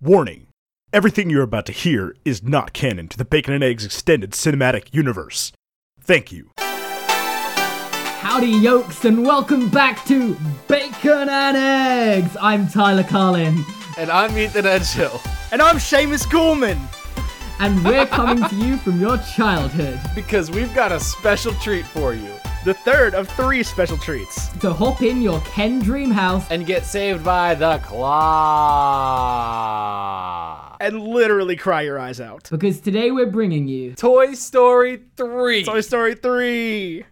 Warning Everything you're about to hear is not canon to the Bacon and Eggs Extended Cinematic Universe. Thank you. Howdy, yokes, and welcome back to Bacon and Eggs. I'm Tyler Carlin, And I'm Ethan Edgehill. And I'm Seamus Gorman. and we're coming to you from your childhood. Because we've got a special treat for you. The third of three special treats. So hop in your Ken Dream house And get saved by the claw. And literally cry your eyes out. because today we're bringing you Toy Story 3. Toy Story 3.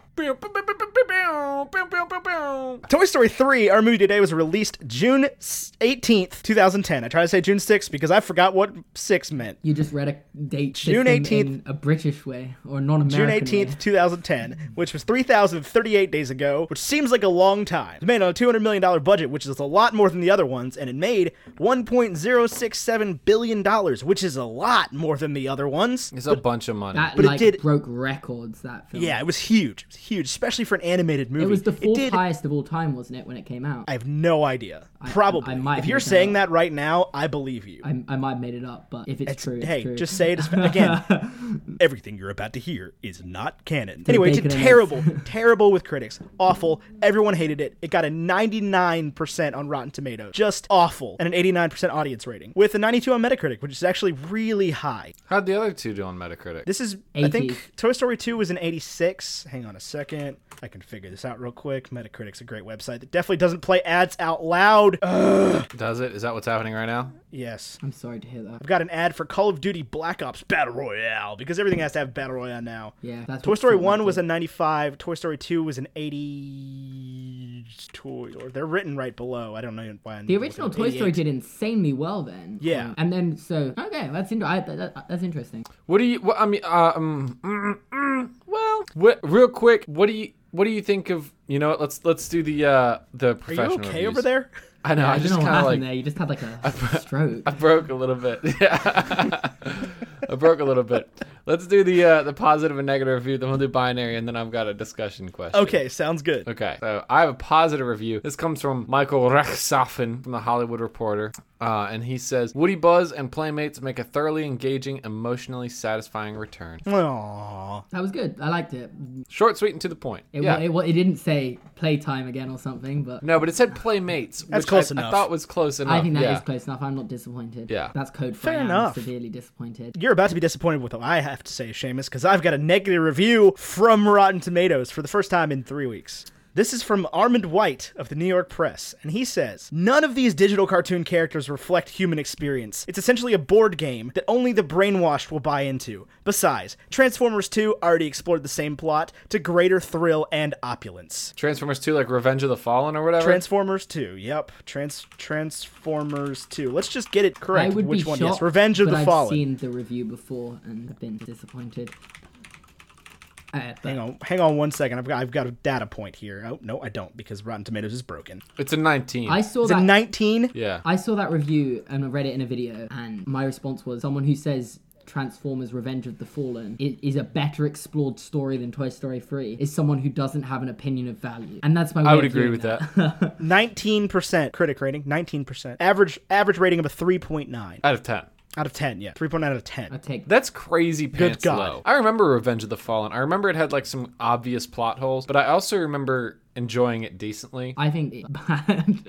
Toy Story 3, our movie today, was released June s- 18th, 2010. I tried to say June 6th because I forgot what 6 meant. you just read a date June system 18th. in a British way or a non-American June way. 18th, 2010, which was 3,038 days ago, which seems like a long time. It was made on a $200 million budget, which is a lot more than the other ones, and it made $1.067 billion, which is a lot more than the other ones. It's a bunch of money. That But it like did- broke records. That film. Yeah, it was huge. It was huge, especially for an animated movie. It was the fourth did- highest of all time, wasn't it, when it came out? I have no idea. Probably. I might if have you're made that saying up. that right now, I believe you. I, I might have made it up, but if it's, true, it's hey, true. Just say it as, again. everything you're about to hear is not canon. Anyway, bacon it's and terrible, terrible with critics. Awful. Everyone hated it. It got a 99% on Rotten Tomatoes. Just awful. And an 89% audience rating with a 92 on Metacritic, which is actually really high. How'd the other two do on Metacritic? This is, I 80. think, Toy Story 2 was an 86. Hang on a second. I can figure this out real quick. Metacritic's a great website that definitely doesn't play ads out loud. Does it? Is that what's happening right now? Yes. I'm sorry to hear that. I've got an ad for Call of Duty Black Ops Battle Royale because everything has to have Battle Royale now. Yeah, that's Toy what Story film 1 did. was a 95. Toy Story 2 was an 80. Toy, or they're written right below. I don't know why. I'm The original Toy Story 88. did insanely well then. Yeah. Um, and then so okay, that's in- I, that, that- that's interesting. What do you? What, I mean, uh, um, mm, mm, well, what, real quick, what do you? What do you think of? You know, what, let's let's do the uh the Are professional. you okay reviews. over there? I know. I, I don't just know what kind of happened like there. You just had like a stroke. I broke a little bit. Yeah. I broke a little bit. Let's do the uh, the positive and negative review. Then we'll do binary, and then I've got a discussion question. Okay, sounds good. Okay. So I have a positive review. This comes from Michael Rechtsaufen from the Hollywood Reporter, uh, and he says Woody Buzz and Playmates make a thoroughly engaging, emotionally satisfying return. Aww. That was good. I liked it. Short, sweet, and to the point. It, yeah. wa- it, wa- it didn't say playtime again or something, but no, but it said Playmates, which close I, I enough. thought was close enough. I think that is yeah. close enough. I'm not disappointed. Yeah. That's code for Fair I am enough. severely disappointed. You're about to be disappointed with what I have to say, Seamus, because I've got a negative review from Rotten Tomatoes for the first time in three weeks. This is from Armand White of the New York Press, and he says None of these digital cartoon characters reflect human experience. It's essentially a board game that only the brainwashed will buy into. Besides, Transformers 2 already explored the same plot to greater thrill and opulence. Transformers 2, like Revenge of the Fallen or whatever. Transformers 2, yep. Trans Transformers 2. Let's just get it correct. I would Which be one? shocked. yes, Revenge of but the I've Fallen. seen the review before and been disappointed. Uh, but Hang on, hang on one second. I've got I've got a data point here. Oh no, I don't because Rotten Tomatoes is broken. it's a 19. I saw Is it that. 19? yeah. I saw that review and I read it in a video, and my response was someone who says Transformers Revenge of the Fallen i- is a better explored story than Toy Story 3 is someone who doesn't have an opinion of value. And that's my way I would of agree viewing with that. that. 19% critic rating, 19%. Average average rating of a 3.9 Out of 10. out of 10. Yeah, 3.9 out of 10. I take that. That's crazy pants God. low. I remember Revenge of the Fallen. I remember it had like some obvious plot holes, but I also remember enjoying it decently. I think it's bad.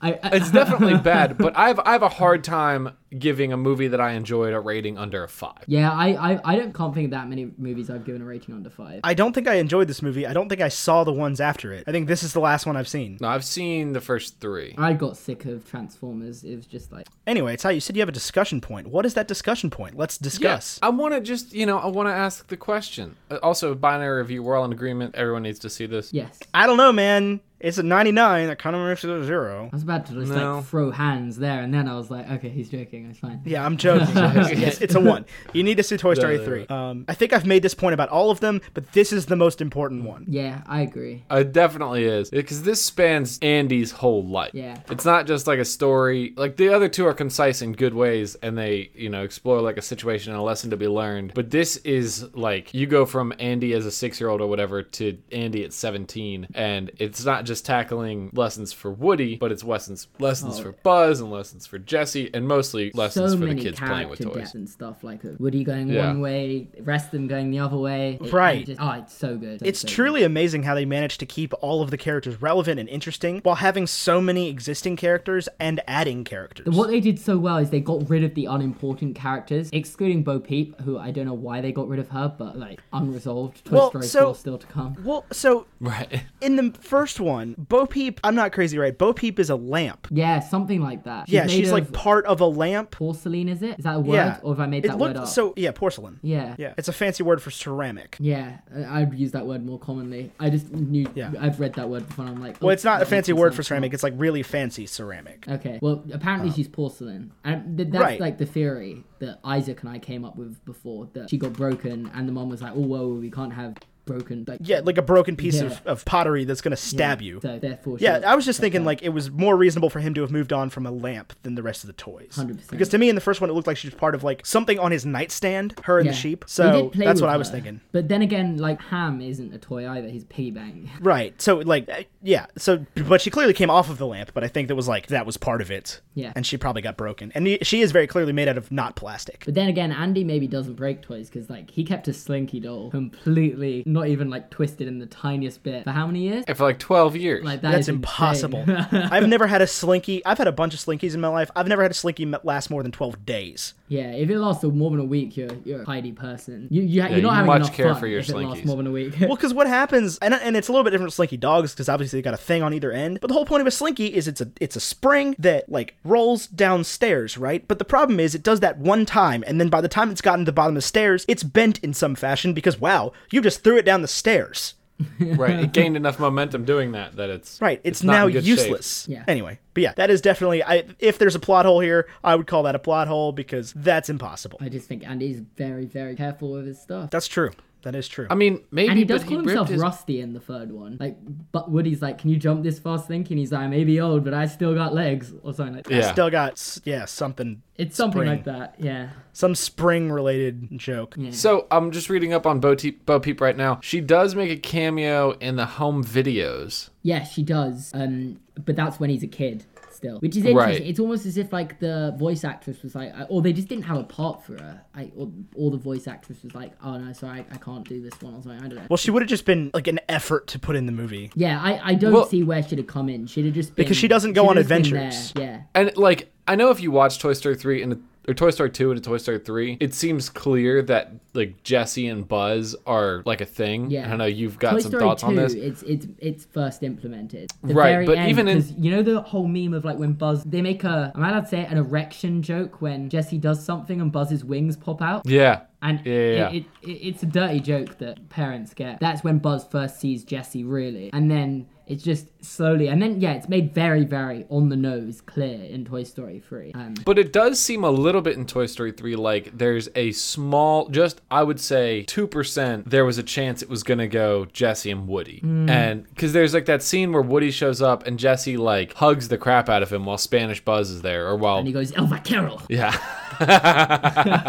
I, I, It's definitely bad, but I've I have a hard time giving a movie that I enjoyed a rating under a five. yeah, I, I, I don't can't think of that many movies I've given a rating under five. I don't think I enjoyed this movie. I don't think I saw the ones after it. I think this is the last one I've seen. No, I've seen the first three. I got sick of Transformers. It was just like Anyway, it's how you said you have a discussion point. What is that discussion point? Let's discuss. I want to just you know I want to ask the question. Uh, Also, binary review. We're all in agreement. Everyone needs to see this. yes. I don't know, man. It's a 99. That kind of makes it a zero. I was about to just No. like throw hands there, and then I was like, okay, he's joking. It's fine. Yeah, I'm joking. yes, it's a one. You need to see Toy Story no, 3. Um, I think I've made this point about all of them, but this is the most important one. Yeah, I agree. It definitely is because this spans Andy's whole life. Yeah. it's not just like a story. Like the other two are concise in good ways, and they you know explore like a situation and a lesson to be learned. But this is like you go from Andy as a six year old or whatever to Andy at seventeen, and it's not just just tackling lessons for Woody, but it's lessons lessons Oh. for Buzz and lessons for Jesse, and mostly lessons so for the many kids playing with character toys. death and stuff like that. Woody going Yeah. one way, Reston going the other way. It- Right. it just- oh, it's so good. So, It's so truly amazing how they managed to keep all of the characters relevant and interesting while having so many existing characters and adding characters. What they did so well is they got rid of the unimportant characters, excluding Bo Peep, who I don't know why they got rid of her, but like unresolved. Toy Well, Story so- 4 still to come. Well, so Right. in the first one, Bo Peep, I'm not crazy, right? Bo Peep is a lamp. Yeah, something like that. yeah, made she's like of part of a lamp. porcelain. Is it? Is that a word? yeah. Or have I made It that looked- word up? So, yeah, porcelain. yeah. Yeah. It's a fancy word for ceramic. Yeah, I- I'd use that word more commonly. I just knew. Yeah. I've read that word before. And I'm like, oh, Well, it's not a that fancy makes word for sense now. ceramic. It's like really fancy ceramic. Okay. Well, apparently she's porcelain, and th- that's Uh. Right. like the theory that Isaac and I came up with before that she got broken, and the mom was like, "Oh, whoa, we can't have broken." Like, Yeah, like a broken piece Yeah. of, of pottery that's going to yeah, stab you. So therefore, she Yeah, got- I was just thinking like it was more reasonable for him to have moved on from a lamp than the rest of the toys. 100%. Because to me in the first one it looked like she was part of like something on his nightstand, her and yeah. the sheep. They So did play that's with what I was her, thinking. But then again, like Ham isn't a toy either. He's piggy bank. Right. So like uh, yeah, so but she clearly came off of the lamp, but I think that was like that was part of it. Yeah. And she probably got broken. And he- she is very clearly made out of not plastic. But then again, Andy maybe doesn't break toys because like he kept his Slinky doll completely, not even like twisted in the tiniest bit for how many years? And for like 12 years. Like that That's is insane. impossible. I've never had a slinky. I've had a bunch of slinkies in my life. I've never had a slinky m- last more than 12 days. Yeah, if it lasts more than a week, you're you're a tidy person. You, you you're not you having much enough care fun for your if it lasts Slinkies. more than a week. Well, because what happens, and, and it's a little bit different with Slinky dogs, because obviously they got a thing on either end. But the whole point of a Slinky is it's a it's a spring that like rolls downstairs, right? But the problem is it does that one time, and then by the time it's gotten to the bottom of the stairs, it's bent in some fashion because wow, you just threw it down the stairs, right. It gained enough momentum doing that that it's right? It's, not now in good shape. useless. Yeah. Anyway, but yeah, that is definitely I if there's a plot hole here, I would call that a plot hole because that's impossible. I just think Andy's very very careful with his stuff. That's true. That is true. I mean, maybe and he but does call ripped himself his- Rusty in the third one. Like, but Woody's like, "Can you jump this fast, Link?" And he's like, "I may be old, but I still got legs," or something like that. Yeah. Still got s- yeah something It's something Spring. like that. Yeah. some spring related joke. So I'm just reading up on Bo, Te- Bo Peep right now. She does make a cameo in the home videos. Yeah, she does. Um, but that's when he's a kid still, which is interesting. Right. It's almost as if like the voice actress was like, or they just didn't have a part for her. I, or, or the voice actress was like, "Oh no, sorry, I, I can't do this one," or something. I don't know. Well, she would have just been like an effort to put in the movie. Yeah, I, I don't Well- see where she'd have come in. She'd have just been Because she doesn't go she'd on have just been adventures. there, Yeah. And like, I know if you watch Toy Story 3 and or Toy Story 2 and Toy Story 3, it seems clear that like Jesse and Buzz are like a thing. Yeah. And I know you've got Toy some Story thoughts 2, on this. It's it's it's first implemented. The Right, very but end, even in- 'cause you know the whole meme of like when Buzz they make a am I allowed to say it, an erection joke when Jesse does something and Buzz's wings pop out. Yeah. And Yeah, yeah, yeah. It, it, it, it's a dirty joke that parents get. That's when Buzz first sees Jesse, really. And then it's just slowly. And then, yeah, it's made very, very on the nose clear in Toy Story 3. Um, But it does seem a little bit in Toy Story 3 like there's a small, just I would say 2%, there was a chance it was going to go Jesse and Woody. Hmm. And because there's like that scene where Woody shows up and Jesse like hugs the crap out of him while Spanish Buzz is there or while. and he goes, Elva Carol. yeah.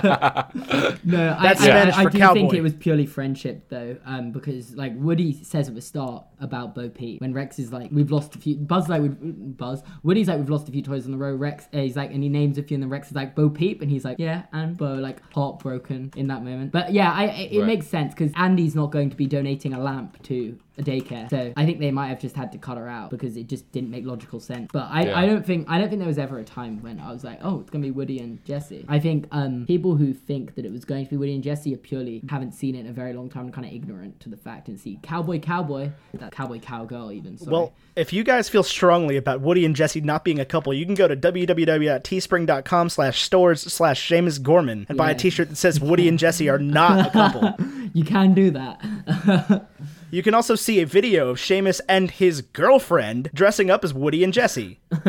No, That's I, Spanish I, I, for do think cowboy. it was purely friendship though, um, because like Woody says at the start about Bo Peep when Rex is like, "We've lost a few." Buzz like, we've, mm, "Buzz." Woody's like, "We've lost a few toys on the road." Rex, uh, he's like, and he names a few, and then Rex is like, "Bo Peep," and he's like, "Yeah," and Bo like heartbroken in that moment. But yeah, I, it, it Right. makes sense because Andy's not going to be donating a lamp to a daycare, so I think they might have just had to cut her out because it just didn't make logical sense. But I, Yeah. I don't think I don't think there was ever a time when I was like, oh, it's gonna be Woody and Jesse. I think um, people who think that it was going to be Woody and Jesse are purely haven't seen it in a very long time and kind of ignorant to the fact and see cowboy cowboy that cowboy cowgirl even. Sorry. Well, if you guys feel strongly about Woody and Jesse not being a couple, you can go to www.teespring.com slash stores slash Seamus Gorman and buy a Yeah. t-shirt that says Woody and Jesse are not a couple. you can do that. You can also see a video of Seamus and his girlfriend dressing up as Woody and Jesse to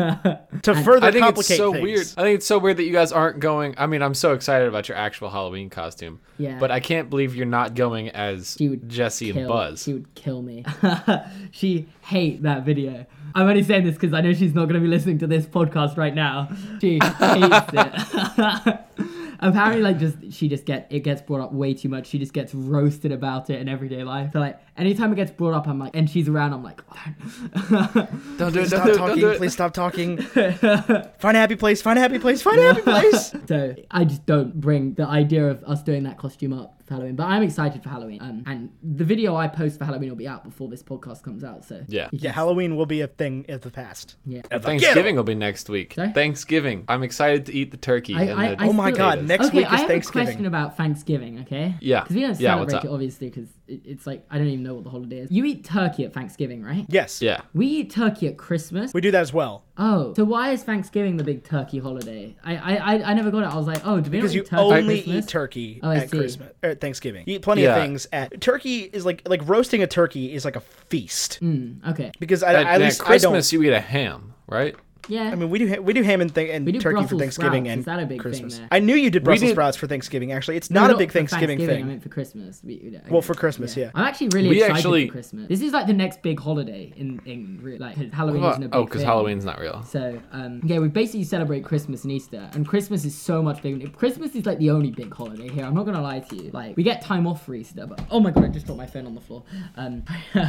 further I think complicate it's so things. weird. I think it's so weird that you guys aren't going. I mean, I'm so excited about your actual Halloween costume. Yeah. But I can't believe you're not going as She would Jesse and kill- Buzz. She would kill me. she hate that video. I'm only saying this because I know she's not going to be listening to this podcast right now. She hates it. Apparently, like just she just get it gets brought up way too much. She just gets roasted about it in everyday life. So like anytime it gets brought up, I'm like, and she's around, I'm like, oh, don't. Don't do it. Stop Don't do it. Don't talking. do it. Please stop talking. find a happy place. Find a happy place. Find a happy place. so I just don't bring the idea of us doing that costume up for Halloween. But I'm excited for Halloween, um, and the video I post for Halloween will be out before this podcast comes out. So Yeah. Yeah, Halloween will be a thing of the past. yeah. Thanksgiving will be next week. Sorry? Thanksgiving. I'm excited to eat the turkey. I- and I- the I Oh my still- God! potatoes. Next okay, week I is have a Thanksgiving. question about Thanksgiving, okay? Yeah. Because we don't Yeah, celebrate what's up? it, obviously, because it, it's like, I don't even know what the holiday is. You eat turkey at Thanksgiving, right? Yes. Yeah. We eat turkey at Christmas. We do that as well Oh, so why is Thanksgiving the big turkey holiday? I I, I, I never got it. I was like, oh, do we not because you eat turkey at only Christmas? eat turkey Oh, I at see. Christmas or at Thanksgiving. You eat plenty Yeah. of things at turkey is like like roasting a turkey is like a feast Mm, okay. because I, At, at at least Christmas, you eat a ham, right? Yeah. I don't. I mean, we do ha- we do ham and, th- and We do turkey for Brussels Thanksgiving sprouts. and Is that a big thing Christmas. there? I knew you did Brussels did- sprouts for Thanksgiving. Actually, it's No, not a big for Thanksgiving, I thing. meant for Christmas. We, we don't- Well, for Christmas, yeah. I'm actually really We excited actually- for Christmas. This is like the next big holiday in England. Really. Like 'cause Halloween isn't a big Oh, because thing. Halloween's not real. So um, yeah, we basically celebrate Christmas and Easter, and Christmas is so much bigger. Christmas is like the only big holiday here. I'm not gonna lie to you. Like we get time off for Easter, but oh my god, I just dropped my phone on the floor. Um,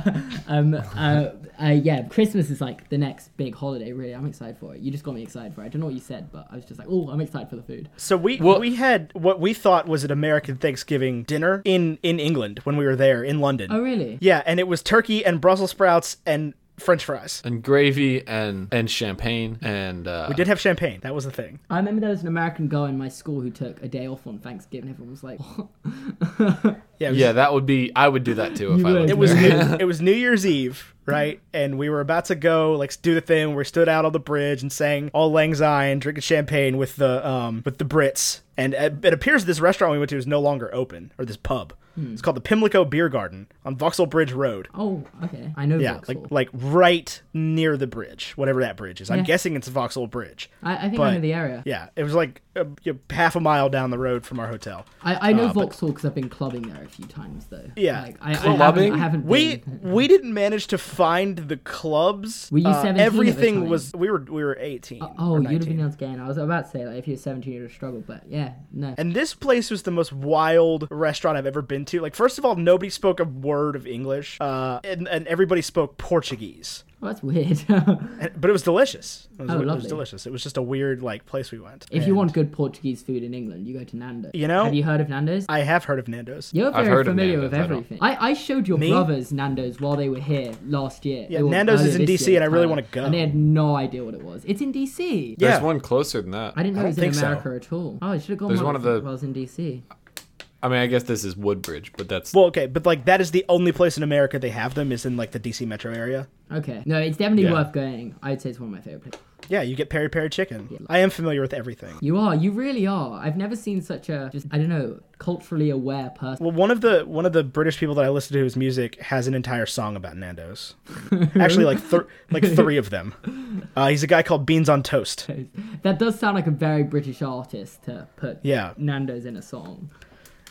um, uh, uh, yeah, Christmas is like the next big holiday. Really, I'm excited for it. You just got me excited for it. I don't know what you said, but I was just like, oh, I'm excited for the food. So we Well- we had what we thought was an American Thanksgiving dinner in in England when we were there in London. Oh really? Yeah, and it was turkey and Brussels sprouts and French fries. And gravy and and champagne and uh, We did have champagne. That was the thing. I remember there was an American girl in my school who took a day off on Thanksgiving. Everyone was like, what? Yeah, it was, Yeah, that would be. I would do that too if You I lived would. It was there. new, it was New Year's Eve, right? And we were about to go like do the thing. We stood out on the bridge and sang "All Lang Syne," drinking champagne with the um with the Brits. And uh, it appears this restaurant we went to is no longer open, or this pub. It's called the Pimlico Beer Garden on Vauxhall Bridge Road. oh okay, I know Yeah, Vauxhall. like like right near the bridge, whatever that bridge is. I'm Yeah. Ah. guessing it's Vauxhall Bridge. I, I think I but- know the area. Yeah, it was like uh, you know, half a mile down the road from our hotel. I, I know Vauxhall because I've been clubbing there a few times though. Ah, Yeah. like, I, I Clubbing? Haven't, I haven't We been. we didn't manage to find the clubs. Uh, Were you 17 at the everything time? was we were we were 18. Oh, or you'd have 19. been able to get in. I was about to say like if you were 17, you'd have struggled, but yeah, no. And this place was the most wild restaurant I've ever been to. Like first of all, nobody spoke a word of English. Uh and, and everybody spoke Portuguese. Well, that's weird. And, but it was delicious. It was, Oh, it was lovely. delicious. It was just a weird like place we went. if And you want good Portuguese food in England, you go to Nando's. You know- have you heard of Nando's? I have heard of Nando's. You're I've very heard of familiar Nando's, I with don't- everything. I, I showed your brothers Nando's while they were here last year. Yeah, They were Nando's is earlier in this DC year and I really Thailand, wanna go. And they had no idea what it was. It's in DC. Yeah. There's one closer than that. I didn't know I it was don't in think so. America at all. Oh, I should have gone There's while one it of was- the- while I was in DC. I mean, I guess this is Woodbridge, but that's Well, okay, but like that is the only place in America they have them is in like the DC metro area. Okay. No, it's definitely Yeah. worth going. I'd say it's one of my favorite places. Yeah, you get peri peri chicken. I am familiar with everything. You are. You really are. I've never seen such a just I don't know culturally aware person. Well, one of the one of the British people that I listen to whose music has an entire song about Nando's. Actually, like th- like three of them. Uh, he's a guy called Beans on Toast. That does sound like a very British artist to put Yeah. Nando's in a song.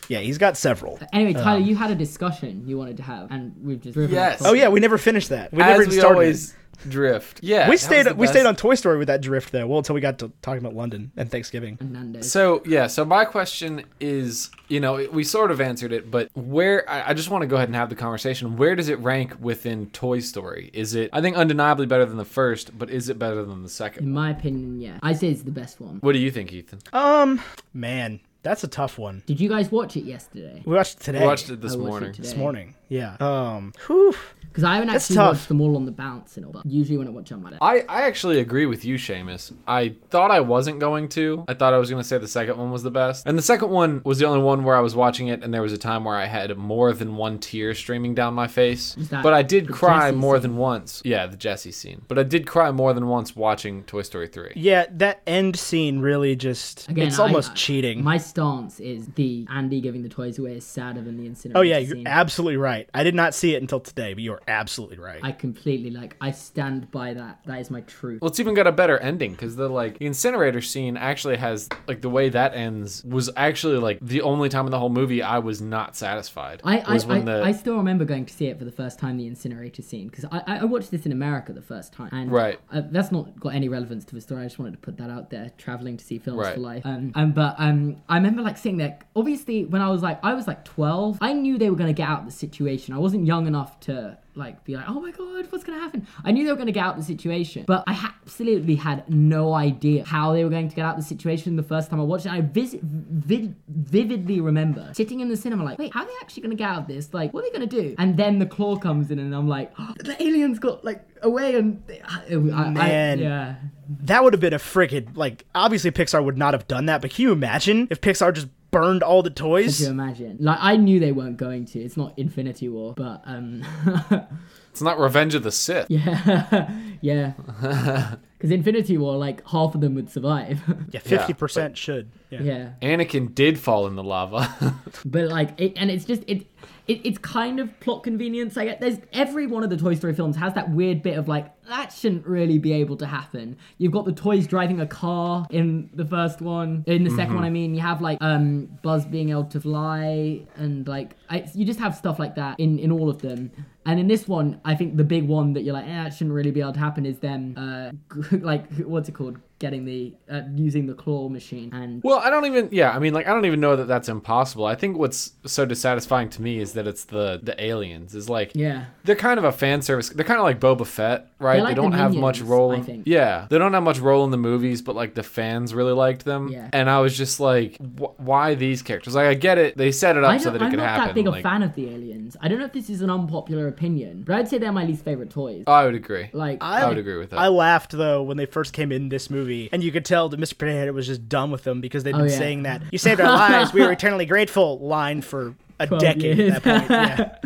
Yeah, he's got several. Anyway, Tyler, you had a discussion you wanted to have, and we've just driven Um. off Yes. Oh topic. yeah, we never finished that. We never as even we started. always drift. Yeah, we that stayed was the we best. stayed on Toy Story with that drift though. Well, until we got to talking about London and Thanksgiving. Nando's. So yeah, so my question is, you know, we sort of answered it, but where I, I just want to go ahead and have the conversation. Where does it rank within Toy Story? Is it I think undeniably better than the first, but is it better than the In second? my opinion, yeah, I say it's the best one. What do you think, Ethan? Um, man, that's a tough one. Did you guys watch it yesterday? We watched it today. I watched it this I watched it morning. today. this morning. Yeah. Um. Whew. Because I haven't That's actually tough. watched them all on the bounce and all. But usually when I watch them, I'm like, that. I, I actually agree with you, Seamus. I thought I wasn't going to. I thought I was going to say the second one was the best. And the second one was the only one where I was watching it, and there was a time where I had more than one tear streaming down my face. that But I did the cry Jesse more scene? than once. Yeah, the Jesse scene. But I did cry more than once watching Toy Story 3. Yeah, that end scene really just Again, it's I- uh, almost I- cheating. My stance is the Andy giving the toys away is sadder than the incinerator. oh yeah, you're scene. absolutely right. right. I did not see it until today, but you are absolutely right. I completely like. I stand by that. That is my truth. Well, it's even got a better ending because the like the incinerator scene actually has like the way that ends was actually like the only time in the whole movie I was not satisfied. I I, was I, I still remember going to see it for the first time, the incinerator scene, because I, I I watched this in America the first time, and Right. uh, that's not got any relevance to the story. I just wanted to put that out there. Traveling to see films Right. for life, um, um, but um, I remember like seeing that. Obviously, when I was like, I was like twelve, I knew they were gonna get out of the situation. I wasn't young enough to like be like, oh my god, what's gonna happen? I knew they were gonna get out of the situation, but I ha- absolutely had no idea how they were going to get out of the situation the first time I watched it. I vis- vid- vividly remember sitting in the cinema like, wait, how are they actually gonna get out of this? Like, what are they gonna do? And then the claw comes in, and I'm like, the aliens got like away, and they- I, I- Man. yeah. that would have been a freaking like. Obviously, Pixar would not have done that, but can you imagine if Pixar just burned all the Could you toys? imagine? Like, I knew they weren't going to. It's not Infinity War, but um, It's not Revenge of the Sith. yeah, yeah. Because Infinity War, like half of them would survive. Yeah, fifty percent should. Yeah. yeah, Anakin did fall in the lava. but like, it, and it's just it, it, it's kind of plot convenience. I get there's every one of the Toy Story films has that weird bit of like that shouldn't really be able to happen. You've got the toys driving a car in the first one, in the 2nd one. I mean, you have like um Buzz being able to fly, and like I, you just have stuff like that in in all of them. And in this one, I think the big one that you're like, eh, that shouldn't really be able to happen is them, uh, like what's it called, getting the uh, using the claw machine and Well, I don't even. Yeah, I mean, like, I don't even know that that's impossible. I think what's so dissatisfying to me is that it's the the aliens. Is like, yeah. they're kind of a fan service. They're kind of like Boba Fett, right? They're like they don't the have much Minions, role. I in- think. Yeah, they don't have much role in the movies, but like the fans really liked them. Yeah. And I was just like, wh- why these characters? Like, I get it. They set it I up don't, so that it I'm could not happen. that big like- a fan of the aliens. I don't know if this is an unpopular opinion, but I'd say they're my least favorite toys. I would agree. like, I would agree with that. I laughed though when they first came in this movie, and you could tell that Mr. Potato Head was just done with them because they'd been Oh, yeah. saying that "You saved our lives, we are eternally grateful" line for a decade years. at that point.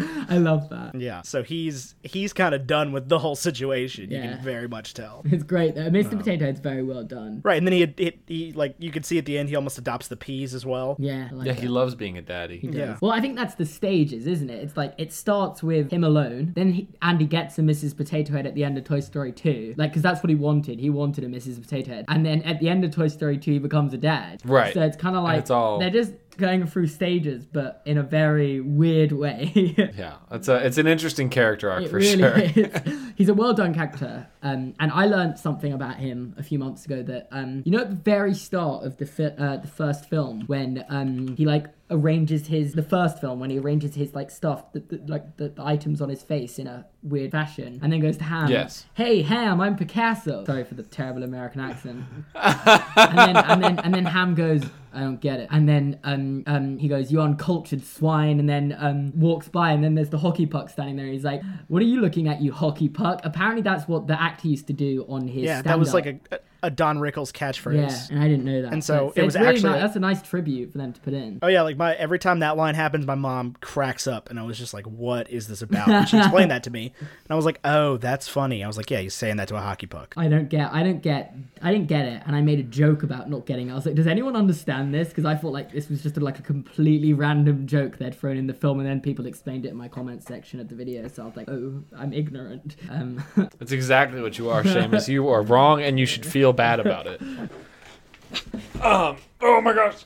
Yeah. I love that. Yeah. So he's he's kind of done with the whole situation. You Yeah. can very much tell. It's great though. Mr. Potato Head's very well done. Right, and then he had he, he like you could see at the end he almost adopts the peas as well. Yeah. I like yeah, that. he loves being a daddy. Yeah. Well, I think that's the stages, isn't it? It's like it starts with him alone, then he, Andy gets a Mrs. Potato Head at the end of Toy Story 2, like because that's what he wanted. He wanted a Mrs. Potato Head, and then at the end of Toy Story 2, he becomes a dad. Right. So it's kind of like it's all- they're just going through stages, but in a very weird way. Yeah, it's a it's an interesting character arc It for really sure. is. He's a well done character, um, and I learned something about him a few months ago that um, you know at the very start of the fi- uh, the first film when um, he like arranges his the first film when he arranges his like stuff the, the, like the, the items on his face in a weird fashion and then goes to Ham. Yes. Hey Ham, I'm Picasso. Sorry for the terrible American accent. and then and then and then Ham goes, I don't get it. And then um um he goes, You uncultured swine and then um walks by and then there's the hockey puck standing there. He's like, What are you looking at, you hockey puck? Apparently that's what the actor used to do on his Yeah, that was stand-up. like a a Don Rickles catchphrase. Yeah, and I didn't know that. And so it's- it it's was really actually ni- like- that's a nice tribute for them to put in. Oh yeah, like my every time that line happens, my mom cracks up, and I was just like, "What is this about?" And she explained that to me, and I was like, "Oh, that's funny." I was like, "Yeah, he's saying that to a hockey puck." I don't get, I don't get, I didn't get it, and I made a joke about not getting it. I was like, does anyone understand this? Because I thought like this was just like a completely random joke they'd thrown in the film, and then people explained it in my comment section of the video. So I was like, oh, I'm ignorant. Um, That's exactly what you are, Seamus. You are wrong, and you should feel bad about it. Um. Oh my gosh.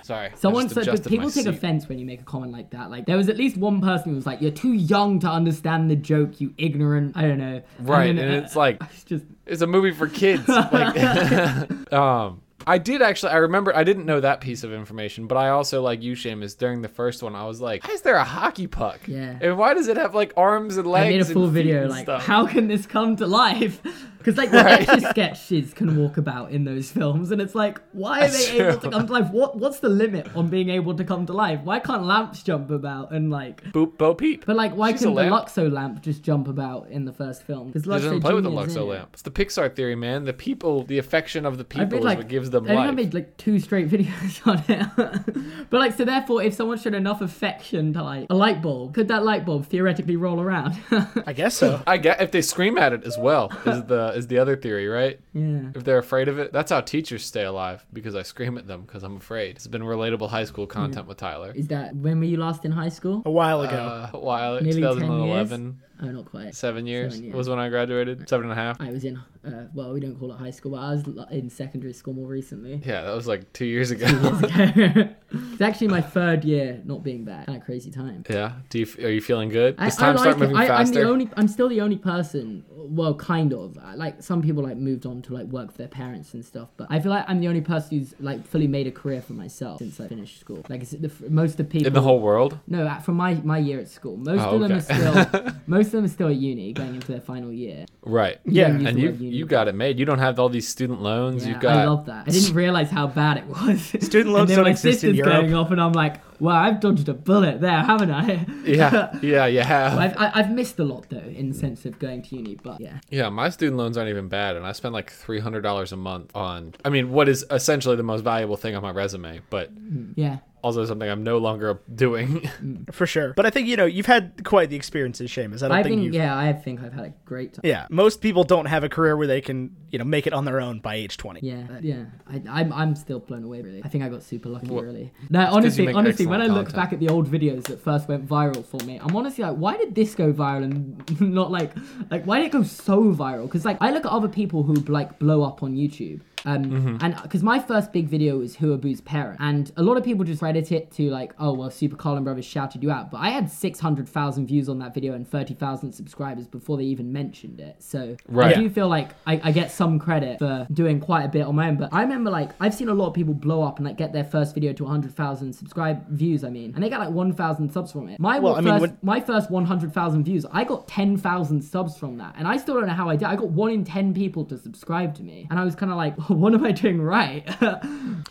Sorry. I someone just said, but adjusted people my take seat. offense when you make a comment like that. Like there was at least one person who was like, you're too young to understand the joke, you ignorant. I don't know. And Right, then, and uh, it's like it's just it's a movie for kids. Like, um, I did actually. I remember. I didn't know that piece of information, but I also like you, Seamus. During the first one, I was like, "Why is there a hockey puck? Yeah. And why does it have like arms and legs?" I made a and full feet video and like stuff? how can this come to life? Because like the extra sketches can walk about in those films, and it's like why are That's they able to true. come to life? What what's the limit on being able to come to life? Why can't lamps jump about and like? Boop, Bo Peep. But like why She's a couldn't the lamp. Luxo lamp just jump about in the first film? Because It Luxo doesn't play with the Junior's in Luxo it. lamp. It's the Pixar theory, man. The people, the affection of the people is like- what gives them I think I life. made like two straight videos on it. but like, so therefore, if someone showed enough affection to like a light bulb, could that light bulb theoretically roll around? I guess so. I get if they scream at it as well is the is the other theory, right? yeah. If they're afraid of it, that's how teachers stay alive because I scream at them because I'm afraid. It's been relatable high Mm. school content with Tyler. Is that when were you last in high school? A while ago. Uh, a while, Nearly 2011, 10 Oh, not quite. seven years Seven, yeah. was when I graduated, seven and a half. I was in, uh, well, we don't call it high school, but I was l- in secondary school more recently. Yeah, that was like two years ago. it's actually my third year not being back. Kind of crazy time. yeah, do you f- are you feeling good? I, Does time I start like moving it. I, I'm faster? the only. I'm still the only person. Well, kind of. I- Like some people like moved on to like work for their parents and stuff. But I feel like I'm the only person who's like fully made a career for myself since I finished school. Like it's the, most of people. in the whole world. no, uh, from my my year at school, most Oh, of them okay. are still. most of them are still at uni, going into their final year. Right. Yeah. don't use And the you word uni. you got it made. You don't have all these student loans. Yeah, You've got I love that. I didn't realize how bad it was. Student loans and then don't my exist in sister's Europe. going off, and I'm like, wow, I've dodged a bullet there, haven't I? Yeah, yeah, you have. I've, I- I've missed a lot though in the sense of going to uni, but yeah. Yeah, my student loans aren't even bad, and I spend like three hundred dollars a month on. I mean, what is essentially the most valuable thing on my resume, but Mm. Yeah. also something I'm no longer doing. Uh, for sure. But I think you know you've had quite the experiences, Seamus. I don't I think think, you've. yeah, I think I've had a great time. Yeah, most people don't have a career where they can, you know, make it on their own by age 20. Yeah, yeah. I, I'm, I'm still blown away, really. I think I got super lucky, really. No, honestly, make honestly, when I excellent look back at the old videos that first went viral for me, I'm honestly like, why did this go viral and not like, like, why did it go so viral? Because like, I look at other people who like blow up on YouTube. Um, Mm-hmm. And because my first big video was Huabu's parent, and a lot of people just reddit it to like, oh well, Super Carlin Brothers shouted you out, but I had six hundred thousand views on that video and thirty thousand subscribers before they even mentioned it. So Right. I do feel like I, I get some credit for doing quite a bit on my own, but I remember like I've seen a lot of people blow up and like get their first video to 100,000 subscribe views. I mean, and they got like 1,000 subs from it. My Well, first, I mean, when- my first 100,000 views, I got 10,000 subs from that, and I still don't know how I did. I got one in 10 people to subscribe to me, and I was kind of like, what am I doing right?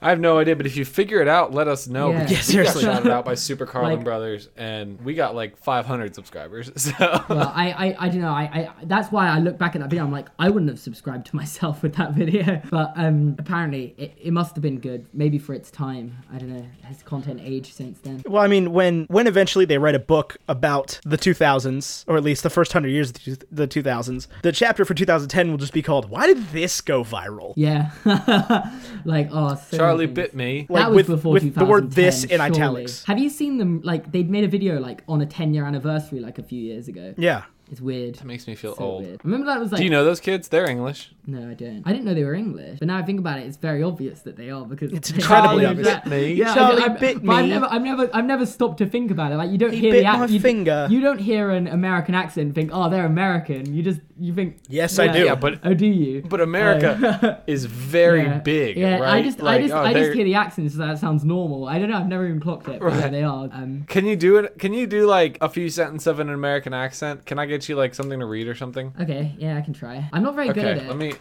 I have no idea, but if you figure it out, let us know. Yeah. because Yeah, we got seriously. shouted out by Super Carlin Like- Brothers, and we got like five hundred subscribers. So well, I, I, I don't know. I, I, that's why I look back at that video. I'm like, I wouldn't have subscribed to myself with that video. But um, apparently, it, it must have been good. Maybe for its time. I don't know. Has content aged since then? Well, I mean, when when eventually they write a book about the 2000s, or at least the first hundred years of the two- the 2000s, the chapter for 2010 will just be called "Why did this go viral?" Yeah. like, oh, so Charlie many things. bit me. Like, that was with- before with the word 2010, this in surely. italics. Have you seen them? Like, they'd made a video like on a 10 year anniversary like a few years ago. Yeah, It's weird. That makes me feel So old. weird. Remember that was like Do you know those kids? They're English. no, I don't. I didn't know they were English, but now I think about it, it's very obvious that they are because it's incredibly obvious. Me. Yeah, I- Charlie I, bit but I've me. never, I've never, I've never stopped to think about it. Like you don't He hear bit the ac- my you, finger. You don't hear an American accent. and Think, oh, they're American. You just, you think. Yes, I do. Yeah, but- oh, do you? But America is very Yeah. big, Yeah, right? I just, I Like, just, oh, I just they're- hear the accents. So that sounds normal. I don't know. I've never even clocked it. But yeah, they are. Um, Can you do it? Can you do like a few sentences of an American accent? Can I get you like something to read or something? okay, yeah, I can try. I'm not very good at Okay, it. let me.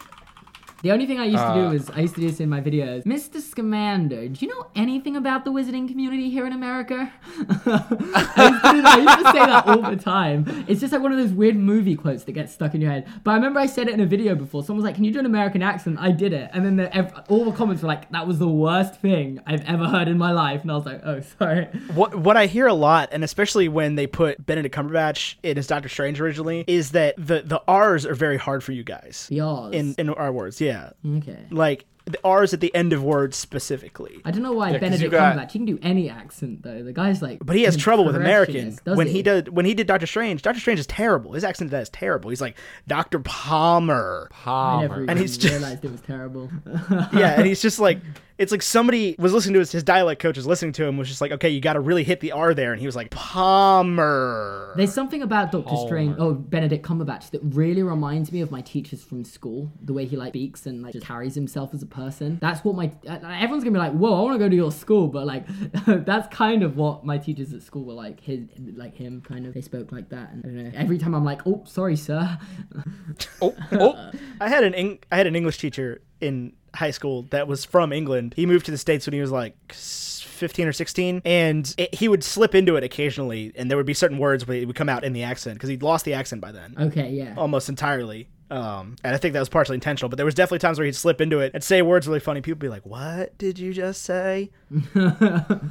The only thing I used to do Uh, was I used to do this in my videos. Mr. Scamander, do you know anything about the wizarding community here in America? I, used to do that- I used to say that all the time. It's just like one of those weird movie quotes that gets stuck in your head. But I remember I said it in a video before. Someone was like, "Can you do an American accent?" I did it, and then the, ev- all the comments were like, "That was the worst thing I've ever heard in my life," and I was like, "Oh, sorry." what what I hear a lot, and especially when they put Benedict Cumberbatch in as Doctor Strange originally, is that the the R's are very hard for you guys The R's. in in our words. Yeah, okay. like the R's at the end of words specifically. I don't know why 'cause you Benedict got- Cumberbatch. He can do any accent though. The guy's like, But he has trouble with American. impressionist, does When he did when he did Doctor Strange, Doctor Strange is terrible. His accent to that is terrible. He's like Doctor Palmer. I never Palmer. even he's just- realized it was terrible. yeah, and he's just like it's like somebody was listening to his, his dialect coach was listening to him was just like, okay, you got to really hit the R there, and he was like Palmer. There's something about Doctor Strange, Palmer. oh Benedict Cumberbatch, that really reminds me of my teachers from school. The way he like speaks and like just carries himself as a person. That's what my uh, everyone's gonna be like, whoa, I want to go to your school, but like that's kind of what my teachers at school were like. His like him kind of they spoke like that, and I don't know. Every time I'm like, oh sorry sir, Oh, oh. I had an Eng- I had an English teacher in high school that was from England. He moved to the states when he was like. s- 15 or 16 and it, he would slip into it occasionally and there would be certain words where it would come out in the accent because he'd lost the accent by then Oh. okay yeah. almost entirely Um, and I think that was partially intentional, but there was definitely times where he'd slip into it and say words really funny. People would be like, "What did you just say?"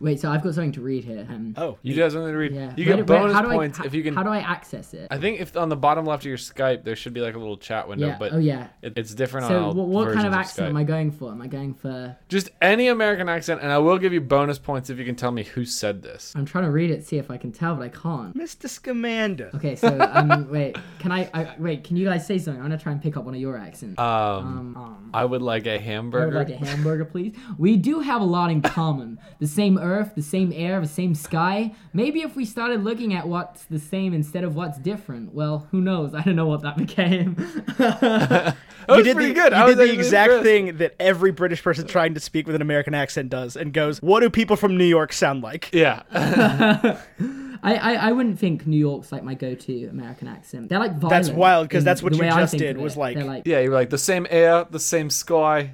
Wait, so I've got something to read here. Um, Oh, You guys want me to read? yeah. You Wait, get wait, bonus how do I- points h- if you can. How do I access it? I think if on the bottom left of your Skype there should be like a little chat window, Yeah, but oh, yeah. it, it's different on So, all what, what kind versions of accent Skype. am I going for? Am I going for? Just any American accent, and I will give you bonus points if you can tell me who said this. I'm trying to read it, see if I can tell, but I can't. Mr. Scamander. Okay, so um, wait, can I, I? Wait, can you guys say something? I'm gonna try and pick up one of your accents. Um, um, um, I would like I a would hamburger. like a hamburger, please. We do have a lot in common. The same earth, the same air, the same sky. Maybe if we started looking at what's the same instead of what's different, well, who knows? I don't know what that became. That you was did pretty the, good. You I was did the actually exact impressed. thing that every British person trying to speak with an American accent does, and goes, "What do people from New York sound like?" Yeah. I, I, I wouldn't think New York's like my go to American accent. They're like violent. That's wild, 'cause in that's what the you way I just think did, of it. was like- They're like yeah, you were like the same air, the same sky.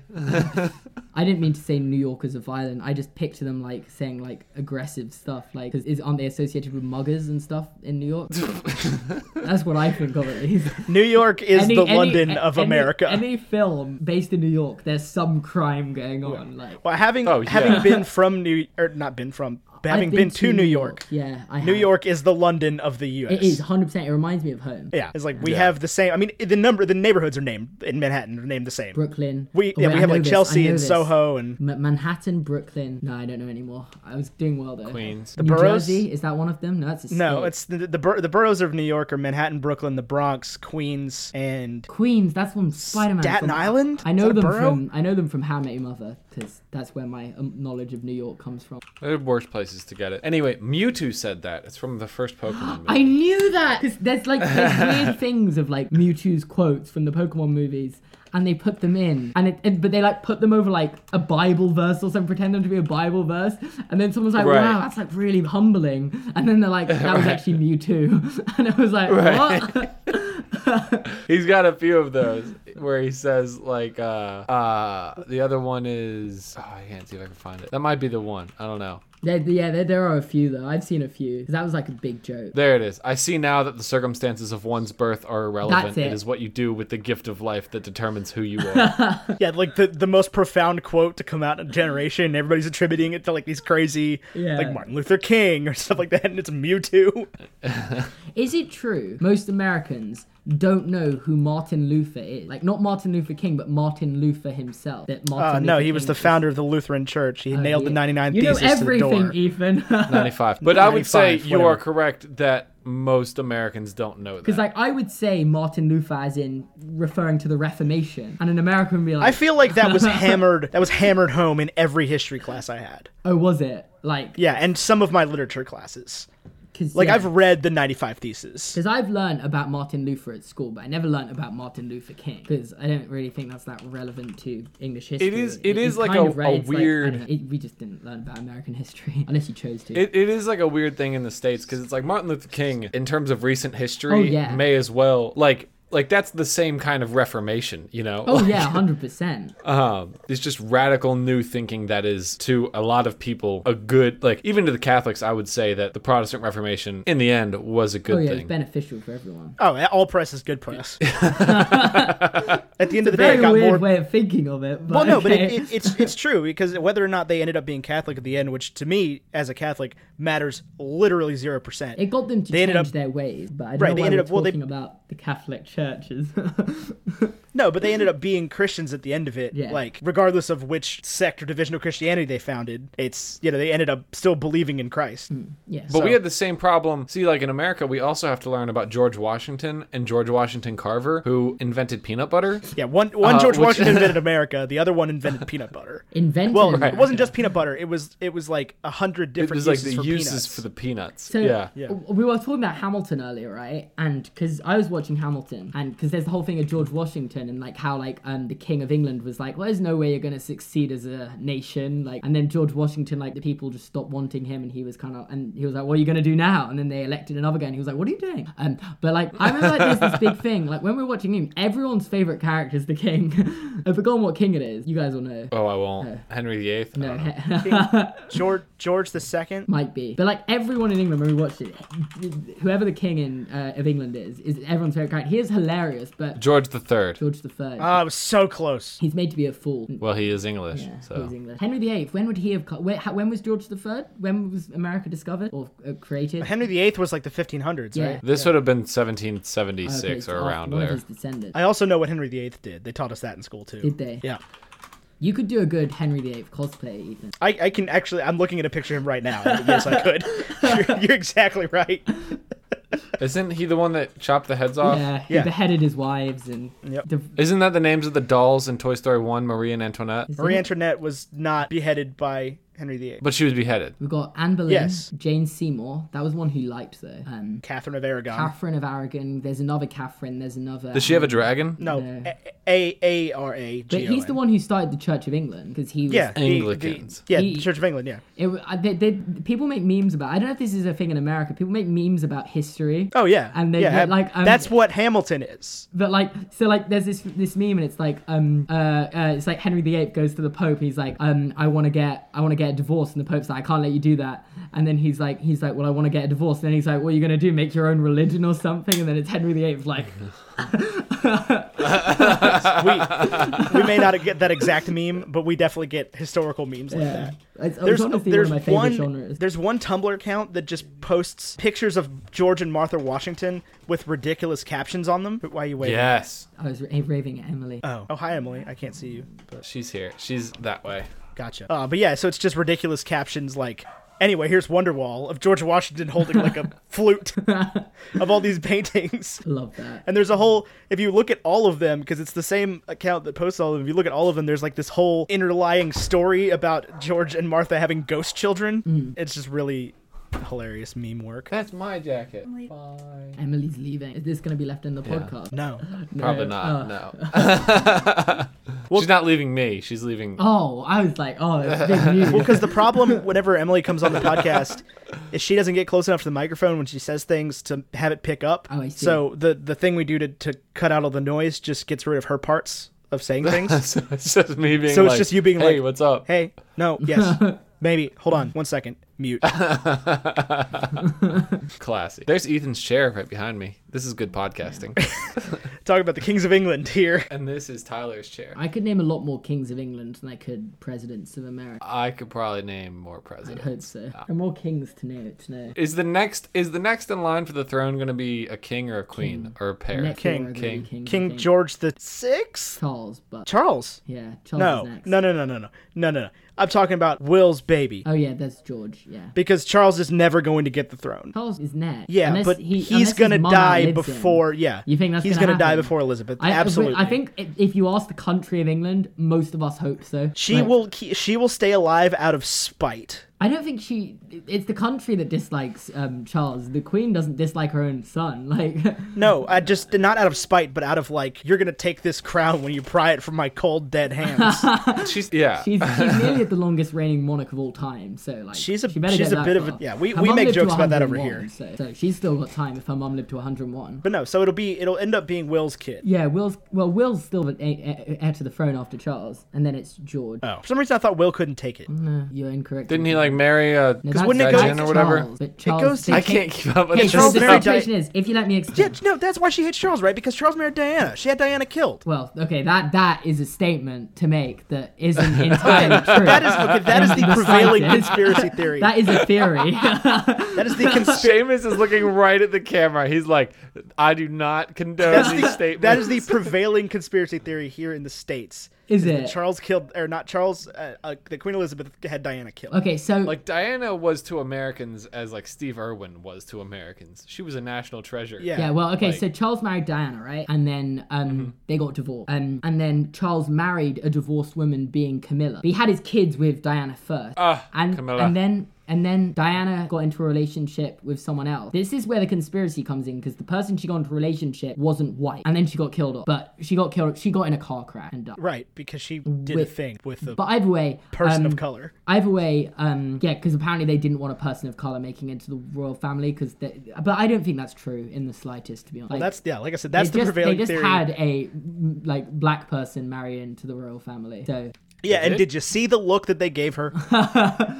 I didn't mean to say New Yorkers are violent. I just picture them like saying like aggressive stuff. Like, 'cause is aren't they associated with muggers and stuff in New York? That's what I think of at least. New York is Any- the any- London a- of any- America. Any film based in New York, there's some crime going on. Like, well, having Oh, yeah. having been from New or not been from, having I've been, to, New York, Yeah, I New have. York is the London of the U.S. It is 100. percent It reminds me of home. Yeah, it's like we Yeah. have the same. I mean, the number the neighborhoods are named in Manhattan are named the same. Brooklyn. We Oh, yeah, wait, we I have know like this, I Chelsea know and this. Soho and Ma- Manhattan, Brooklyn. No, I don't know anymore. I was doing well though. Queens. New boroughs? Jersey is that one of them? No, that's a no, state. it's the the, bor- the boroughs of New York are Manhattan, Brooklyn, the Bronx, Queens, and Queens. That's from Spider-Man. Staten from- Island? I Is know that a them borough? from I know them from How I Met Your Mother because that's where my um, knowledge of New York comes from. There are worse places to get it. Anyway, Mewtwo said that. It's from the first Pokemon movie. I knew that because there's like there's weird things of like Mewtwo's quotes from the Pokemon movies, and they put them in, and it, and- but they like put them over like a Bible verse or something, pretend them to be a Bible verse, and then someone's like, Right. "Wow, that's like really humbling," and then they're like, "That was actually Mewtwo," and I was like, Right. "What?" He's got a few of those where he says like uh uh the other one is oh, I can't see if I can find it. That might be the one. I don't know. there, yeah, there, there are a few though. I've seen a few. 'cause That was like a big joke. There it is. I see now that the circumstances of one's birth are irrelevant. That's it. it is what you do with the gift of life that determines who you are. yeah, like the the most profound quote to come out in a generation. Everybody's attributing it to like these crazy Yeah. like Martin Luther King or stuff like that, and it's Mewtwo. Is it true most Americans don't know who Martin Luther is? Like not Martin Luther King, but Martin Luther himself. That Martin Uh, no, Luther he was King the founder of the Lutheran Church. He nailed the Oh, Yeah. 99 Uh, You know thesis to the everything, door. Ethan. Because 95. But I would say 95, you whatever. are correct that most Americans don't know that. like I would say Martin Luther as in referring to the Reformation, and an American would be I like, feel like that was hammered. That was hammered home in every history class I had. "Oh, was it?" Like, Yeah, and some of my literature classes. cause, Like yeah. I've read the 95 theses. Because I've learned about Martin Luther at school, but I never learned about Martin Luther King because I don't really think that's that relevant to English history. is- it is it's like kind a- of re- a it's like, I don't weird- know, it- we just didn't learn about American history unless you chose to. It, it is like a weird thing in the states because it's like Martin Luther King in terms of recent history Oh, yeah. may as well like like that's the same kind of Reformation, you know? oh yeah, hundred percent. Um, it's just radical new thinking that is to a lot of people a good like even to the Catholics I would say that the Protestant Reformation in the end was a good Oh yeah, it's thing. beneficial for everyone. Oh, all press is good press. At the end of the day, Very it got weird more. way of thinking of it. But Well, no, but it, okay. it, it's it's true because whether or not they ended up being Catholic at the end, which to me as a Catholic matters literally zero percent. It got them to They change ended up- their ways, but I don't Right, know they why ended we're up- well, they- talking about the Catholic churches. No, but they ended up being Christians at the end of it. Yeah. Like regardless of which sect or division of Christianity they founded, it's you know they ended up still believing in Christ. yeah. But we So- had the same problem. See, like in America, we also have to learn about George Washington and George Washington Carver, who invented peanut butter. Yeah, one one Uh, George which- Washington invented America, the other one invented peanut butter. Invented. Well, America. it wasn't just peanut butter. It was it was like a hundred It different was like uses the for uses peanuts. for the peanuts. So yeah. Yeah. we were talking about Hamilton earlier, right? And because I was watching Hamilton, and because there's the whole thing of George Washington and like how like um the King of England was like, well, there's no way you're gonna succeed as a nation, like, and then George Washington, like the people just stopped wanting him, and he was kind of, and he was like, what are you gonna do now? And then they elected another guy, and he was like, what are you doing? Um, but like I remember like, there's this big thing, like when we were watching him, everyone's favorite character is the King. I've forgotten what King it is. You guys will know. Oh, I won't. Henry Oh. VIII. I No, don't know. George George the second. might be. But like everyone in England, when we watched it, whoever the king in uh, of England is, is everyone's everyone's favorite character. He is hilarious, but George the Third. George the Third. Ah, I was so close. He's made to be a fool. Well, he is English, Yeah, so he's English. Henry VIII. When would he have? co- Where, how, when was George the Third? When was America discovered or uh, created? Henry VIII was like the 1500s, Yeah. right? this would have been Oh, okay, 1776 so or after around one of there. his descendants. I also know what Henry VIII did. They taught us that in school too. Did they? Yeah. You could do a good Henry VIII cosplay, Ethan. I, I can actually, I'm looking at a picture of him right now. yes, I could. you're, you're exactly right. Isn't he the one that chopped the heads off? Yeah, he Uh, yeah. beheaded his wives and. Yep. the- Isn't that the names of the dolls in Toy Story 1, Marie and Antoinette? Marie Antoinette was not beheaded by Henry VIII. But she was beheaded. We've got Anne Boleyn, Yes. Jane Seymour. That was one who liked though. Um, Catherine of Aragon. Catherine of Aragon. There's another Catherine. There's another. Does she have a dragon? no, No. A A R A G. But he's the one who started the Church of England because he was. Yeah, the- the- Anglicans. yeah, He- the Church of England. Yeah. It, wa- I- they, they, people make memes about. I don't know if this is a thing in America. People make memes about history. Oh yeah. And they yeah, get, like, um, that's what Hamilton is. But like, so like, there's this this meme, and it's like, um, uh, uh it's like Henry VIII goes to the Pope. He's like, um, I want to get, I want to get a divorce, and the Pope's like, I can't let you do that. And then he's like, he's like, well, I want to get a divorce. And then he's like, what are you gonna do? Make your own religion or something? And then it's Henry VIII 's like, We may not get that exact meme, but we definitely get historical memes like yeah. that. It's, it's There's honestly there's one of my one, favorite genres. there's one Tumblr account that just posts pictures of George and Martha Washington with ridiculous captions on them. But why are you waiting? Yes. I was ra- raving at Emily. Oh, oh hi Emily. I can't see you. But She's here. She's that way. gotcha. Uh, but yeah, so it's just ridiculous captions like. Anyway, here's Wonderwall of George Washington holding like a flute of all these paintings. Love that. And there's a whole, if you look at all of them, because it's the same account that posts all of them, if you look at all of them, there's like this whole interlying story about George and Martha having ghost children. Mm. It's just really hilarious meme work. That's my jacket. Emily's leaving. Is this gonna be left in the podcast? No. Uh. Probably Uh, not. No. she's not leaving me. She's leaving. Oh, I was like, oh, that's big news. Because the problem, whenever Emily comes on the podcast, is she doesn't get close enough to the microphone when she says things to have it pick up. Oh, I see. So the, the thing we do to, to cut out all the noise just gets rid of her parts of saying things. so it's just me being. So it's like, just you being hey, like, what's up? hey, no, yes, maybe. Hold on one second. Mute. Classy. There's Ethan's chair right behind me. This is good podcasting. Talking about the kings of England here. and this is Tyler's chair. I could name a lot more kings of England than I could presidents of America. I could probably name more I presidents. hope so. There are more kings to know. To know. Is the next is the next in line for the throne going to be a king or a queen or a pair? Next King, war, I believe, king. king, King George the Sixth? Charles, but Charles? yeah, Charles No, is next. no, no, no, no, no, no, no, no. I'm talking about Will's baby Oh yeah, that's George. Yeah, because Charles is never going to get the throne. Charles is next. Yeah, Oh, Unless but he, he's unless gonna his mum die outlives him. before. Yeah, You think that's he's gonna gonna, die happen? before Elizabeth? I, Absolutely. I think if, if you ask the country of England, most of us hope so. she Like, will. Ke- she will stay alive out of spite. I don't think she. It's the country that dislikes um, Charles. The Queen doesn't dislike her own son. Like, No, I just not out of spite, but out of like you're gonna take this crown when you pry it from my cold dead hands. She's yeah. she's, she's nearly the longest reigning monarch of all time. So like, She's a- she better she's get a that bit of a- far. yeah, we- Her we mum make lived to jokes about that over 101, here. So, so she's still got time if her mum lived to 101. but no, so it'll be it'll end up being Will's kid. Yeah, Will's well, Will's still the heir heir to the throne after Charles, and then it's George. Oh, for some reason I thought Will couldn't take it. No, you're incorrect. Uh, Didn't he like marry a that's- wouldn't it go Diane to or whatever? Charles, but Charles, goes to- they I came- can't keep up with Okay, this. so Charles the married situation is, if you let me explain. Yeah, no, that's why she hates Charles, right? Because Charles married Diana. She had Diana killed. Well, okay, that that is a statement to make that isn't entirely true. That is okay, that is the prevailing scientist. conspiracy theory. That is a theory. that is the conspiracy Seamus is looking right at the camera. He's like, I do not condone these statements. that is the prevailing conspiracy theory here in the states. is that it? Charles killed or not Charles uh, uh, the Queen Elizabeth had Diana killed. okay, so like Diana was to Americans as like Steve Irwin was to Americans. She was a national treasure. Yeah. Yeah, well, okay, Like- so Charles married Diana, right? And then um, Mm-hmm. they got divorced. Um, and then Charles married a divorced woman being Camilla. But he had his kids with Diana first. Ah, and, Camilla. And then and then Diana got into a relationship with someone else. This is where the conspiracy comes in because the person she got into a relationship wasn't white. And then she got killed off. But she got killed she got in a car crash and died. Right, because she did a With- thing with a But either way, person um, of color. Either way, um, yeah, because apparently they didn't want a person of color making it to the royal family. Because, but I don't think that's true in the slightest, to be honest. Like, That's yeah, like I said, that's they the just, prevailing they just theory. had a mm, like black person marry into the royal family. So Yeah, They and did? did you see the look that they gave her?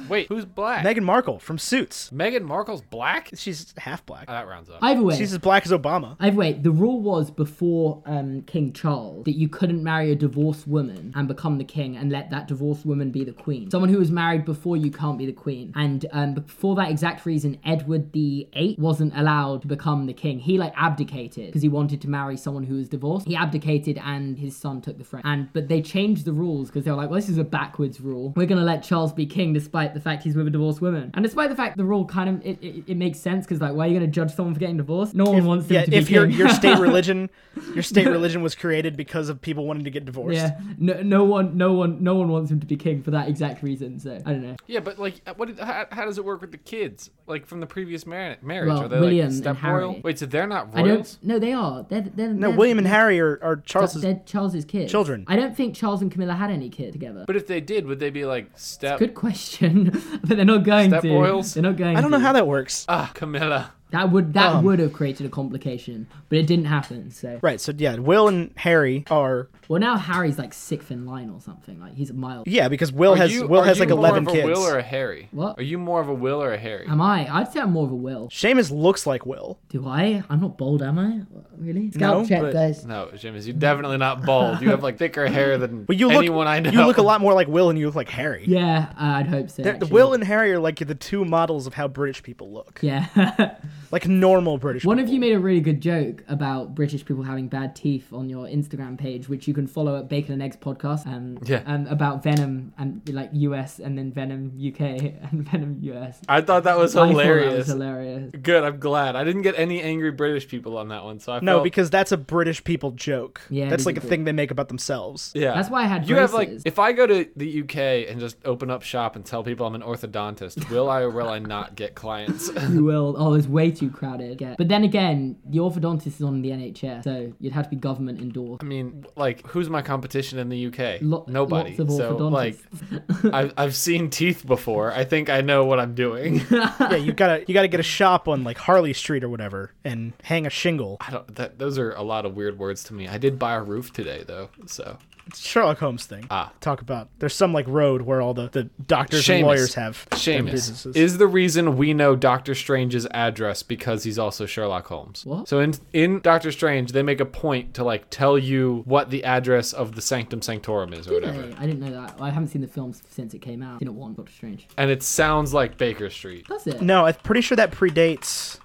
Wait, who's black? Meghan Markle from Suits. Meghan Markle's black? She's half black. Uh, Oh, that rounds up. Either way, She's as black as Obama. Either way, the rule was before um, King Charles that you couldn't marry a divorced woman and become the king and let that divorced woman be the queen. Someone who was married before you can't be the queen. And um, but for that exact reason, Edward the Eighth wasn't allowed to become the king. He like abdicated because he wanted to marry someone who was divorced. He abdicated and his son took the throne. And but they changed the rules because they were like, well, this is a backwards rule. We're gonna let Charles be king despite the fact he's with a divorced woman. And despite the fact the rule kind of it, it, it makes sense because like, why are you gonna judge someone for getting divorced? No one wants them Yeah, to be if your king. your state religion, your state religion was created because of people wanting to get divorced. Yeah, no, no one, no one, no one wants him to be king for that exact reason. So I don't know. Yeah, but like, uh, what? Did, how, how does it work with the kids? Like from the previous mar- marriage, Well, are they William like and step Harry. royal? Wait, so they're not I don't. royals? No, they are. They're, they're, No, William and Harry are, are Charles's. They're Charles's kids. Children. I don't think Charles and Camilla had any kid together. But if they did, would they be like step? Good question, but they're not going Step to. royals? They're not going. I don't know to. how Um, that works. Ah, Camilla. That would that would have created a complication, but it didn't happen. So Right. So yeah, Will and Harry are well, now Harry's like sixth in line or something. Like he's a mile. yeah because Will Are has you- Will are has you like more eleven of a kids. Will or a Harry? What? Um, Are you more of a Will or a Harry? Am I? I'd say I'm more of a Will. Seamus looks like Will. Do I? I'm not bold, am I? Really? Scalp No, check, but- guys. no, James, you're definitely not bald. You have like thicker hair than But you look anyone I know. you look a lot more like Will and you look like Harry. Yeah, I'd hope so. They're- the actually. Will and Harry are like the two models of how British people look. Yeah. Like normal British. One people. of you made a really good joke about British people having bad teeth on your Instagram page, which you can follow at Bacon and Eggs Podcast. Um, Yeah. um, about Venom and like US and then Venom UK and Venom US. I thought that was I thought That was hilarious. hilarious. Good, I'm glad. I didn't get any angry British people on that one, so I No, felt- because that's a British people joke. Yeah, it that's is like a a bit- thing they make about themselves. Yeah. That's why I had You have like braces. if I go to the UK and just open up shop and tell people I'm an orthodontist, will I or will I not get clients? You will. Oh, it's way too crowded. Yeah. But then again, the orthodontist is on the NHS, so you'd have to be government endorsed. I mean, like who's my competition in the UK? Lo- Nobody. Lots of so like orthodontists. I've I've seen teeth before. I think I know what I'm doing. yeah, you gotta you gotta get a shop on like Harley Street or whatever and hang a shingle. I don't that those are a lot of weird words to me. I did buy a roof today though. So It's a Sherlock Holmes thing. Ah. Talk about there's some like road where all the, the doctors Seamus. and lawyers have their Seamus businesses. is the reason we know Doctor Strange's address because he's also Sherlock Holmes. What? So in in Doctor Strange, they make a point to like tell you what the address of the Sanctum Sanctorum is or whatever. Hey, I didn't know that. I haven't seen the films since it came out. Didn't want Doctor Strange. and it sounds like Baker Street. That's it. no, I'm pretty sure that predates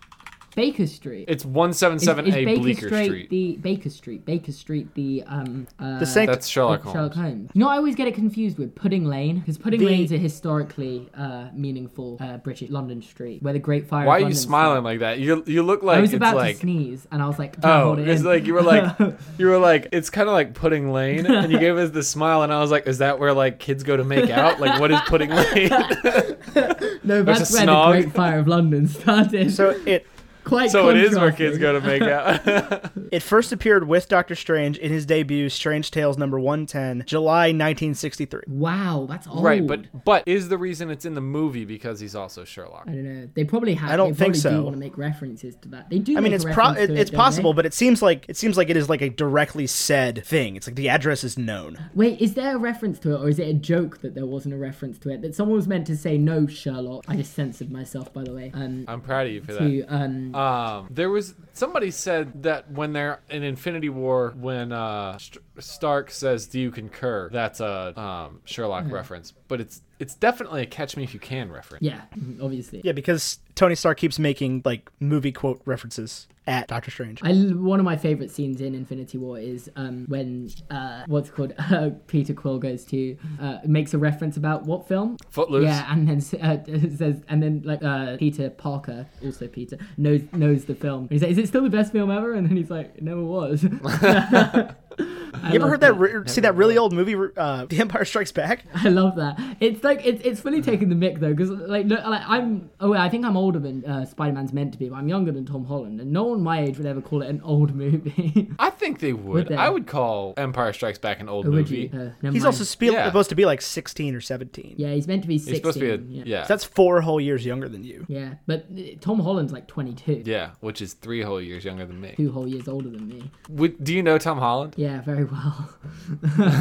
Baker Street. It's Is- 177A is Baker Bleecker Street, Street. The Baker Street, Baker Street, the um, uh, the Sanctum. That's Sherlock Holmes. Sherlock Holmes. You know, I always get it confused with Pudding Lane because Pudding The- Lane's a historically uh, meaningful uh, British London street where the Great Fire. of Why are you London smiling started. like that? You you look I like was it's about like to sneeze and I was like, oh, hold it it's in. like you were like you were like it's kind of like pudding lane, and you gave us the smile, and I was like, is that where like kids go to make out? Like what is pudding lane? no, there's that's a where snog. the Great Fire of London started. So it quite so it is where kids contrasting. go to make out. it first appeared with Doctor Strange in his debut, Strange Tales number one ten, July nineteen sixty three. Wow, that's old. right, but but is the reason it's in the movie because he's also Sherlock? I don't know. They probably have. I don't they probably think so. Do want to make references to that? They do. I mean, make it's a pro- reference it, to it, it's don't they? possible, but it seems like it seems like it is like a directly said thing. It's like the address is known. Wait, is there a reference to it, or is it a joke that there wasn't a reference to it? That someone was meant to say no, Sherlock. I just censored myself, by the way. Um, I'm proud of you for that. to um, Uh, Um, there was somebody said that when they're in Infinity War, when uh, St- Stark says, "Do you concur?" That's a um, Sherlock reference, but it's it's definitely a Catch Me If You Can reference. Mm-hmm. yeah, obviously. Yeah, because Tony Stark keeps making like movie quote references at Doctor Strange. I, one of my favorite scenes in Infinity War is um, when uh, what's it called uh, Peter Quill goes to uh, makes a reference about what film? Footloose. Yeah, and then s- uh, says, and then like uh, Peter Parker, also Peter, knows knows the film. And he's like, "Is it still the best film ever?" And then he's like, "It never was." you you ever heard that? re- see that really old movie, uh, The Empire Strikes Back? I love that. It's like it's it's fully taking the mick though, because like no, like I'm oh I think I'm older than uh, Spider Man's meant to be, but I'm younger than Tom Holland, and no one my age would ever call it an old movie. I think they would. they? I would call Empire Strikes Back an old would you? movie. Uh, never He's mind. also spe- Yeah. supposed to be like sixteen or seventeen. yeah, he's meant to be sixteen. He's supposed to be yeah. a yeah. So that's four whole years younger than you. Yeah, but uh, Tom Holland's like 22, Yeah, which is three whole years younger than me. two whole years older than me. Would, do you know Tom Holland? Yeah, very well.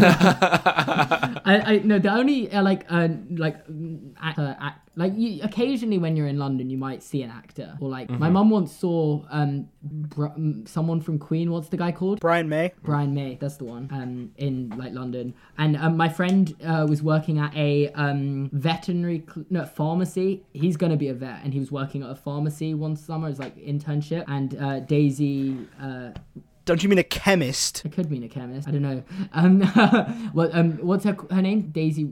I, I no the only uh, like uh, like mm, actor act, like you, occasionally when you're in London you might see an actor or like my mum once saw um Br- mm, someone from Queen what's the guy called Brian May. Brian May that's the one um in like London and um, my friend uh, was working at a um veterinary cl- no pharmacy he's gonna be a vet and he was working at a pharmacy one summer as like internship and uh, Daisy uh. Don't you mean a chemist? It could mean a chemist. I don't know. Um, what, um, what's her her name? Daisy.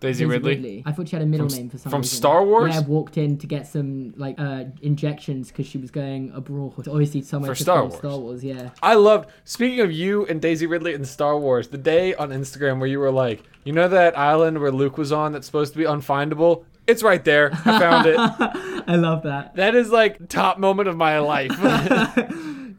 Daisy Ridley? I thought she had a middle name for some from reason. Star Wars? Yeah, walked in to get some like uh, injections because she was going abroad. Obviously, somewhere For to Star film Wars. Star Wars, yeah. I loved speaking of you and Daisy Ridley and Star Wars, the day on Instagram where you were like, you know that island where Luke was on that's supposed to be unfindable? It's right there. I found it. I love that. that is like top moment of my life.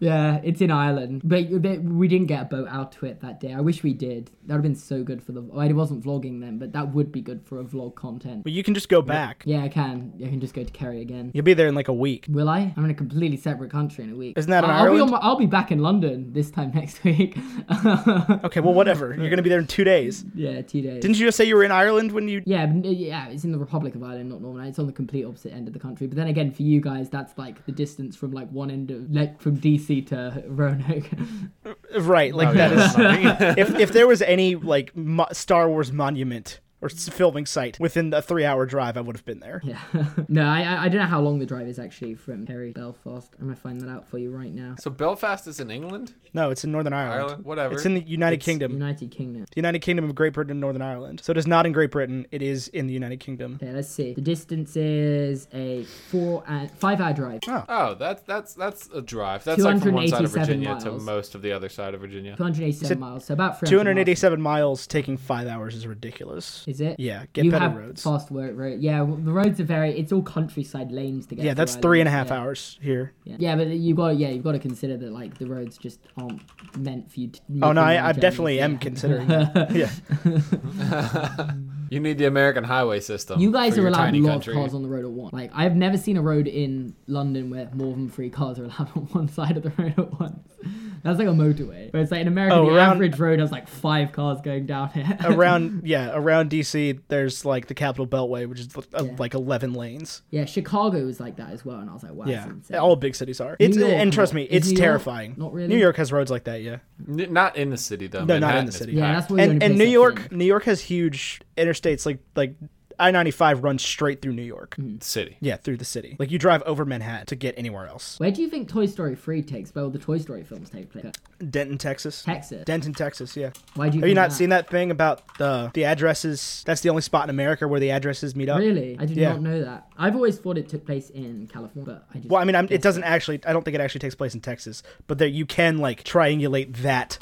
Yeah, it's in Ireland, but you- they- we didn't get a boat out to it that day. I wish we did. That would have been so good for the. well, I wasn't vlogging then, but that would be good for a vlog content. Well, you can just go back. Yeah, I can. I can just go to Kerry again. You'll be there in like a week. Will I? I'm in a completely separate country in a week. Isn't that in I'll I'll be, Ireland? on my, I'll be back in London this time next week. Okay, well, whatever. You're gonna be there in two days. yeah, two days. Didn't you just say you were in Ireland when you? yeah, but, uh, yeah, it's in the Republic of Ireland, not Northern. Ireland. It's on the complete opposite end of the country. But then again, for you guys, that's like the distance from like one end of like from DC to Roanoke. Right, Oh, like that is. if if there was any like mo- Star Wars monument or s- filming site within a three-hour drive, I would have been there. yeah. no, I- I I don't know how long the drive is actually from Kerry Belfast. I'm gonna find that out for you right now. so Belfast is in England? No, it's in Northern Ireland. Ireland? Whatever. It's in the United It's- Kingdom. United Kingdom. The United Kingdom of Great Britain and Northern Ireland. So it is not in Great Britain. It is in the United Kingdom. Okay, let's see. The distance is a four and five hour drive. Oh, that's that's that's a drive. That's like from one side of 287 Virginia to miles. most of the other side of Virginia. 287 miles, so about 300 miles. 287 miles taking five hours is ridiculous. Is it? Yeah, get you better have roads. Fast road, road. Yeah, well, the roads are very. It's all countryside lanes to get. Yeah, to that's Ireland, three and a half yeah. hours here. Yeah. yeah, but you got. Yeah, you've got to consider that like the roads just aren't meant for you. to Oh make no, long I, I journeys, definitely yeah. am considering. That. Yeah, You need the American highway system. You guys for are your allowed a tiny lot country. of cars on the road at once. Like I've never seen a road in London where more than three cars are allowed on one side of the road at once. That's like a motorway. Where it's like in America, Oh, the around- average road has like five cars going down it. around yeah around DC, there's like the Capital Beltway, which is uh, like 11 lanes. yeah, Chicago was like that as well, and I was like, wow. that's Yeah, insane. all big cities are. It's York and not- trust me, is it's New York terrifying. not really? New York has roads like that. Yeah, N- not in the city though. No, not in the Manhattan is city. Yeah, packed. that's what and and New York, New York has huge interstates. Like like I 95 runs straight through New York. Mm-hmm. city. Yeah, through the city. Like you drive over Manhattan to get anywhere else. Where do you think Toy Story 3 takes where all the Toy Story films take place? Denton, Texas. Texas. Denton, Texas. Yeah. Why do you Have you think not that? seen that thing about the the addresses? That's the only spot in America where the addresses meet up. Really? I did Yeah. not know that. I've always thought it took place in California, but I just Well, I mean, I'm, it guessed doesn't actually. I don't think it actually takes place in Texas, but there you can like triangulate that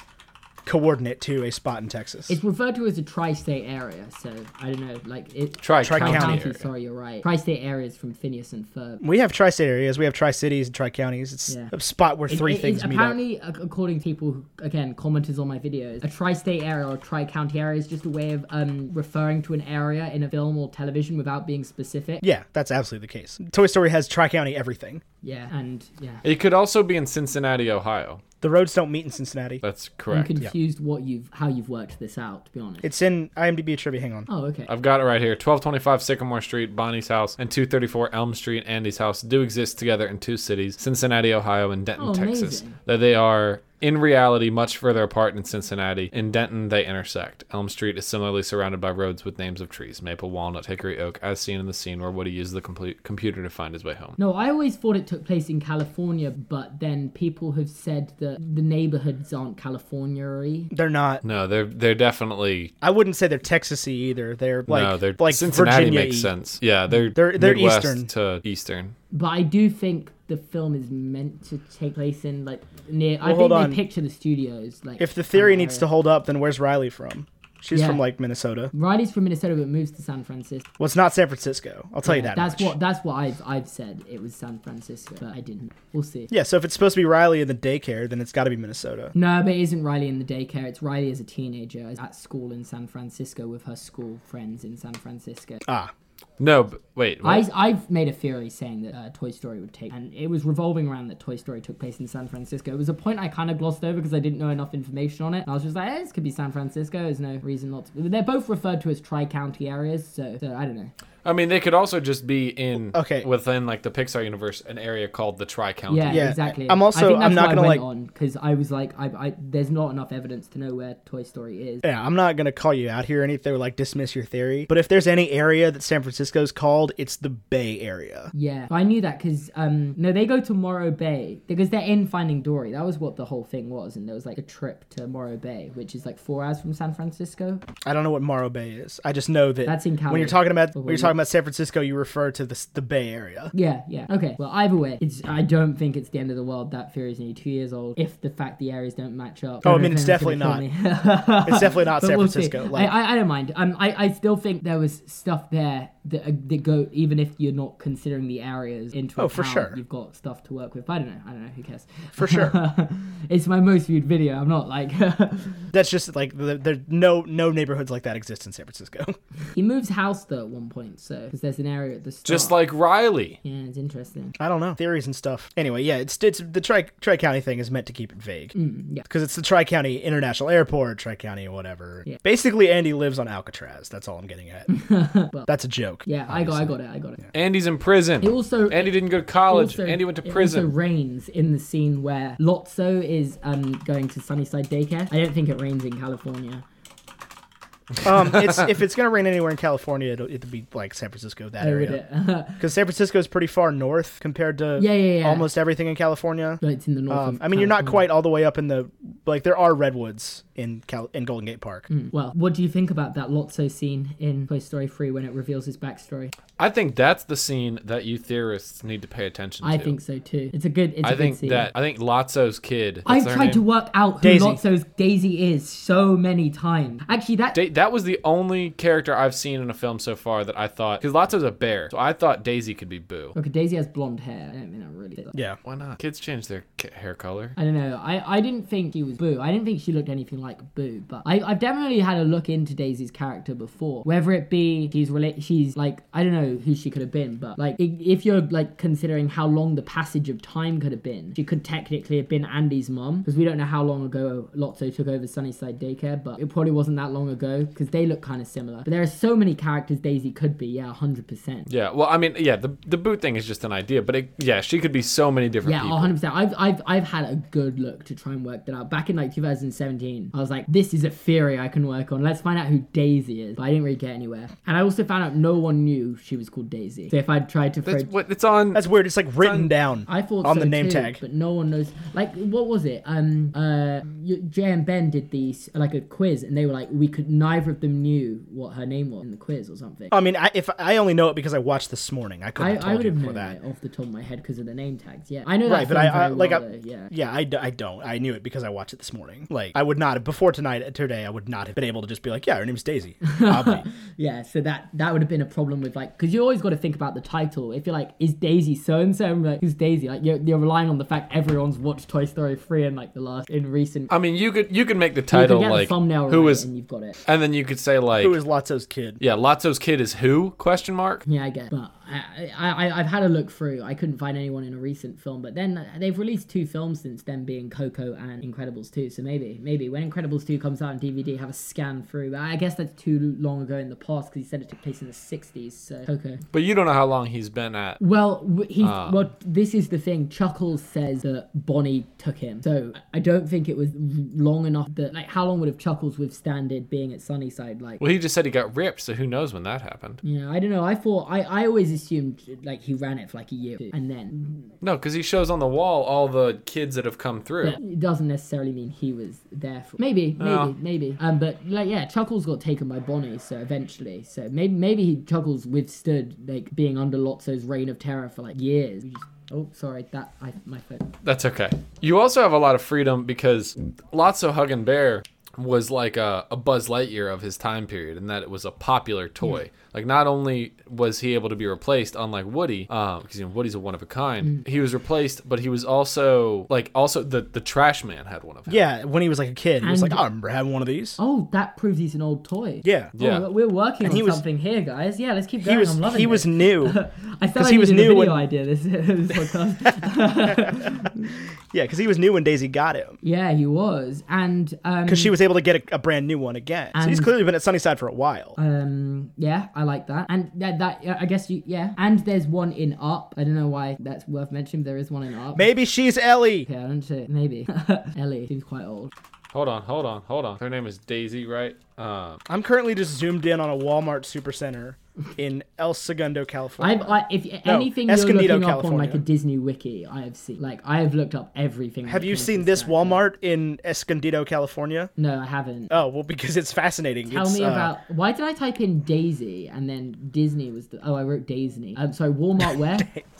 coordinate to a spot in Texas. It's referred to as a tri-state area, so I don't know, like it Tri Tri-county Mm, county. county, area. sorry, you're right. Tri-state areas from Phineas and Ferb. we have tri-state areas. We have tri-cities and tri-counties. It's Yeah. a spot where three It- it- things it's meet up. apparently, ac- according to people, who, again, commenters on my videos, a tri-state area or tri-county area is just a way of um, referring to an area in a film or television without being specific. Yeah, that's absolutely the case. Toy Story has tri-county everything. yeah and yeah. It could also be in Cincinnati, Ohio. The roads don't meet in Cincinnati. That's I'm correct. confused what you've how you've worked this out. To be honest. It's in IMDb trivia. Hang on. oh, okay. I've got it right here. 1225 Sycamore Street, Bonnie's house, and 234 Elm Street, Andy's house, do exist together in two cities, Cincinnati, Ohio, and Denton, Oh, Texas. amazing. Though they are, in reality, much further apart in Cincinnati. In Denton, they intersect. Elm Street is similarly surrounded by roads with names of trees maple, walnut, hickory, oak, as seen in the scene where Woody uses the complete computer to find his way home. No, I always thought it took place in California, but then people have said that the neighborhoods aren't California-y. They're not. No, they're they're definitely I wouldn't say they're Texasy either. They're like no, they're like Cincinnati Virginia. makes sense. Yeah, they're They're- they're Midwest Eastern. to Eastern. But I do think the film is meant to take place in like near. Well, I think hold they on. picture the studios like. If the theory kind of needs to area. hold up, then where's Riley from? She's Yeah. from like Minnesota. Riley's from Minnesota, but moves to San Francisco. Well, it's not San Francisco. I'll tell you that. that's much. what that's what I've I've said. It was San Francisco, but I didn't. We'll see. Yeah, so if it's supposed to be Riley in the daycare, then it's got to be Minnesota. No, but it isn't Riley in the daycare. It's Riley as a teenager at school in San Francisco with her school friends in San Francisco. Ah, No, but wait. what? I, I've made a theory saying that uh, Toy Story would take, and it was revolving around that Toy Story took place in San Francisco. It was a point I kind of glossed over because I didn't know enough information on it. And I was just like, eh, this could be San Francisco. There's no reason not to. They're both referred to as tri county areas, so, so I don't know. I mean, they could also just be in Okay. within like the Pixar universe, an area called the Tri County. Yeah, Yeah, exactly. I'm also- I think I'm that's not why gonna, I went like- on because I was like, I, I there's not enough evidence to know where Toy Story is. Yeah, I'm not gonna call you out here or anything or like dismiss your theory. But if there's any area that San Francisco's called, it's the Bay Area. Yeah, I knew that because um no, they go to Morro Bay because they're in Finding Dory. That was what the whole thing was, and there was like a trip to Morro Bay, which is like four hours from San Francisco. I don't know what Morro Bay is. I just know that That's in When Cali. you're talking about when Wait. you're talking about San Francisco, you refer to the s- the Bay Area. Yeah, yeah. Okay. Well, either way, it's I don't think it's the end of the world. That theory is only two years old. If the fact the areas don't match up. Oh, I mean, it's definitely not. It's definitely not San Francisco. See. Like, I, I, I don't mind. Um, I, I still think there was stuff there that uh, that go even if you're not considering the areas into Oh, account, for sure. You've got stuff to work with. But I don't know. I don't know. Who cares? For sure. it's my most viewed video. I'm not like that's just like the, there no no neighborhoods like that exist in San Francisco. he moves house though at one point. So because there's an area at the start. Just like Riley. yeah, it's interesting. I don't know theories and stuff. Anyway, yeah, it's it's the tri tri county thing is meant to keep it vague Hmm, yeah. because it's the tri county international airport, tri county whatever. Yeah. Basically, Andy lives on Alcatraz. That's all I'm getting at. that's a joke. Yeah, I got, I got it. I got it. Andy's in prison. It also- Andy didn't go to college. also- Andy went to it prison. also rains in the scene where Lotso is um, going to Sunnyside Daycare. I don't think it rains in California. um, it's, if it's gonna rain anywhere in California, it'll, it'll be like San Francisco that I read area it. because San Francisco is pretty far north compared to Yeah, yeah, yeah. almost everything in California. but it's in the north. Um, of I mean, you're not California. quite all the way up in the like. There are redwoods in Cal- in Golden Gate Park. Well, what do you think about that Lotso scene in Toy Story 3 when it reveals his backstory? I think that's the scene that you theorists need to pay attention I to. think so too. It's a good. It's a I good think scene. that I think Lotso's kid. I've what's her tried to name? work out who Daisy. Lotso's Daisy is so many times. Actually, that Da- that was the only character I've seen in a film so far that I thought because Lotso's a bear, so I thought Daisy could be Boo. okay, Daisy has blonde hair. I don't think that really. Fits. Yeah, Why not? Kids change their ca- hair color. I don't know. I, I didn't think he was Boo. I didn't think she looked anything like Boo. But I, I've definitely had a look into Daisy's character before. Whether it be she's rela- she's like I don't know who she could have been, but like i- if you're like considering how long the passage of time could have been, she could technically have been Andy's mom because we don't know how long ago Lotso took over Sunnyside Daycare, but it probably wasn't that long ago because they look kind of similar. But there are so many characters Daisy could be. Yeah, hundred percent. Yeah, well, I mean, yeah, the the Boo thing is just an idea, but it, yeah, she could be so many different Yeah, people. 100%. I've, I've, I've had a good look to try and work that out. Back in like 2017, I was like, this is a theory I can work on. Let's find out who Daisy is. But I didn't really get anywhere. And I also found out no one knew she was called Daisy. So if I'd tried to. That's throw- what it's on. that's weird. It's like written down I thought on so the name too, tag. but no one knows. Like, what was it? Um, uh, y- Jay and Ben did these like a quiz, and they were like, we could neither of them knew what her name was in the quiz or something. I mean, I, if I only know it because I watched this morning, I could I, have I told would you have before known that. it off the top of my head because of the name tags. Yeah, I know that. Right, but film I- I- very like, well, I- though, yeah. Yeah, I, d- I don't. I knew it because I watched it this morning. Like, I would not have before tonight today. I would not have been able to just be like, yeah, her name's Daisy. Probably. Yeah, so that that would have been a problem with like, because you always got to think about the title. If you're like, is Daisy so and so? Like, who's Daisy? Like, you're, you're relying on the fact everyone's watched Toy Story three and like the last in recent. I mean, you could you could make the you title could get like the thumbnail who right is- and you've got it. and then you could say like, Who is Lotso's kid? yeah, Lotso's kid is who? Question mark. Yeah, I get. But I, I, I- I've had a look through. I couldn't find anyone in a recent film. But then uh, they've released two films since then, being Coco and Incredibles two. So maybe, maybe when Incredibles two comes out on DVD, have a scan through. But I guess that's too long ago in the past because he said it took place in the '60s. So Coco. But you don't know how long he's been at. Well, w- he well, this is the thing. Chuckles says that Bonnie took him, so I don't think it was long enough. That like, how long would have Chuckles withstanded being at Sunnyside? Like, Well, he just said he got ripped, so who knows when that happened? yeah, I don't know. I thought I, I always assumed like he ran it for like a year, and then No, because he shows on the wall all the kids that have come through. but it doesn't necessarily mean he was there for. Maybe, maybe, No. maybe. Um, but like, yeah, Chuckles got taken by Bonnie, so eventually, so maybe maybe he Chuckles withstood like being under Lotso's reign of terror for like years. We just- oh, sorry, that I my phone. That's okay. You also have a lot of freedom because Lotso Hugging Bear was like a, a Buzz Lightyear of his time period, in that it was a popular toy. Like not only was he able to be replaced, unlike Woody, because you know Woody's a one of a kind, he was replaced, but he was also like also the the trash man had one of him. Yeah, when he was like a kid, he was And- like, I remember having one of these. Oh, that proves he's an old toy. Yeah. Yeah. Oh, we're working And on he was- something here, guys. Yeah, let's keep He going. was I'm loving he was it. new. I feel 'cause like he was we need a new video when- idea. This, this podcast. yeah, because he was new when Daisy got him. yeah, he was, and um, Because she was able to get a, a brand new one again. so he's And- clearly been at Sunnyside for a while. Um, yeah, I like that. And that, that yeah, I guess you, yeah. And there's one in Up. I don't know why that's worth mentioning. There is one in Up. Maybe she's Ellie. Okay, I don't know. Maybe Ellie. She's quite old. Hold on, hold on, hold on. Her name is Daisy, right? Um, I'm currently just zoomed in on a Walmart supercenter in El Segundo, California. I've I, if anything you're Escondido, looking up on California. like a Disney wiki, I have seen. Like I have looked up everything. Have that you comes seen with this that. Walmart in Escondido, California? No, I haven't. Oh well, because it's fascinating. Tell It's, me uh, about why did I type in Daisy and then Disney was the oh I wrote Disney. I'm sorry, Walmart where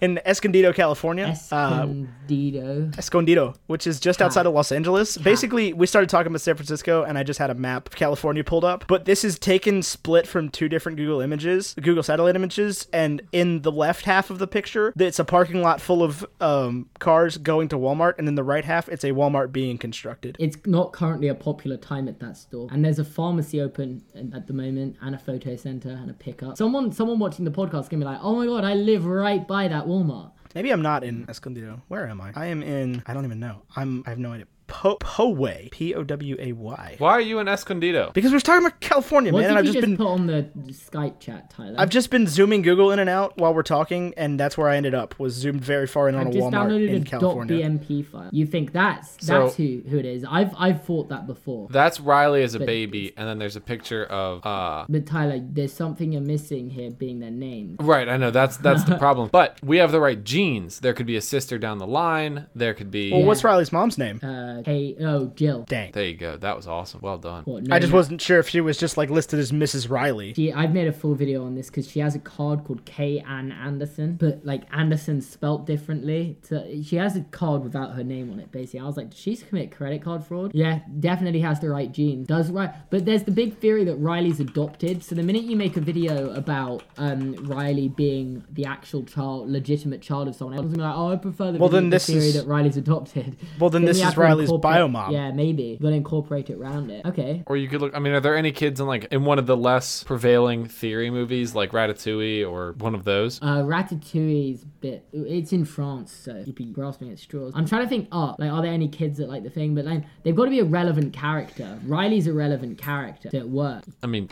in Escondido, California. Uh, Escondido. Escondido, which is just outside of Los Angeles. Basically, we started talking about San Francisco, and I just had a map of California pulled up. But this is taken split from two different Google images, Google satellite images, and in the left half of the picture, it's a parking lot full of um, cars going to Walmart, and in the right half, it's a Walmart being constructed. It's not currently a popular time at that store, and there's a pharmacy open in- at the moment, and a photo center, and a pickup. Someone, someone watching the podcast can be like, "Oh my god, I live right by that Walmart." Maybe I'm not in Escondido. Where am I? I am in. I don't even know. I'm. I have no idea. Po Poway. P O W A Y. why are you in Escondido? Because we're talking about California, What man. did And I've you just, just been. put on the Skype chat, Tyler? I've just been zooming Google in and out while we're talking, and that's where I ended up. Was zoomed very far in on a just Walmart downloaded in a California. .bmp file. You think that's So- that's who who it is? I've I've thought that before. That's Riley as a baby, and then there's a picture of uh, But Tyler, there's something you're missing here, being their names. Right, I know that's that's the problem. But we have the right genes. There could be a sister down the line. There could be. Well, what's Riley's mom's name? Uh, hey, oh, Jill. Dang. There you go. That was awesome. Well done. What, no, I just no. wasn't sure if she was just like listed as Mrs. Riley. She, I've made a full video on this because she has a card called K Ann Anderson, but like Anderson spelt differently. So she has a card without her name on it, basically. I was like, did she commit credit card fraud? Yeah, definitely has the right gene. Does right, but there's the big theory that Riley's adopted. So the minute you make a video about um, Riley being the actual child, legitimate child of someone else, I'm gonna be like, oh, I prefer the, Well, video- then the this theory is- that Riley's adopted. Well, then this you is have to Riley's incorporate- biomom. Yeah, maybe. But incorporate it around it. Okay. Or you could look. I mean, are there any kids in like in one of the less prevailing theory movies, like Ratatouille or one of those? Uh, Ratatouille's bit. It's in France, so you'd be grasping at straws. I'm trying to think up. Like, are there any kids that like the thing? But like, they've got to be a relevant character. Riley's a relevant character that works. I mean,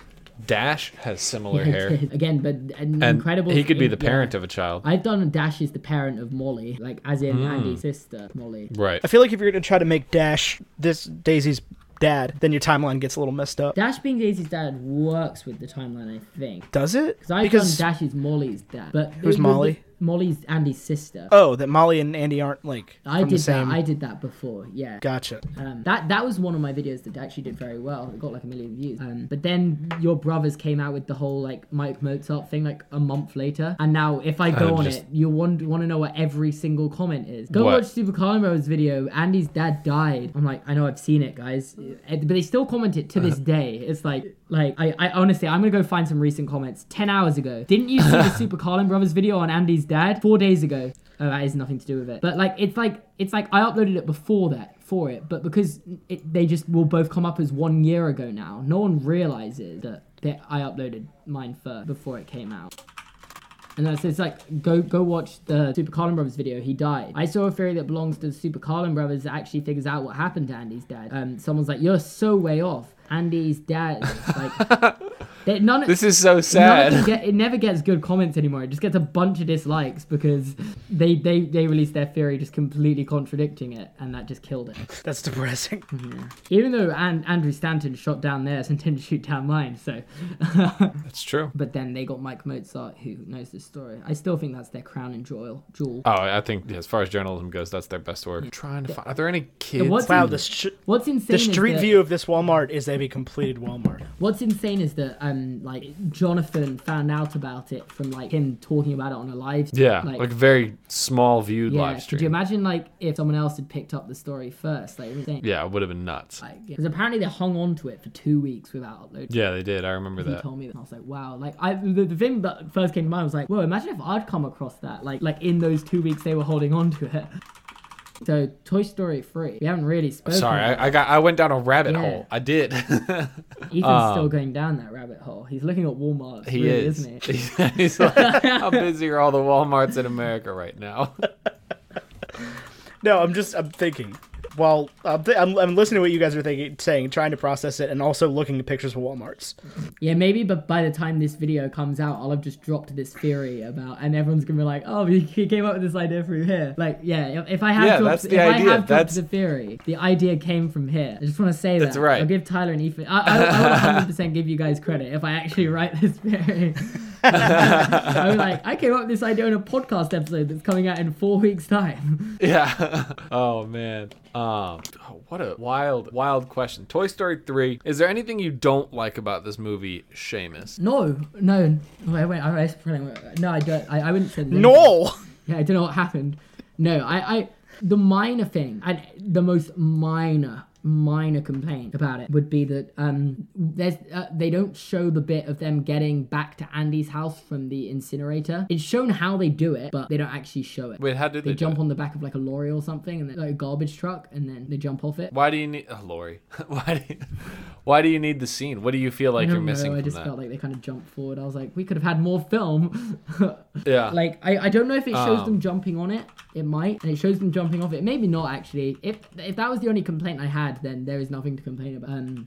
Dash has similar hair, Again, but an and incredible. he could be thing- the yeah. parent of a child. I've done Dash is the parent of Molly, like as Hmm. in Andy's sister, Molly. Right. I feel like if you're gonna try to make Dash this Daisy's dad, then your timeline gets a little messed up. Dash being Daisy's dad works with the timeline, I think. Does it? Because I've Because done Dash's Molly's dad, but Who's Molly? Molly's Andy's sister. oh, that Molly and Andy aren't like I from did the same. that. I did that before. Yeah. Gotcha. Um, that that was one of my videos that actually did very well. It got like a million views. Um, but then your brothers came out with the whole like Mike Mozart thing like a month later, and now if I go I'm on just- it, you want want to know what every single comment is. Go What? watch Super Carnival's video. Andy's dad died. I'm like, I know I've seen it, guys, Uh, but they still comment it to this day. It's like like I, I honestly I'm gonna go find some recent comments. Ten hours ago, didn't you see the Super Carlin Brothers video on Andy's dad? Four days ago. Oh, that has nothing to do with it. But like, it's like it's like I uploaded it before that for it, but because it, they just will both come up as one year ago now. No one realizes that, that I uploaded mine first before it came out. And that's it's like go go watch the Super Carlin Brothers video. He died. I saw a theory that belongs to the Super Carlin Brothers that actually figures out what happened to Andy's dad. Um, someone's like, you're so way off. Andy's dad, like, they- none. of- This is so None of them sad. get- it never gets good comments anymore. It just gets a bunch of dislikes because they they they released their theory just completely contradicting it, and that just killed it. That's depressing. Even though An- Andrew Stanton shot down theirs and didn't shoot down mine, so. That's true. but then they got Mike Mozart, who knows the story. I still think that's their crown and jewel. Jewel. Oh, I think yeah, as far as journalism goes, that's their best work. trying to find. Are there any kids? what's- Wow, the sh- What's insane the Hmm. is street that- view of this Walmart is they have a completed Walmart. What's insane is that um, um like Jonathan found out about it from like him talking about it on a live Yeah, like, very small viewed yeah, live Could you stream. imagine like if someone else had picked up the story first? Like, it was insane. yeah, it would have been nuts. Like, because apparently they hung on to it for two weeks without uploading. Yeah, they did. I remember He that. told me that. And I was like, wow. Like, I the, the thing that first came to mind was like, whoa, imagine if I'd come across that. Like, like in those two weeks they were holding on to it. So, Toy Story 3. We haven't really spoken. Sorry, about I, I got I went down a rabbit Yeah. hole. I did. it. Ethan's still going down that rabbit hole. He's looking at Walmart. um, he really, is. Isn't he? He's like, how busy are all the WalMarts in America right now? No, I'm just I'm thinking. While I'm, th- I'm, I'm listening to what you guys are thinking, saying, trying to process it, and also looking at pictures of WalMarts. Yeah, maybe, but by the time this video comes out, I'll have just dropped this theory about, and everyone's gonna be like, "Oh, he- he came up with this idea through here." Like, yeah, if, if I have Yeah, dropped, that's the if I idea. have dropped That's- the theory, the idea came from here. I just want to say That's that. right. I'll give Tyler and Ethan. I, I, I will 100 percent give you guys credit if I actually write this theory. I'm like, I came up with this idea in a podcast episode that's coming out in four weeks' time. Yeah. oh man. Um. oh, What a wild, wild question. Toy Story three. Is there anything you don't like about this movie, Seamus? No, no, wait, wait, I was No, I don't. I, I wouldn't say no. No, Yeah, I don't know what happened. No, I, I the minor thing, and the most minor, minor complaint about it would be that um, there's uh, they don't show the bit of them getting back to Andy's house from the incinerator. It's shown how they do it, but they don't actually show it. Wait, how did they, they, do jump it? on the back of like a lorry or something, and then like a garbage truck, and then they jump off it. Why do you need oh, Lori? why do you, why do you need the scene? What do you feel like I you're don't know, missing I from just that? felt like they kind of jumped forward. I was like, we could have had more film. yeah. Like I, I don't know if it shows Um. them jumping on it. It might, and it shows them jumping off it. Maybe not actually. If if that was the only complaint I had, then there is nothing to complain about. Um,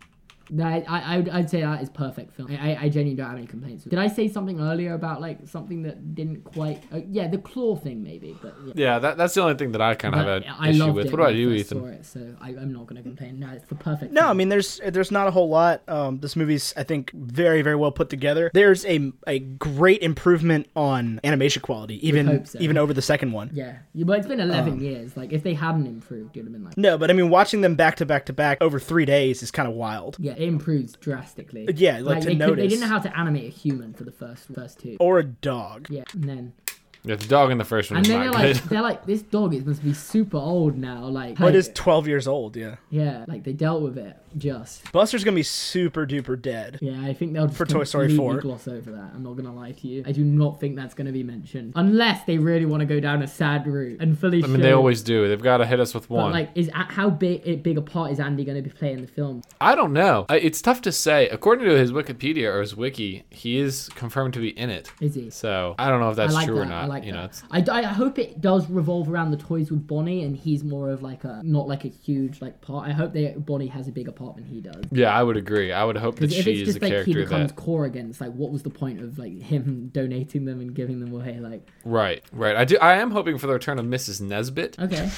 that I, I would, I'd say that is perfect film. I, I, I genuinely don't have any complaints. Did I say something earlier about like something that didn't quite? Uh, yeah, the claw thing maybe, but yeah. yeah, that, that's the only thing that I kind of have But an I issue loved with. it What do I when do, first Ethan? Saw it, so I, I'm not gonna complain. No, it's the perfect. no. I film. mean, there's there's not a whole lot. Um, this movie's I think very very well put together. There's a a great improvement on animation quality, even hope so. even over the second one. yeah, You- but it's been 11 Oh. years. Like if they hadn't improved, you'd have been like, No, but I mean, watching them back to back to back over three days is kind of wild. yeah, it improves drastically. Uh, Yeah, like, to they, could- they notice. Oh. didn't know how to animate a human for the first first two. Or a dog. Yeah, and then Yeah, the dog in the first one and is then they're not like good. they're like this dog is must be super old now. Like, But like, it's 12 years old, yeah. yeah, like they dealt with it just. Buster's gonna be super duper dead. Yeah, I think they'll just For Toy Story completely 4. gloss over that. I'm not gonna lie to you. I do not think that's gonna be mentioned unless they really want to go down a sad route and fully. I mean, they always do. They've got to hit us with one. like is how big it, big a part is Andy gonna be playing in the film? I don't know. I, it's tough to say. According to his Wikipedia or his wiki, he is confirmed to be in it. Is he? So I don't know if that's I like true that. or not. I like you know, that. it's, I, I hope it does revolve around the toys with Bonnie, and he's more of like a not like a huge like part. I hope they Bonnie has a bigger part than he does. yeah, I would agree. I would hope that Because if she it's is the just like he character becomes that. core again, it's like what was the point of like him donating them and giving them away? Like Right, right. I do. I am hoping for the return of Mrs. Nesbit. okay,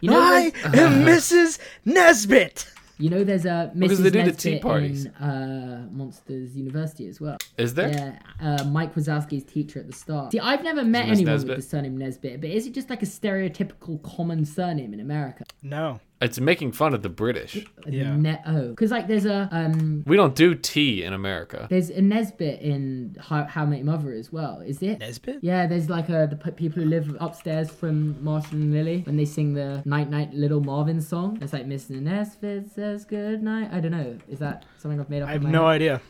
you know, I there's, am Mrs. Nesbit! you know, there's a Mrs. Because they do the tea Nesbit parties. in uh, Monsters University as well. Is there? Yeah, uh, Mike Wazowski's teacher at the start. See, I've never met Miss anyone Nesbit? with the surname Nesbit, but is it just like a stereotypical common surname in America? No. It's making fun of the British. Yeah. Ne- oh, because like there's a um, We don't do tea in America. there's a Nesbit in How, How I Met Your Mother as well. Is it? Nesbit? Yeah, there's like uh the p- people who live upstairs from Marshall and Lily when they sing the Night Night Little Marvin song. It's like Mr. Nesbitt says good night. I don't know. Is that something I've made up? I have no idea.